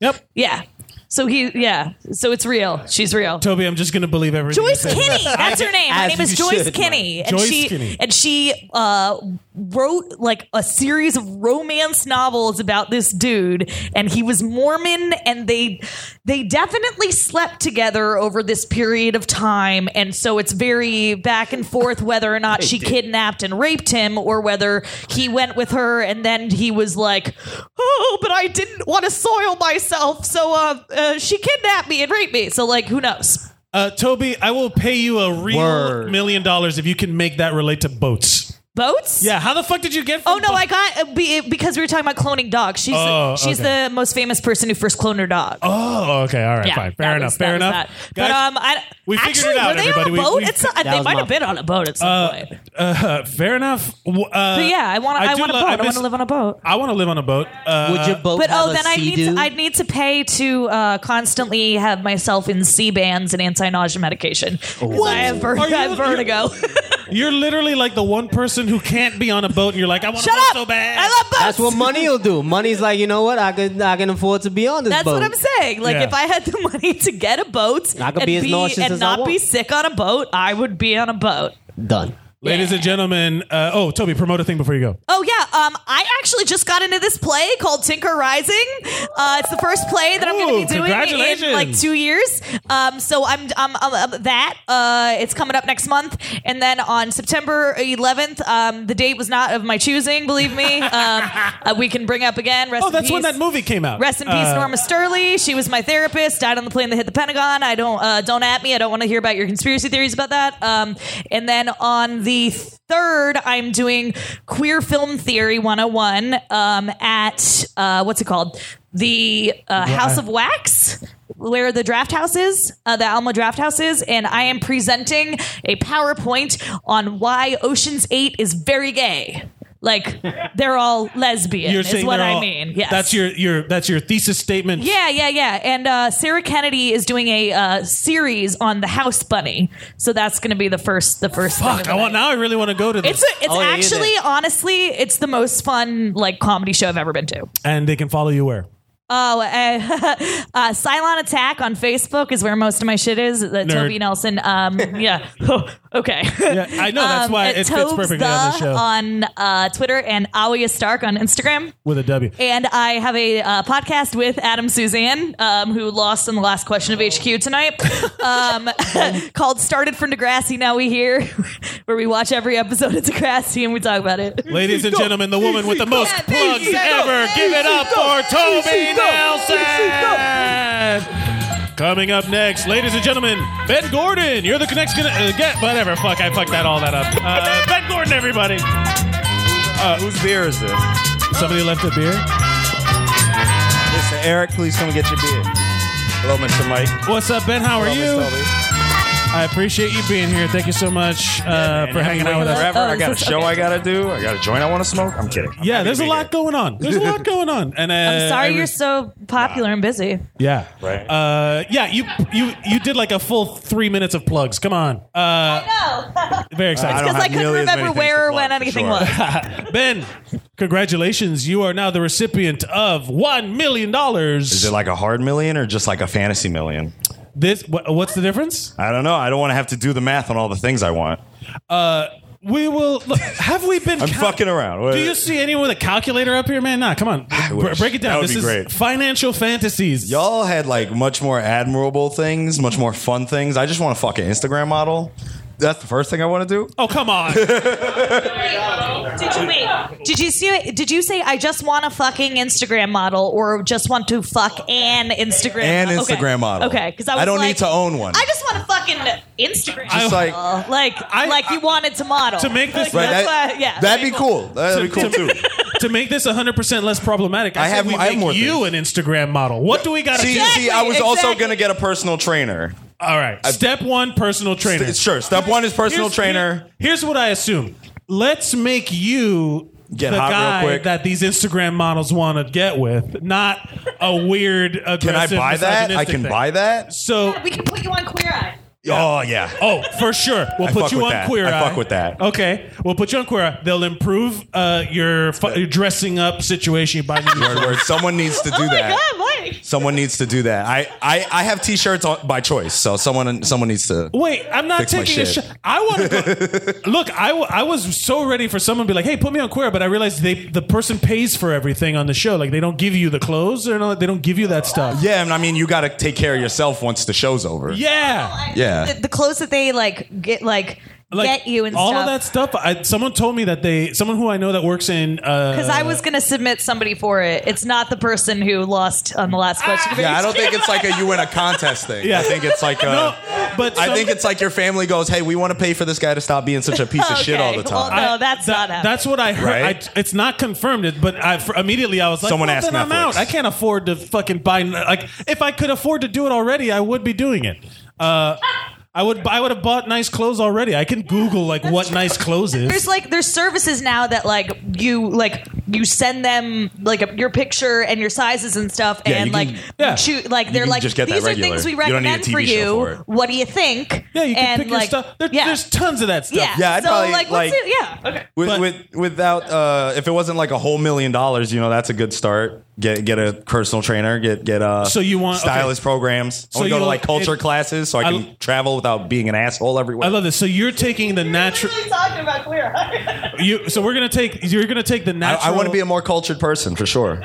Yep. Yeah. So he, yeah. So it's real. She's real. Toby, I'm just gonna believe everything. Joyce you said. <laughs> Kinney. That's her name. Her As name is you Joyce should, Kinney. Mike. And Joyce she Kinney. and she uh, wrote like a series of romance novels about this dude, and he was Mormon, and they they definitely slept together over this period of time, and so it's very back and forth whether or not she kidnapped and raped him, or whether he went with her and then he was like, oh, but I didn't want to soil myself, so uh, uh, she kidnapped me and raped me. So like, who knows? Uh, Toby, I will pay you a real Word. million dollars if you can make that relate to boats. Boats? Yeah. How the fuck did you get? From oh no, I got uh, be, because we were talking about cloning dogs. She's uh, Oh, she's okay. the most famous person who first cloned her dog. Oh, okay. All right. Yeah, fine. that Fair was- enough. that Fair was enough. that. But um, I we figured actually it out, were they everybody. on We- a boat? we- it's not, That they was might my- have been on a boat at some Uh, point. uh, fair enough. W- Uh, But yeah, I wanna- I do want a boat. I wanna miss- live on a boat. I want to live on a boat. Uh, Would your boat But oh, then I need to, I'd need to pay to uh, constantly have myself in C bands and anti-nausea medication. 'Cause Oh. I have, ver- I have vertigo. <laughs> You're literally like the one person who can't be on a boat, and you're like, I want Shut a boat up! so bad. I love boats. That's what money will do. Money's like, you know what? I can I can afford to be on this That's boat. what I'm saying. Like Yeah. if <laughs> I had the money to get a boat I could and be as nauseous and as I not be want. sick on a boat, I would be on a boat. Done. Ladies and gentlemen, uh, oh, Toby, promote a thing before you go. Oh yeah, um, I actually just got into this play called Tinker Rising. Uh, it's the first play that I'm going Ooh, to be doing in congratulations. like two years. Um, so I'm, I'm, I'm- I'm- that. Uh, it's coming up next month, and then on September 11th, um, the date was not of my choosing. Believe me, um, <laughs> uh, we can bring up again. Rest oh, in that's when peace. that movie came out. Rest in peace, Uh, Norma Sturley. She was my therapist. Died on the plane that hit the Pentagon. I don't uh, don't at me. I don't want to hear about your conspiracy theories about that. Um, and then on the third, I'm doing Queer Film Theory 101 um, at uh, what's it called? The uh, Wha- House of Wax. Where the draft house is, uh, the Alma draft house is, and I am presenting a PowerPoint on why Ocean's Eight is very gay. Like they're all lesbian. You're is saying what they're I all- mean. Yes. That's your your that's your thesis statement. Yeah, yeah, yeah. And uh, Sarah Kennedy is doing a uh, series on the House Bunny, so that's going to be the first, the first. Fuck, thing. I want now. I really want to go to this. It's a, it's actually honestly, it's the most fun like comedy show I've ever been to. and they can follow you where? Oh, <laughs> uh, uh, Cylon Attack on Facebook is where most of my shit is. Uh, Toby Nerd. Nelson. <laughs> Um, yeah. <laughs> okay. Yeah, I know, that's why it fits Tobes perfectly on the this show. on, uh, Twitter and Awia Stark on Instagram. With a W. And I have a uh, podcast with Adam Suzanne, um, who lost in the last question of HQ tonight, um, <laughs> called Started from Degrassi, Now We Hear, <laughs> where we watch every episode of Degrassi and we talk about it. <laughs> Ladies <laughs> and gentlemen, the woman with the most plugs easy go. ever. Give it up Easy go. for Toby Easy go. Nelson. Coming up next, ladies and gentlemen, Ben Gordon. You're the next gonna uh, get whatever. Fuck, I fucked that all that up. <laughs> Uh, ben Gordon, everybody. Uh, whose beer is this? Somebody left a beer. Listen, Eric, please come get your beer. Hello, Mr. Mike. What's up, Ben? How are Hello, you? Miss Toby. I appreciate you being here. Thank you so much uh, for hanging out with us. Forever. Oh, I got a show I gotta do. I got a joint I want to smoke. I'm kidding. Yeah, there's a lot going on. There's a <laughs> lot going on, and uh, I'm sorry every- you're so popular and busy. Yeah. Right. Uh, yeah. You you you did like a full three minutes of plugs. Come on. Uh, No. very excited. Because I couldn't remember where or when anything was. ben, congratulations! You are now the recipient of one million dollars. Is it like a hard million or just like a fantasy million? This wha- what's the difference? I don't know. I don't want to have to do the math on all the things I want. Uh, we will. Look, have we been? <laughs> I'm fucking around. Do you see anyone with a calculator up here, man? Nah, come on. Br- wish. break it down. That would this be is great. financial fantasies. Y'all had like much more admirable things, much more fun things. I just want to fuck an Instagram model. That's the first thing I want to do. Oh come <laughs> on. Did you wait? Did you see? Did you say I just want a fucking Instagram model, or just want to fuck an Instagram? An model? Okay. Instagram model. Okay, because I, I was don't like, need to own one. I just want to fucking Instagram. Just like- model. like like you wanted to model To make this- Like, Right, that's that- why- yeah. Oh. That'd be cool. That'd be cool too. <laughs> to make this 100% less problematic, I, I said have- we I have make more you an Instagram model. What do we got to See, do? see, I was also gonna get a personal trainer. All right. Step one, personal trainer. St- sure. Step one is personal Here's- trainer. Here's what I assume. Let's make you Get the hot real guy quick. that these Instagram models want to get with, not a weird aggressive. Can I buy that? I misogynistic can thing. buy that. So, we can put you on Queer Eye. Oh yeah. oh, for sure. We'll I put fuck you with on that. Queer I Eye. fuck with that. Okay, we'll put you on Queer Eye. They'll improve uh, your, fu- your dressing up situation. You buy new Oh Word, word. Someone needs to do that. Oh Why? Someone needs to do that. I, I, I have t-shirts on, by choice, so someone someone needs to. Wait, I'm not Fix my taking a shit. shot. I want to go. look. I, w- I was so ready for someone to be like, "Hey, put me on queer," but I realized they the person pays for everything on the show. Like they don't give you the clothes or no, they don't give you that stuff. <laughs> Yeah, and I mean you got to take care of yourself once the show's over. Yeah, yeah. The, the clothes that they like get like, Like, get you and all stuff. of that stuff. I, someone told me that they someone who I know that works in uh, because because I was gonna submit somebody for it. It's not the person who lost on the last question. Yeah, I don't think it's like a you win a contest thing. Yeah. I think <laughs> it's like a. No, but I some- think it's like your family goes, "Hey, we want to pay for this guy to stop being such a piece of shit all the time." no, that's not happening. That's what I heard. Right? I, it's not confirmed, it- but I, for- immediately I was like, Someone well, asked then I'm out. Netflix. I can't afford to fucking buy. Like, if I could afford to do it already, I would be doing it. Uh, I would. I would have bought nice clothes already. I can Google like what nice clothes There's is. like there's services now that like you like you send them like a, your picture and your sizes and stuff Yeah, and you like can- yeah. choo- like You they're can like just get that these are regular. things we You don't need a recommend TV for show you. for it." What do you think? Yeah, you can and pick your like, stuff. There- There's tons of that stuff. Yeah. Yeah, I'd so probably, like, what's like- it? Yeah. Okay. With, with without uh, if it wasn't like a whole million dollars, you know, that's a good start. Get get a personal trainer. Get get uh. So you want- okay. stylist programs? So I want to go to you'll- like culture it- classes so I I- can travel without being an asshole everywhere. I love this. So you're taking the natural. talking about queer. You. So we're gonna take. You're gonna take the I, natural. I want to be a more cultured person for sure.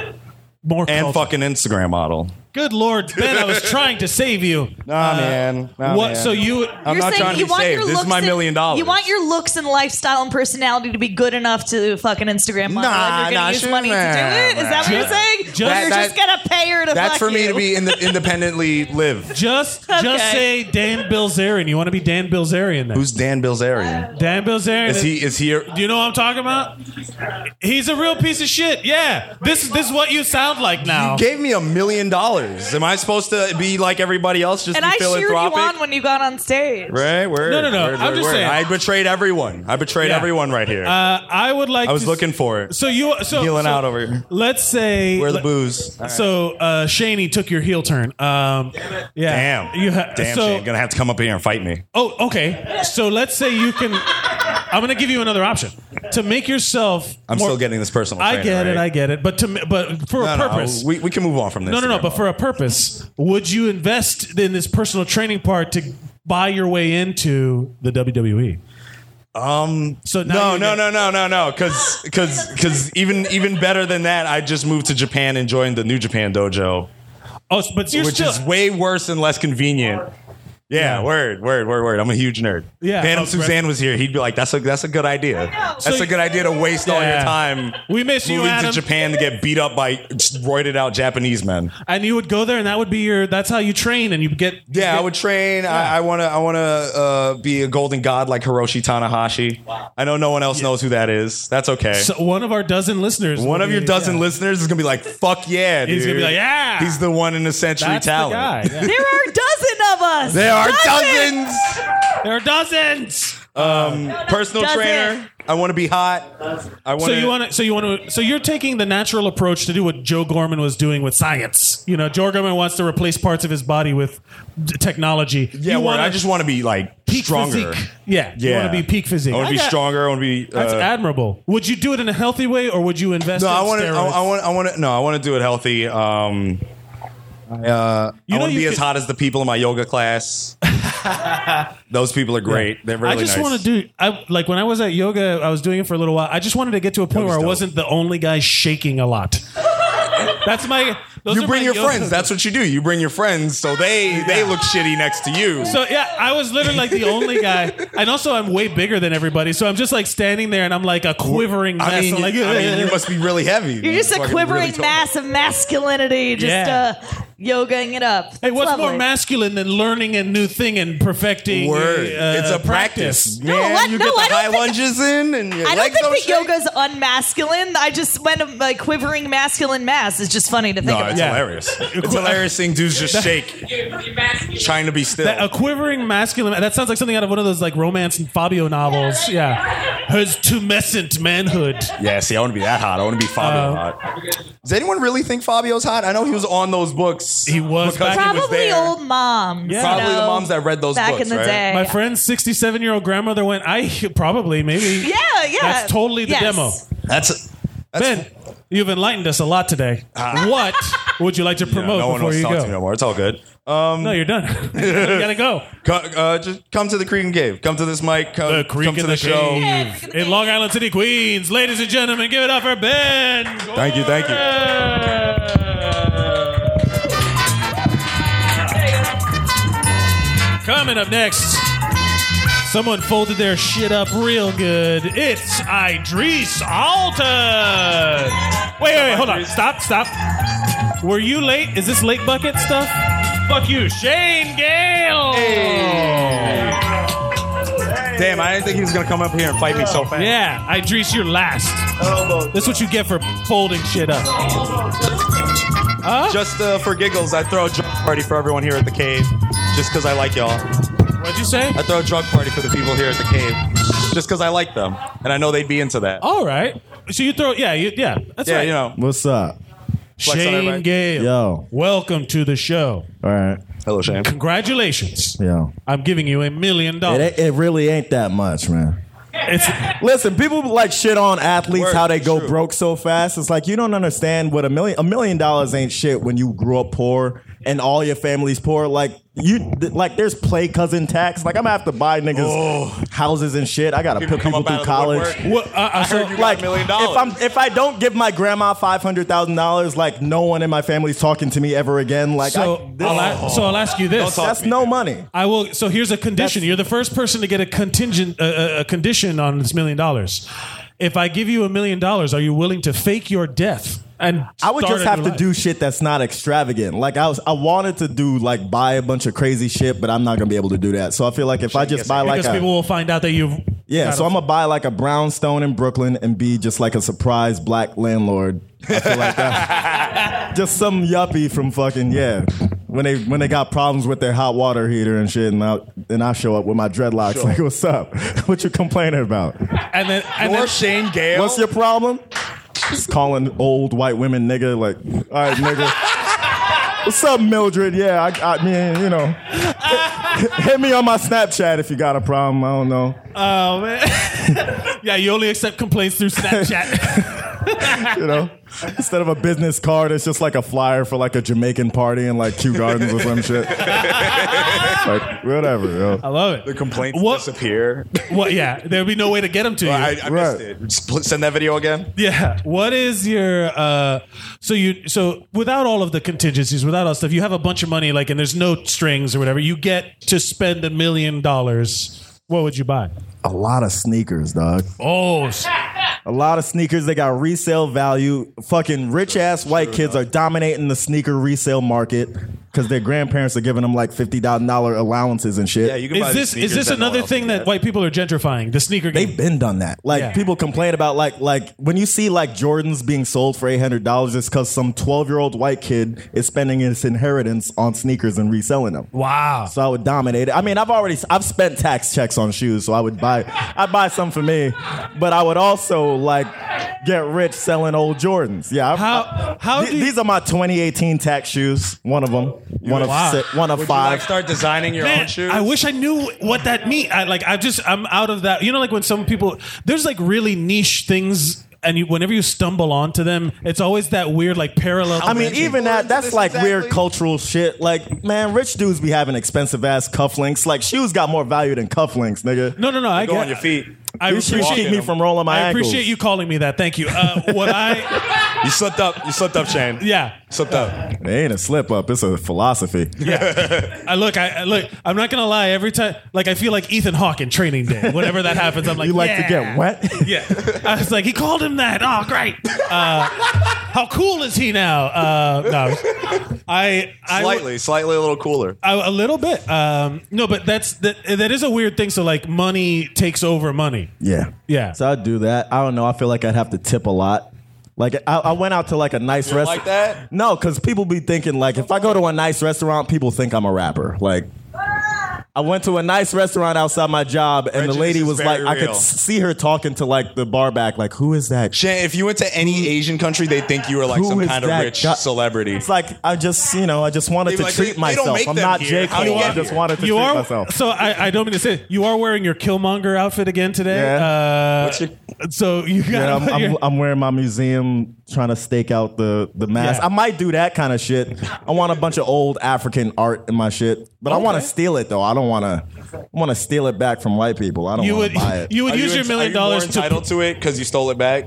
More and fucking Instagram model. Good lord, Ben! I was trying to save you. Uh, Nah, man. Nah, what? man. So you? I'm not trying to be saved. This is my million dollars. You want your looks and lifestyle and personality to be good enough to fucking Instagram model. Nah, and you're gonna nah, use sure, money to do nah, it. Is that what nah. you're saying? Just- Or you're That- just gonna pay her to That's fuck for me you? to be in independently live. <laughs> Just, just say Dan Bilzerian. You want to be Dan Bilzerian? Then who's Dan Bilzerian? Dan Bilzerian Is he- is he? A, do you know what I'm talking about? He's a real piece of shit. Yeah, this this is what you sound like now. You gave me a million dollars. Am I supposed to be like everybody else, just and be I cheered you philanthropic? on when you got on stage. Right? Word, No, no, no. word, I'm word, just word. saying. I betrayed everyone. I betrayed Yeah. everyone right here. Uh, I would like. I was to- looking for it. So you so Healing so out over here. Let's say Where the booze? So uh, Shaney took your heel turn. Um, yeah. Damn. You ha- Damn, so- Shane. Gonna have to come up here and fight me. Oh, okay. So let's say you can. I'm going to give you another option to make yourself. I'm more- still getting this personal I trainer, get it. right? I get it. But to but for a No, no, purpose. we, we can move on from this. No, no, no. But for a purpose, would you invest in this personal training part to buy your way into the E? WWE? Um. So no, you no, no, no, no, no, because <laughs> because because even even better than that, I just moved to Japan and joined the New Japan Dojo. Oh, but you're which still- is way worse and less convenient. Yeah, word, word, word, word. I'm a huge nerd. Yeah. if Phantom Oh, Suzanne was here. He'd be like, "That's a that's a good idea. That's So a good idea to waste all your Yeah. time. We miss you, moving Adam. to Japan to get beat up by roided out Japanese men. And you would go there, and that would be your. That's how you train, and you get. Yeah, I would train. I, I wanna, I wanna uh, be a golden god like Hiroshi Tanahashi. I know no one else knows who that is. That's okay. So one of our dozen listeners. One would of your be- dozen yeah. listeners is gonna be like, "Fuck yeah!" Dude. He's gonna be like, "Yeah." he's the one in a century That's the talent." guy, yeah. There are a dozen of us. There are Dozens! There are dozens. <laughs> Um, personal dozen. trainer. I want to be hot. I want. So you want to? So you want to? So you're taking the natural approach to do what Joe Gorman was doing with science. You know, Joe Gorman wants to replace parts of his body with d- technology. Yeah, you word, wanna- I just want to be like peak stronger. physique. Yeah, you Yeah. want to be peak physique. I want to be got- stronger. I want to be. Uh, That's admirable. Would you do it in a healthy way, or would you invest? No, in I want to. I, steroids? I want. I want to. No, I want to do it healthy. Um, I, uh, I know want to you be as could- hot as the people in my <laughs> yoga class. Those people are great. They're really I just nice. want to do. I like when I was at yoga. I was doing it for a little while. I just wanted to get to a point where I wasn't the only guy shaking a lot. That's my. Those you are bring my your yoga- friends. That's what you do. You bring your friends, so they they look shitty next to you. So yeah, I was literally like the only guy, and also I'm way bigger than everybody. So I'm just like standing there, and I'm like a quivering mess. I mean, I'm like, you, I mean, <laughs> you must be really heavy. You're just a Fucking quivering really tall. mass of masculinity, just Yeah. uh, yogaing it up. Hey, what's Lovely. more masculine than learning a new thing and perfecting? Word. a, uh, it's a practice, No, man. what? You No, get the I don't high think- lunges in, and your I don't legs think don't that yoga's unmasculine. I just went um, like quivering masculine mass is just funny to think No, about. it's hilarious. It's hilarious seeing dudes just shake, trying to be still. That, a quivering masculine. That sounds like something out of one of those like romance and Fabio novels. Yeah, his tumescent manhood. yeah, see, I want to be that hot. I want to be Fabio Uh, hot. Does anyone really think Fabio's hot? I know he was on those books. He was because he was Probably there. old moms. Yeah. Probably you the know, moms that read those back books, in the right? day. My friend's 67 year old grandmother went, I probably, <laughs> maybe. Yeah, yeah. That's totally the Yes. demo. That's. Ah. ben, you've enlightened us a lot today. what Would you <laughs> like to promote no one before wants to you talk go? to me no more. It's all good. Um, no, you're done. <laughs> you gotta go. uh, just come to the Creek and Cave. Come to this mic. Come, The Creek come to in the, show. Cave in Long Island City, Queens. Ladies and gentlemen, give it up for Ben. Thank you. Thank you. Coming up next, someone folded their shit up real good. It's Idris Alta. Wait, wait, wait, hold on. Stop, stop. Were you late? Is this late bucket stuff? Fuck you, Shane Gale. Damn, I didn't think he was gonna come up here and fight me so fast. Yeah, Idris, you're last. This is what you get for folding shit up. Just uh, for giggles, I throw a drug party for everyone here at the cave, just because I like y'all. What'd you say? I throw a drug party for the people here at the cave, just because I like them, and I know they'd be into that. All right. So you throw, yeah, you, yeah, that's Yeah, right. you know. What's up? Flex on Shane everybody. Gale. Yo. Welcome to the show. All right. Hello, Shane. Congratulations. Yo. I'm giving you a million It, dollars. ain't- it really ain't that much, man. It's Listen, people like shit on athletes Word, how they go true. broke so fast. It's like you don't understand what a million a million dollars ain't shit when you grew up poor and all your family's poor. Like you, th- like there's play cousin tax. Like I'm gonna have to buy niggas houses and shit. I gotta put people through college. Oh. What, uh, uh, so, like if I'm if I don't give my grandma five hundred thousand dollars, like no one in my family's talking to me ever again. Like so, I, this- I'll a- so I'll ask you this. That's no money. I will. So here's a condition. You're the first person to get a contingent, uh, a condition on this million dollars. If I give you a million dollars, are you willing to fake your death? And I would start just a have new to life? do shit that's not extravagant. Like I was, I wanted to do like buy a bunch of crazy shit, but I'm not gonna be able to do that. So I feel like if I just buy like because people a will find out that you've yeah, got so a- I'm gonna buy like a brownstone in Brooklyn and be just like a surprise black landlord. I feel like uh, that. just some yuppie from fucking yeah. When they when they got problems with their hot water heater and shit, and I and I show up with my dreadlocks Sure. like, what's up? <laughs> what you complaining about? and then and then, Shane Gale. What's <laughs> your problem? Just calling old white women nigga. Like, all right, nigga. What's up, Mildred? Yeah, I, I mean, you know, hit me on my Snapchat if you got a problem. I don't know. <laughs> Oh man. <laughs> yeah, you only accept complaints through <laughs> Snapchat. You know, instead of a business card, it's just like a flyer for like a Jamaican party in like Kew Gardens or some shit. Like, whatever. Yo. I love it. The complaints <laughs> disappear. What? Yeah, there'd be no way to get them to you. I missed it. Split- Send that video again. Yeah. What is your uh so you so without all of the contingencies, without all stuff, you have a bunch of money like and there's no strings or whatever. You get to spend a million dollars. What would you buy? A lot of sneakers, dog. Oh, a lot of sneakers. They got resale value. Fucking rich ass white kids are dominating the sneaker resale market because their grandparents are giving them like fifty thousand dollar allowances and shit. Yeah, Is this is this another thing that white people are gentrifying? The sneaker game. They've been done that. Like people complain about like like when you see like Jordans being sold for eight hundred dollars, it's because some twelve year old white kid is spending his inheritance on sneakers and reselling them. Wow. So I would dominate it. I mean, I've already I've spent tax checks on shoes, so I would buy <laughs> I'd buy some for me, but I would also like get rich selling old Jordans. Yeah. How how these are my 2018 tax shoes. One of them. One of Wow. six, one of Would you, five. like, Start designing your Man, own shoes. I wish I knew what that mean. I like I just I'm out of that. You know, like when some people there's like really niche things. And you, whenever you stumble onto them, it's always that weird, like parallel. I mean, dimension. even that, that's like weird cultural shit. Like, man, rich dudes be having expensive ass cufflinks. Like, shoes got more value than cufflinks, nigga. No, no, no. I go get, on your feet. I These shoes appreciate keep me from rolling I my appreciate ankles. you calling me that. Thank you. Uh, what <laughs> I You slipped up. You slipped up, Shane. yeah Slipped up. It ain't a slip up, it's a philosophy. yeah. <laughs> I look. I I- look. I'm not gonna lie. Every time, like I feel like Ethan Hawke in Training Day. Whenever that happens, I'm like, You like yeah. to get wet? Yeah. I was like, he called him that. Oh, great. Uh, how cool is he now? Uh, no. I, I Slightly, slightly a little cooler. I, a little bit. Um, no, but that's that. That is a weird thing. So like, money takes over money. Yeah. Yeah. So I'd do that. I don't know. I feel like I'd have to tip a lot. Like I, I went out to like a nice You don't restaurant. like that? No, because people be thinking like if I go to a nice restaurant, people think I'm a rapper. Like I went to a nice restaurant outside my job, and the Prejudice lady is was like, very I could real. s- see her talking to like the bar back, like who is that? Shane, if you went to any Asian country, they think you were like Who some is kind of that rich guy? celebrity. It's like I just you know I just wanted They to like, treat they- they don't myself. make I'm them not here. J How do Cole. you I get just here? wanted to You treat are myself. so. I, I don't mean to say it. you are wearing your Killmonger outfit again today. Yeah. Uh, so you got Yeah, <laughs> I'm, your- I'm, I'm wearing my museum trying to stake out the the mask. I might do that kind of shit. I want a bunch of old African art in my shit, but I want to Okay. steal it though. I don't want to want to steal it back from white people. I don't You would- <laughs> want to <laughs> buy it. you would Are use you your ins- million are you more dollars to- entitled to it because you stole it back.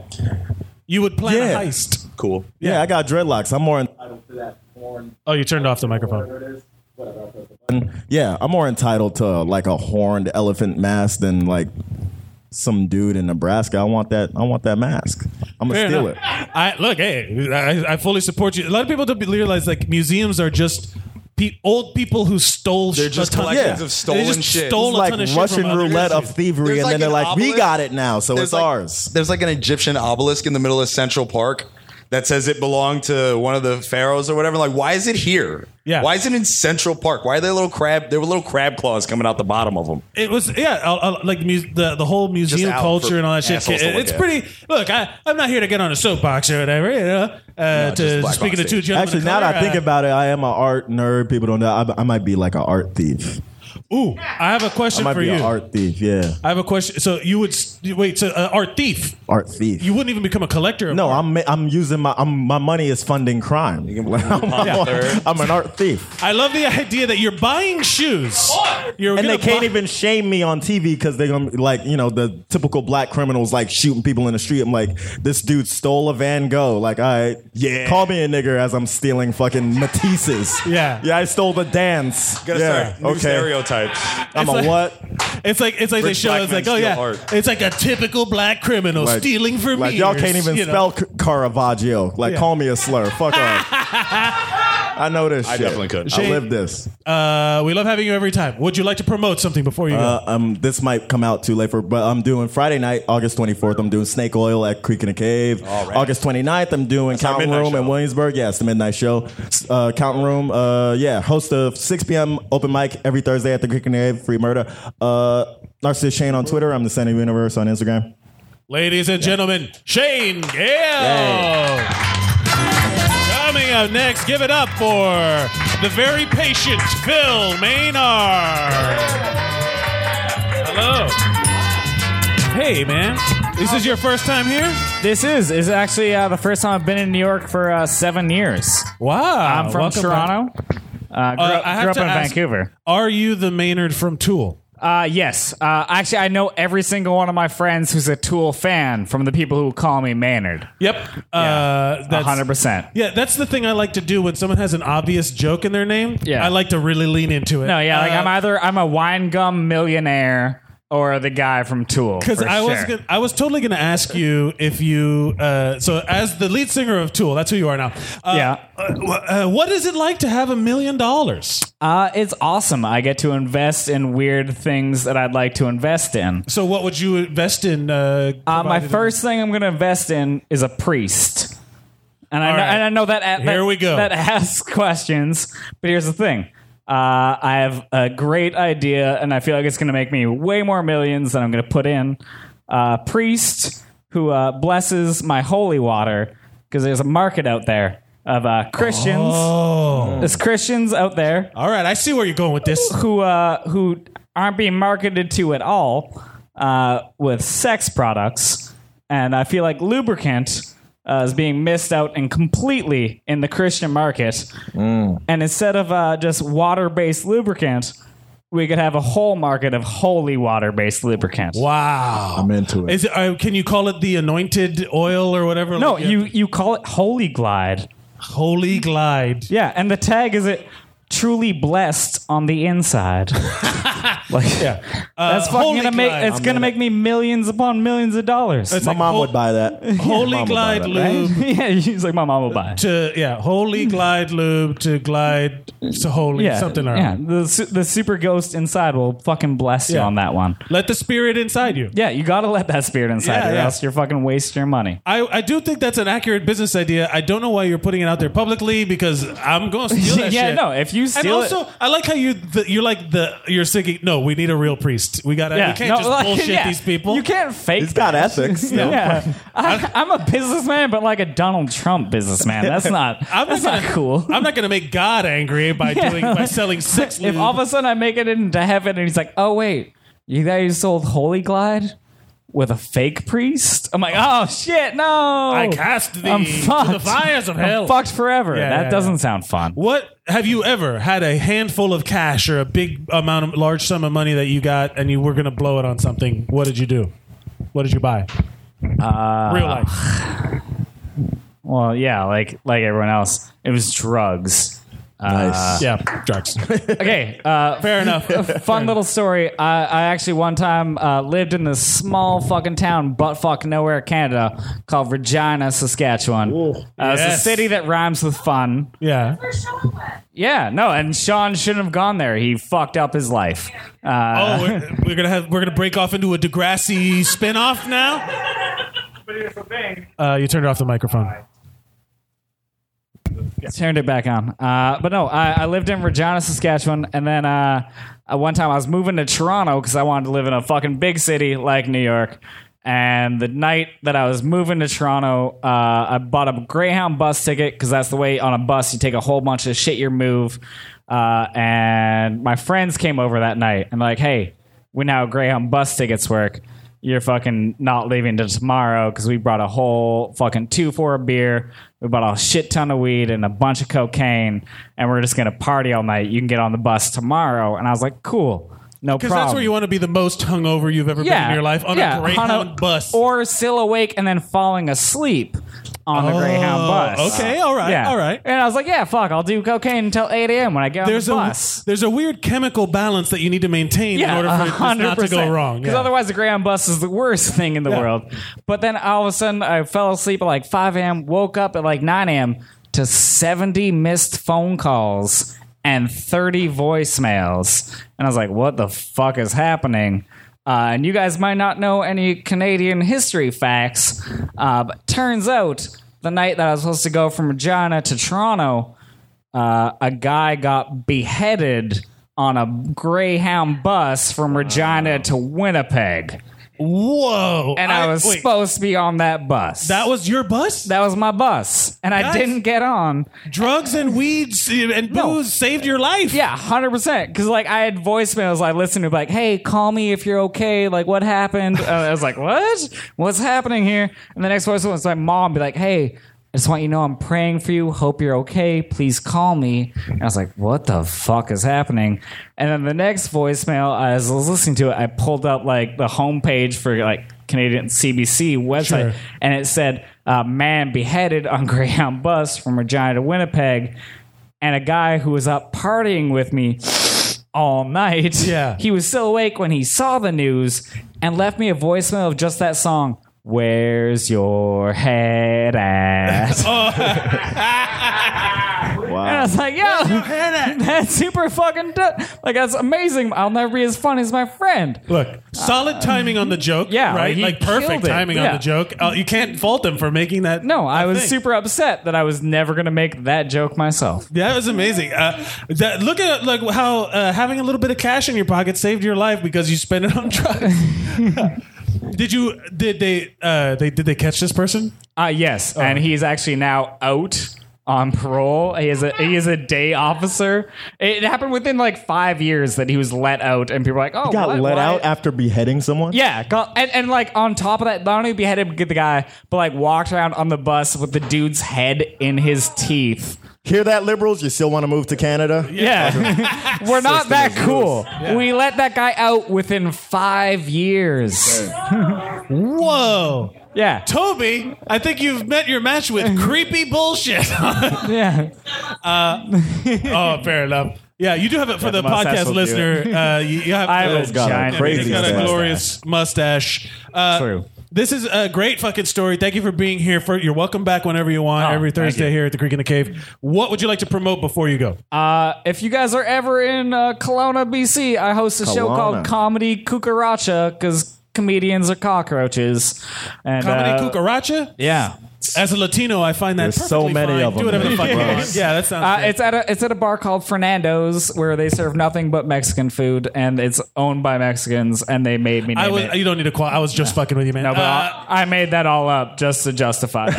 You would plan Yeah. a heist. Cool. Yeah, I got dreadlocks. I'm more. entitled to that. Oh, you turned off the microphone. Yeah, I'm more entitled to like a horned elephant mask than like some dude in Nebraska. I want that. I want that mask. I'm gonna Fair steal enough. I look, hey, I, I fully support you. A lot of people don't realize like museums are just pe- old people who stole. They're just collections of stolen shit. Stole It's a like ton of shit Russian from other roulette of countries. thievery, and then they're like, "We got it now, so There's it's like- ours." There's like an Egyptian obelisk in the middle of Central Park that says it belonged to one of the pharaohs or whatever. Like, why is it here? Yeah. Why is it in Central Park? Why are there little crab? There were little crab claws coming out the bottom of them. It was yeah, uh, uh, like the mu- the the whole museum out culture for and all that shit. assholes to look it's at. pretty. Look, I I'm not here to get on a soapbox or whatever. You know, uh, to black speaking to two gentlemen. Actually, of now that I color, think uh, about it, I am an art nerd. People don't know. I, I might be like an art thief. Ooh, I have a I question might for be you. an art thief. Yeah, I have a question. So you would s- you- wait? So uh, art thief? art thief. You wouldn't even become a collector? Of No, I'm I'm using my I'm, my money is funding crime. <laughs> I'm, Yeah. I'm an art thief. I love the idea that you're buying shoes. You're and gonna they can't buy- even shame me on TV because they're gonna be like you know the typical black criminals like shooting people in the street. I'm like, this dude stole a Van Gogh. Like, all right, yeah, call me a nigger as I'm stealing fucking Matisse's. <laughs> Yeah, yeah, I stole the dance. Gotta yeah, start new stereotypes. I'm It's a like- what? It's like it's like they Rich show. black It's men like oh steal yeah, art. it's like a typical black criminal Like- stealing from like, me. Y'all can't even spell C- Caravaggio. Like, Yeah. call me a slur. Fuck <laughs> off. I know this. I shit. definitely could. I Shane- live this. Uh, we love having you every time. Would you like to promote something before you go? Uh, um, this might come out too late for, but I'm doing Friday night, August 24th. I'm doing Snake Oil at Creek in a Cave. August 29th, I'm doing Counting Room in Williamsburg. Yeah, it's the midnight show. S- Uh, Counting Room, uh, yeah, host of 6 p.m. open mic every Thursday at the Creek in a Cave, Free Murder. Uh, Narcissist Shane on Twitter. I'm the Center Universe on Instagram. Ladies and gentlemen, Shane Gale. Coming up next, give it up for the very patient Phil Maynard. Hello. Hey, man. This is your first time here? This is. It's actually uh, the first time I've been in New York for uh, seven years. Wow. I'm from Welcome Toronto. Uh, grew Uh, up, I have grew up to in ask, Vancouver. Are you the Maynard from Tool? Uh, yes. Uh, actually, I know every single one of my friends who's a Tool fan from the people who call me Maynard. Yep. Uh, that's- 100%. Yeah, that's the thing I like to do when someone has an obvious joke in their name. Yeah. I like to really lean into it. No, yeah, like Uh, I'm either I'm a wine gum millionaire or the guy from Tool. Because for I was sure. gonna, I was totally going to ask you if you uh, so as the lead singer of Tool, that's who you are now. Uh, Yeah. uh, wh- uh, what is it like to have a million dollars? Uh, it's awesome. I get to invest in weird things that I'd like to invest in. So, what would you invest in? Uh, uh, my provided- first thing I'm going to invest in is a priest. And I, All know, right. and I know that that- Here we go. That asks <laughs> questions, but here's the thing. Uh, I have a great idea, and I feel like it's going to make me way more millions than I'm going to put in. Uh, priest who uh, blesses my holy water because there's a market out there of uh, Christians. Oh. There's Christians out there. All right, I see where you're going with this. Who uh, who aren't being marketed to at all uh, with sex products, and I feel like lubricant uh, is being missed out and completely in the Christian market. Mm. And instead of uh, just water-based lubricant, we could have a whole market of holy water-based lubricant. Wow, I'm into Is it, uh, can you call it the anointed oil or whatever? No, Like, yeah. you you call it Holy Glide. Holy Glide. Yeah, and the tag is it truly blessed on <laughs> the inside. like yeah. <laughs> that's Uh, fucking Holy gonna make Glide. it's I'm gonna in make me millions upon millions of dollars. It's My like mom hol- would buy <laughs> that. Holy Glide lube. <laughs> yeah, he's like my mom will buy. it. To yeah, holy glide lube to glide to holy Yeah, something or yeah. The su- the super ghost inside will fucking bless you Yeah. on that one. Let the spirit inside you. Yeah, you gotta let that spirit inside Yeah, you, or yeah. else you're fucking wasting your money. I, I do think that's an accurate business idea. I don't know why you're putting it out there publicly because I'm going to <laughs> steal that Yeah, shit. no, if you steal and also, I like how you the, you're like the you're thinking. No, we need a real priest. We got to. Yeah, we can't no, just like, <laughs> bullshit yeah. these people. You can't fake. He's got that. ethics. yeah, No. I, I'm a businessman, but like a Donald Trump <laughs> businessman. That's not. I'm that's not not, gonna, cool. I'm not going to <laughs> make God angry by Yeah, doing by like, <laughs> selling sex. If all of a sudden I make it into heaven and he's like, "Oh wait, you guys sold Holy Glide." with a fake priest. I'm like, oh shit, no! I cast thee Oh, I'm to the fucked. fires of I'm hell. fucked forever. Yeah, that yeah, doesn't yeah. sound fun. What have you ever had a handful of cash or a big amount of large sum of money that you got and you were going to blow it on something? What did you do? What did you buy? Uh, Real life. Well, yeah, like like everyone else, it was drugs. Nice. Yeah, drugs. okay, uh, fair <laughs> enough. fun little story. I, I actually one time uh, lived in this small fucking town, butt fuck nowhere, Canada, called Regina, Saskatchewan. Uh, It's a Yes. city that rhymes with fun. Yeah. Yeah, no, and Sean shouldn't have gone there. He fucked up his life. Uh, oh, <laughs> we're, we're gonna have we're gonna break off into a Degrassi spinoff now. Uh, you turned off the microphone. Turned it back on. Uh, but no, I, I lived in Regina, Saskatchewan, and then uh, uh, one time I was moving to Toronto because I wanted to live in a fucking big city like New York. And the night that I was moving to Toronto, uh, I bought a Greyhound bus ticket because that's the way on a bus you take a whole bunch of shit your move. Uh, and my friends came over that night and like, hey, we know how Greyhound bus tickets work. You're fucking not leaving till tomorrow because we brought a whole fucking two for a beer. We bought a shit ton of weed and a bunch of cocaine, and we're just gonna party all night. You can get on the bus tomorrow. And I was like, cool, no Because problem. that's where you want to be the most hungover you've ever been in your life on a Greyhound on a- or still awake and then falling asleep on the Oh, Greyhound bus. okay, all right, Yeah. all right. And I was like, yeah, fuck, I'll do cocaine until eight a.m. when I get There's on a the bus. there's a weird chemical balance that you need to maintain in order for it not to go wrong. Because Yeah. otherwise, the Greyhound bus is the worst thing in the world. But then all of a sudden, I fell asleep at like 5 a.m., woke up at like 9 a.m. to 70 missed phone calls and 30 voicemails. And I was like, what the fuck is happening? Uh, and you guys might not know any Canadian history facts, uh, but turns out the night that I was supposed to go from Regina to Toronto, uh, a guy got beheaded on a Greyhound bus from Regina to Winnipeg. Whoa! And I, I- was wait. supposed to be on that bus. That was your bus? That was my bus. And I Guys, didn't get on. Drugs and weeds and booze saved your life. Yeah, 100%. Because, like, I had voicemails I listened to, like, hey, call me if you're okay. Like, what happened? Uh, I was like, what? What's happening here? And the next voicemail was my mom be like, hey, I just want you to know I'm praying for you. Hope you're okay. Please call me. And I was like, what the fuck is happening? And then the next voicemail, as I was listening to it, I pulled up like the homepage for like Canadian CBC website, Sure. and it said, uh, "Man beheaded on <laughs> Greyhound bus from Regina to Winnipeg," and a guy who was up partying with me <sniffs> all night. Yeah, he was still awake when he saw the news and left me a voicemail of just that song. Where's your head at? <laughs> <laughs> And I was like, yo, <laughs> that's super fucking du- like that's amazing. I'll never be as funny as my friend. Uh, Look, solid timing on the joke. Yeah, right. he Like killed perfect it. timing Yeah. on the joke. Uh, you can't fault him for making that. No, I was thing. super upset that I was never gonna make that joke myself. That was amazing. Uh, that, look at like how uh, having a little bit of cash in your pocket saved your life because you spent it on drugs. <laughs> did you? Did they? Uh, they did they catch this person? Oh. Uh, yes, and he's actually now out on parole. He is a he is a day officer. It happened within like five years that he was let out, and people were like, "Oh, He got what? let Why?" out after beheading someone. Yeah, got, and, and like on top of that, not only beheaded the guy, but like walked around on the bus with the dude's head in his teeth. Hear that, liberals? You still want to move to Canada? Yeah, <laughs> we're not that cool. We let that guy out within five years. <laughs> Whoa. Yeah. Toby, I think you've met your match with creepy bullshit. <laughs> yeah. Uh, oh, fair enough. Yeah, you do have it for Yeah, the the mustache podcast will do listener. it. Uh, you, you have, I have uh, a giant crazy crazy got a mustache. glorious mustache. Uh, True. This is a great fucking story. Thank you for being here. For you're welcome back whenever you want. every Thursday here at the Creek in the Cave. What would you like to promote before you go? Uh, if you guys are ever in uh, Kelowna, BC, I host a show Kelowna. called Comedy Cucaracha because comedians are cockroaches. And, Comedy uh, Cucaracha? Yeah. As a Latino, I find that There's so perfectly many fine. of them. Do whatever <laughs> the fuck you Yes. want. Yeah, that sounds. Uh, great. it's at a it's at a bar called Fernando's where they serve nothing but Mexican food and it's owned by Mexicans and they made me name I was. it. You don't need to. Qual- I was just fucking with you, man. No, but Uh, Oh, I'll- I made that all up just to justify. it. <laughs> <laughs>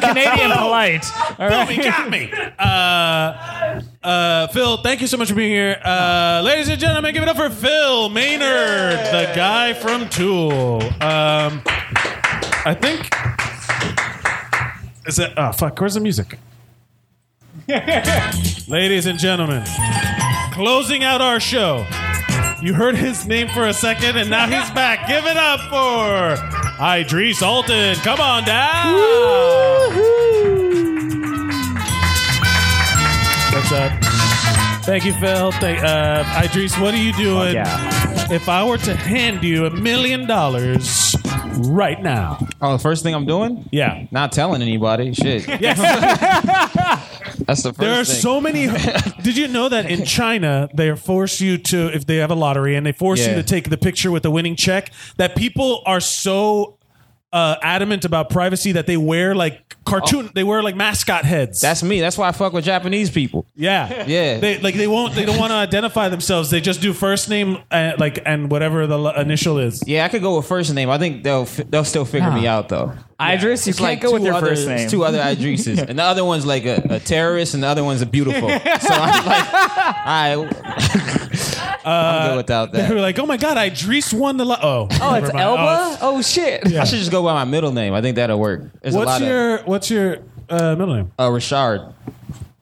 <laughs> Canadian polite. All right. Booby Oh, got me. Uh, uh, Phil, thank you so much for being here. Uh, ladies and gentlemen, give it up for Phil Maynard, the guy from Tool. Um, I think. Is that. Oh, fuck. Where's the music? ladies and gentlemen, closing out our show. You heard his name for a second, and now he's back. Give it up for Idris Alton. Come on down. What's up? Thank you, Phil. Thank, uh, Idris, what are you doing? If I were to hand you a million dollars right now, Oh, the first thing I'm doing? Yeah. Not telling anybody. <laughs> Shit. Yes. <laughs> That's the first there are thing. so many. <laughs> Did you know that in China they force you to, if they have a lottery and they force you Yeah. to take the picture with the winning check, that people are so uh, adamant about privacy that they wear like cartoon, they wear like mascot heads. That's me. That's why I fuck with Japanese people. Yeah, <laughs> Yeah. They like they won't. They don't want to identify themselves. They just do first name, uh, like and whatever the l- initial is. Yeah, I could go with first name. I think they'll fi- they'll still figure me Nah. out though. Idris, you It's can't go two with your other- first name. It's two other Idrises, and the other one's like a, a terrorist, and the other one's <laughs> a beautiful. So I'm like, I, <laughs> I'm good <laughs> without They that. were Uh, like, "Oh my god, Idris won the lo- oh Oh, never it's mind. Elba? Oh, shit! I should just go by my middle name. I think that'll work. There's a what's lot your what's your uh, middle name? of uh, Richard.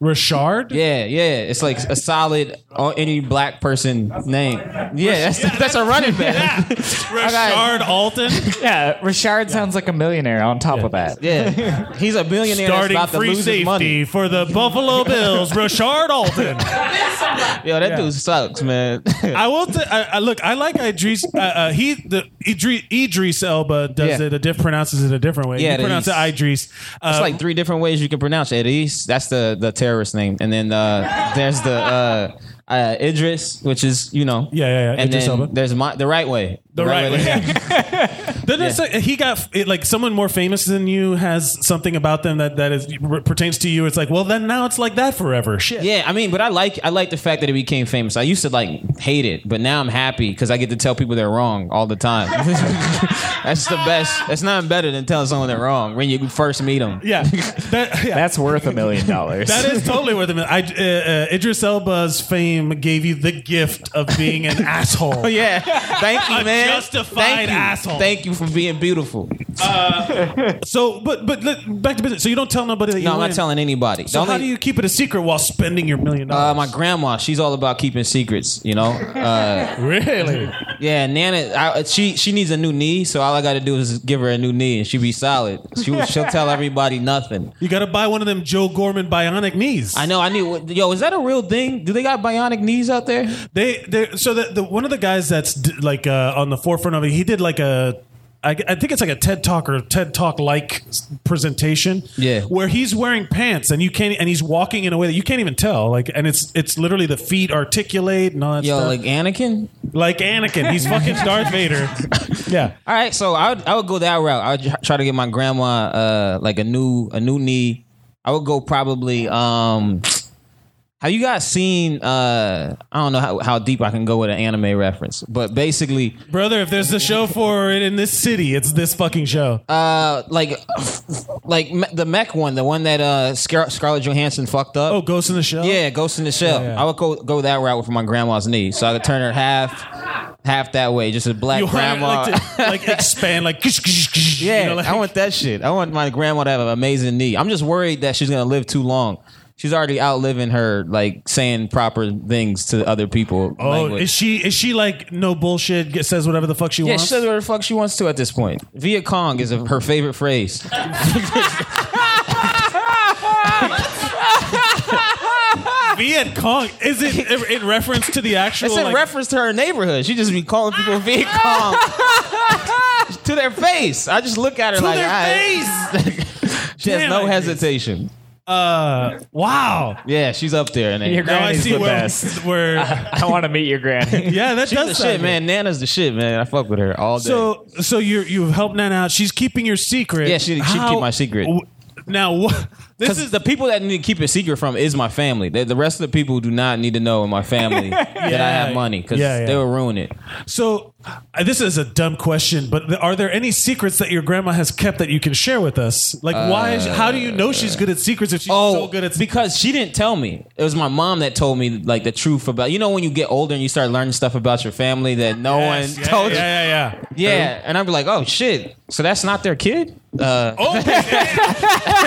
Richard? Yeah, yeah. It's like a solid uh, any black person name. Yeah, that's, that's a running back. Richard Alton. yeah, Richard sounds like a millionaire. On top of that, <laughs> Yeah, he's a billionaire that's Starting about to free lose his safety money. for the <laughs> Buffalo Bills, Richard Alton. Yo, that Yeah. dude sucks, man. <laughs> I will. T- I, I look. I like Idris. Uh, uh, he the Idris, Idris Elba does Yeah. it a diff- pronounces it a different way. Yeah, you it pronounce is. it Idris. It's Um, like three different ways you can pronounce it. Idris, that's the the terrorist name, and then uh, there's the uh, uh, Idris, which is you know. Yeah, yeah, yeah. And Idris then Elba. there's my, the right way. The right way. <laughs> <laughs> Then there's like- he got it, like someone more famous than you has something about them that that is pertains to you. It's like, well, then now it's like that forever. Shit. Yeah, I mean, but I like I like the fact that it became famous. I used to like hate it, but now I'm happy because I get to tell people they're wrong all the time. <laughs> that's the best. That's not better than telling someone they're wrong when you first meet them. Yeah, <laughs> that's worth a million dollars. That is totally worth it. man. I, uh, uh, Idris Elba's fame gave you the gift of being <laughs> an asshole. Oh yeah, thank you, A man. justified Thank you. asshole. Thank you for being beautiful. Uh, so, but but let- back to business. So you don't tell nobody that you. No, I'm win. not telling anybody. So The only- how do you keep it a secret while spending your million Uh, dollars? my grandma, she's all about keeping secrets, you know. Uh, really? Yeah, Nana, I, she she needs a new knee, so all I got to do is give her a new knee, and she be solid. She she'll tell everybody nothing. You got to buy one of them Joe Gorman bionic knees. I know. I need. Yo, is that a real thing? Do they got bionic knees out there? They, they so the, the one of the guys that's d- like uh, on the forefront of it. He did like a, I, I think it's like a TED Talk or TED Talk like presentation. Yeah. where he's wearing pants and you can't, and he's walking in a way that you can't even tell. Like, and it's it's literally the feet articulate and all that Yo, stuff. like Anakin. Like Anakin, he's fucking Darth Vader. Yeah. All right, so I would, I would go that route. I would tr- try to get my grandma uh like a new a new knee. I would go probably um have you guys seen uh I don't know how, how deep I can go with an anime reference, but basically Brother, if there's a show for it in this city, it's this fucking show. uh like like me- the mech one, the one that uh Scar- Scarlett Johansson fucked up. Oh, Ghost in the Shell. Yeah, Ghost in the Shell. Yeah, yeah. I would go go that route with my grandma's knee, so I could turn her half half that way, just a black You want it, grandma. like, to, like expand, like yeah. Yeah, I want that shit. I want my grandma to have an amazing knee. I'm just worried that she's gonna live too long. She's already outliving her like saying proper things to other people. Oh, is she is she like no bullshit? get- Says whatever the fuck she yeah, wants. she says whatever the fuck she wants to at this point. Viet Cong is a, her favorite phrase. Viet Cong is it in reference to the actual? It's in like- reference to her neighborhood. She just be calling people <laughs> Viet Cong to their face. I just look at her To like their "All right." face! <laughs> she has Damn, no I agree. hesitation. Uh, wow. Yeah, she's up there. And Your Now I granny's see the where- best. <laughs> Where I, want to meet your <laughs> granny. Yeah, that she's does the sound shit, good. man. Nana's the shit, man. I fuck with her all day. So, so you you've helped Nana out. She's keeping your secret. Yeah, she- she keep my secret. w- Now, what? Because the people that need to keep it secret from is my family. The, the rest of the people do not need to know in <laughs> my family that I have money because Yeah, yeah. they will ruin it. So, uh, this is a dumb question, but th- are there any secrets that your grandma has kept that you can share with us? Like, why? is- Uh, oh, How do you know she's good at secrets if she's so good at? Because she didn't tell me. It was my mom that told me like the truth about. You know when you get older and you start learning stuff about your family that no Yes, one yeah, told yeah, you. yeah, yeah. Yeah, and I'd be like, oh shit. So that's not their kid. Uh, Oh,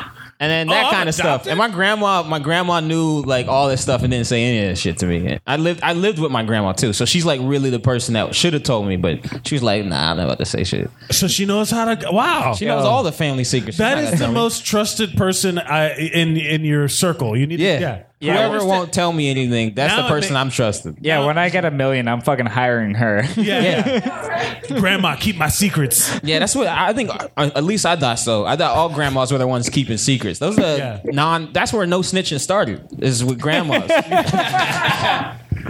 <laughs> and then that Oh, I'm kind of stuff. And my grandma, my grandma knew like all this stuff and didn't say any of that shit to me. I lived, I lived with my grandma too, so she's like really the person that should have told me, but she was like, nah, I'm not about to say shit. So she knows how to. Wow, She knows all the family secrets. She's That not is gonna the tell me. most trusted person I, in in your circle. You need. Yeah. To, yeah. Whoever won't tell me anything, that's Now the it person ma- I'm trusting. Yeah, when I get a million, I'm fucking hiring her. Yeah. Grandma, keep my secrets. Yeah, that's what I think. uh, At least I thought so. I thought all grandmas were the ones keeping secrets. Those are non. That's where no snitching started. Is with grandmas.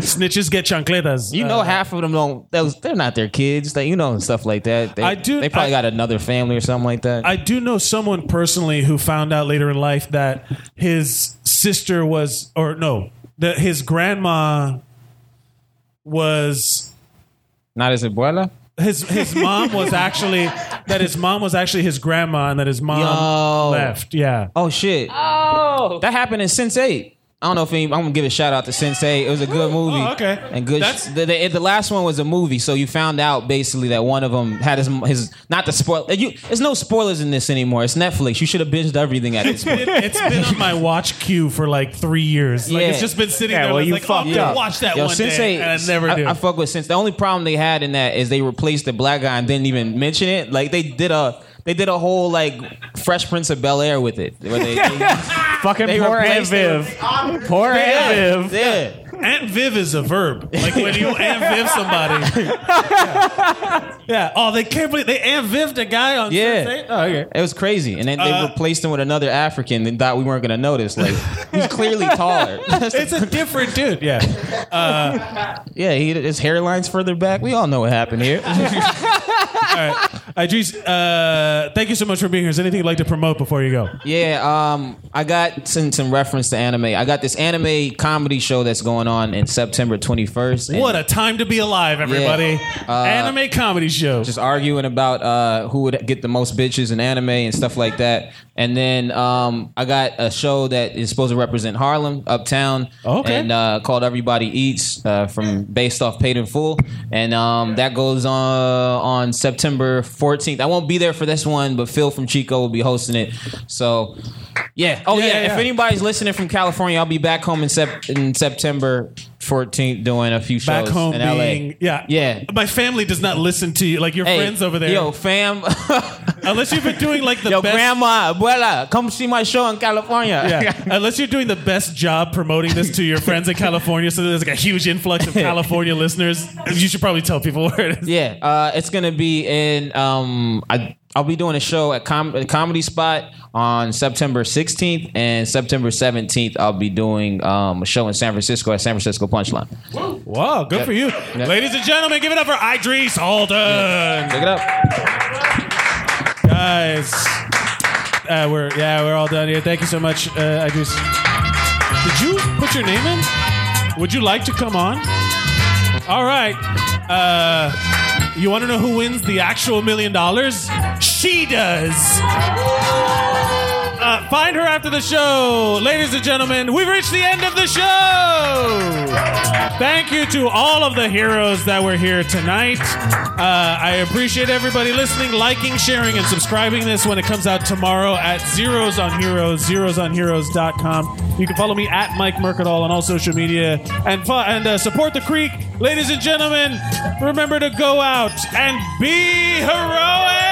Snitches get chancletas. Uh, You know, half of them don't. Those, they're not their kids. They, you know, and stuff like that. They, I do- They probably I- got another family or something like that. I do know someone personally who found out later in life that his sister was, or no, that his grandma was not his abuela. His his mom was actually that his mom was actually his grandma and that his mom Yo. left. Yeah. Oh shit. Oh. That happened in Sense Eight. I don't know if any, I'm gonna give a shout out to Sense Eight. It was a good movie. okay. And good. Oh, That's- the, the, the last one was a movie, so you found out basically that one of them had his his not the spoil. You, there's no spoilers in this anymore. It's Netflix. You should have binged everything at <laughs> It's this point. been, it's been on my watch queue for like three years. Like it's just been sitting there. and I was like, oh, I'm gonna watch that Yo, one Sense day, eight, and I never I, do. I fuck with Sense. The only problem they had in that is they replaced the black guy and didn't even mention it. Like they did a they did a whole like Fresh Prince of Bel Air with it. Where <laughs> they, they, fucking They poor Aunt replaced it Viv. with- Poor Yeah. Aunt Viv. Yeah. Aunt Viv is a verb. Like when <laughs> you Aunt Viv somebody. Yeah. Oh, they can't believe they Aunt Viv the guy on Yeah. Sense eight? Oh, okay. It was crazy, and then they Uh, replaced him with another African and thought we weren't gonna <laughs> notice. Like he's clearly taller. it's a different dude. Yeah. Uh, yeah, he, his hairline's further back. We all know what happened here. Idris, uh, thank you so much for being here. Is there anything you'd like to promote before you go? yeah, um, I got since in reference to anime. I got this anime comedy show that's going on in September 21st. and- What a time to be alive, everybody. Uh, Anime comedy show. Just arguing about uh, who would get the most bitches in anime and stuff like that. And then um, I got a show that is supposed to represent Harlem, Uptown, Okay. and uh, called Everybody Eats, uh, from based off Paid in Full, and um, that goes on on September 14th. I won't be there for this one, but Phil from Chico will be hosting it. So, yeah. Oh yeah. Yeah, yeah, If yeah. anybody's listening from California, I'll be back home in, sep- in September 14th doing a few shows Back home in LA. being, yeah, yeah. My family does not listen to you, like your Hey, friends over there. yo, fam. <laughs> unless you've been doing like the Yo, best, grandma, abuela, come see my show in California. yeah. <laughs> Unless you're doing the best job promoting this to your friends in California, so there's like a huge influx <laughs> of California listeners. You should probably tell people where it is. <laughs> Yeah, uh, it's gonna be in. Um, I I'll be doing a show at com- at Comedy Spot on September 16th and September 17th. I'll be doing um, a show in San Francisco at San Francisco Punchline. Wow, good for you, ladies and gentlemen. Give it up for Idris Alden. Pick it up. guys. Uh, we're yeah, we're all done here. Thank you so much. Uh, I just did you put your name in? Would you like to come on? All right. Uh, you want to know who wins the actual million dollars? She does. Uh, find her after the show, ladies and gentlemen. We've reached the end of the show. Thank you to all of the heroes that were here tonight. Uh, I appreciate everybody listening, liking, sharing, and subscribing this when it comes out tomorrow at Zeros on Heroes, zerosonheroes.com. You can follow me at Mike Mercadal on all social media and, fo- and uh, support the Creek. Ladies and gentlemen, remember to go out and be heroic.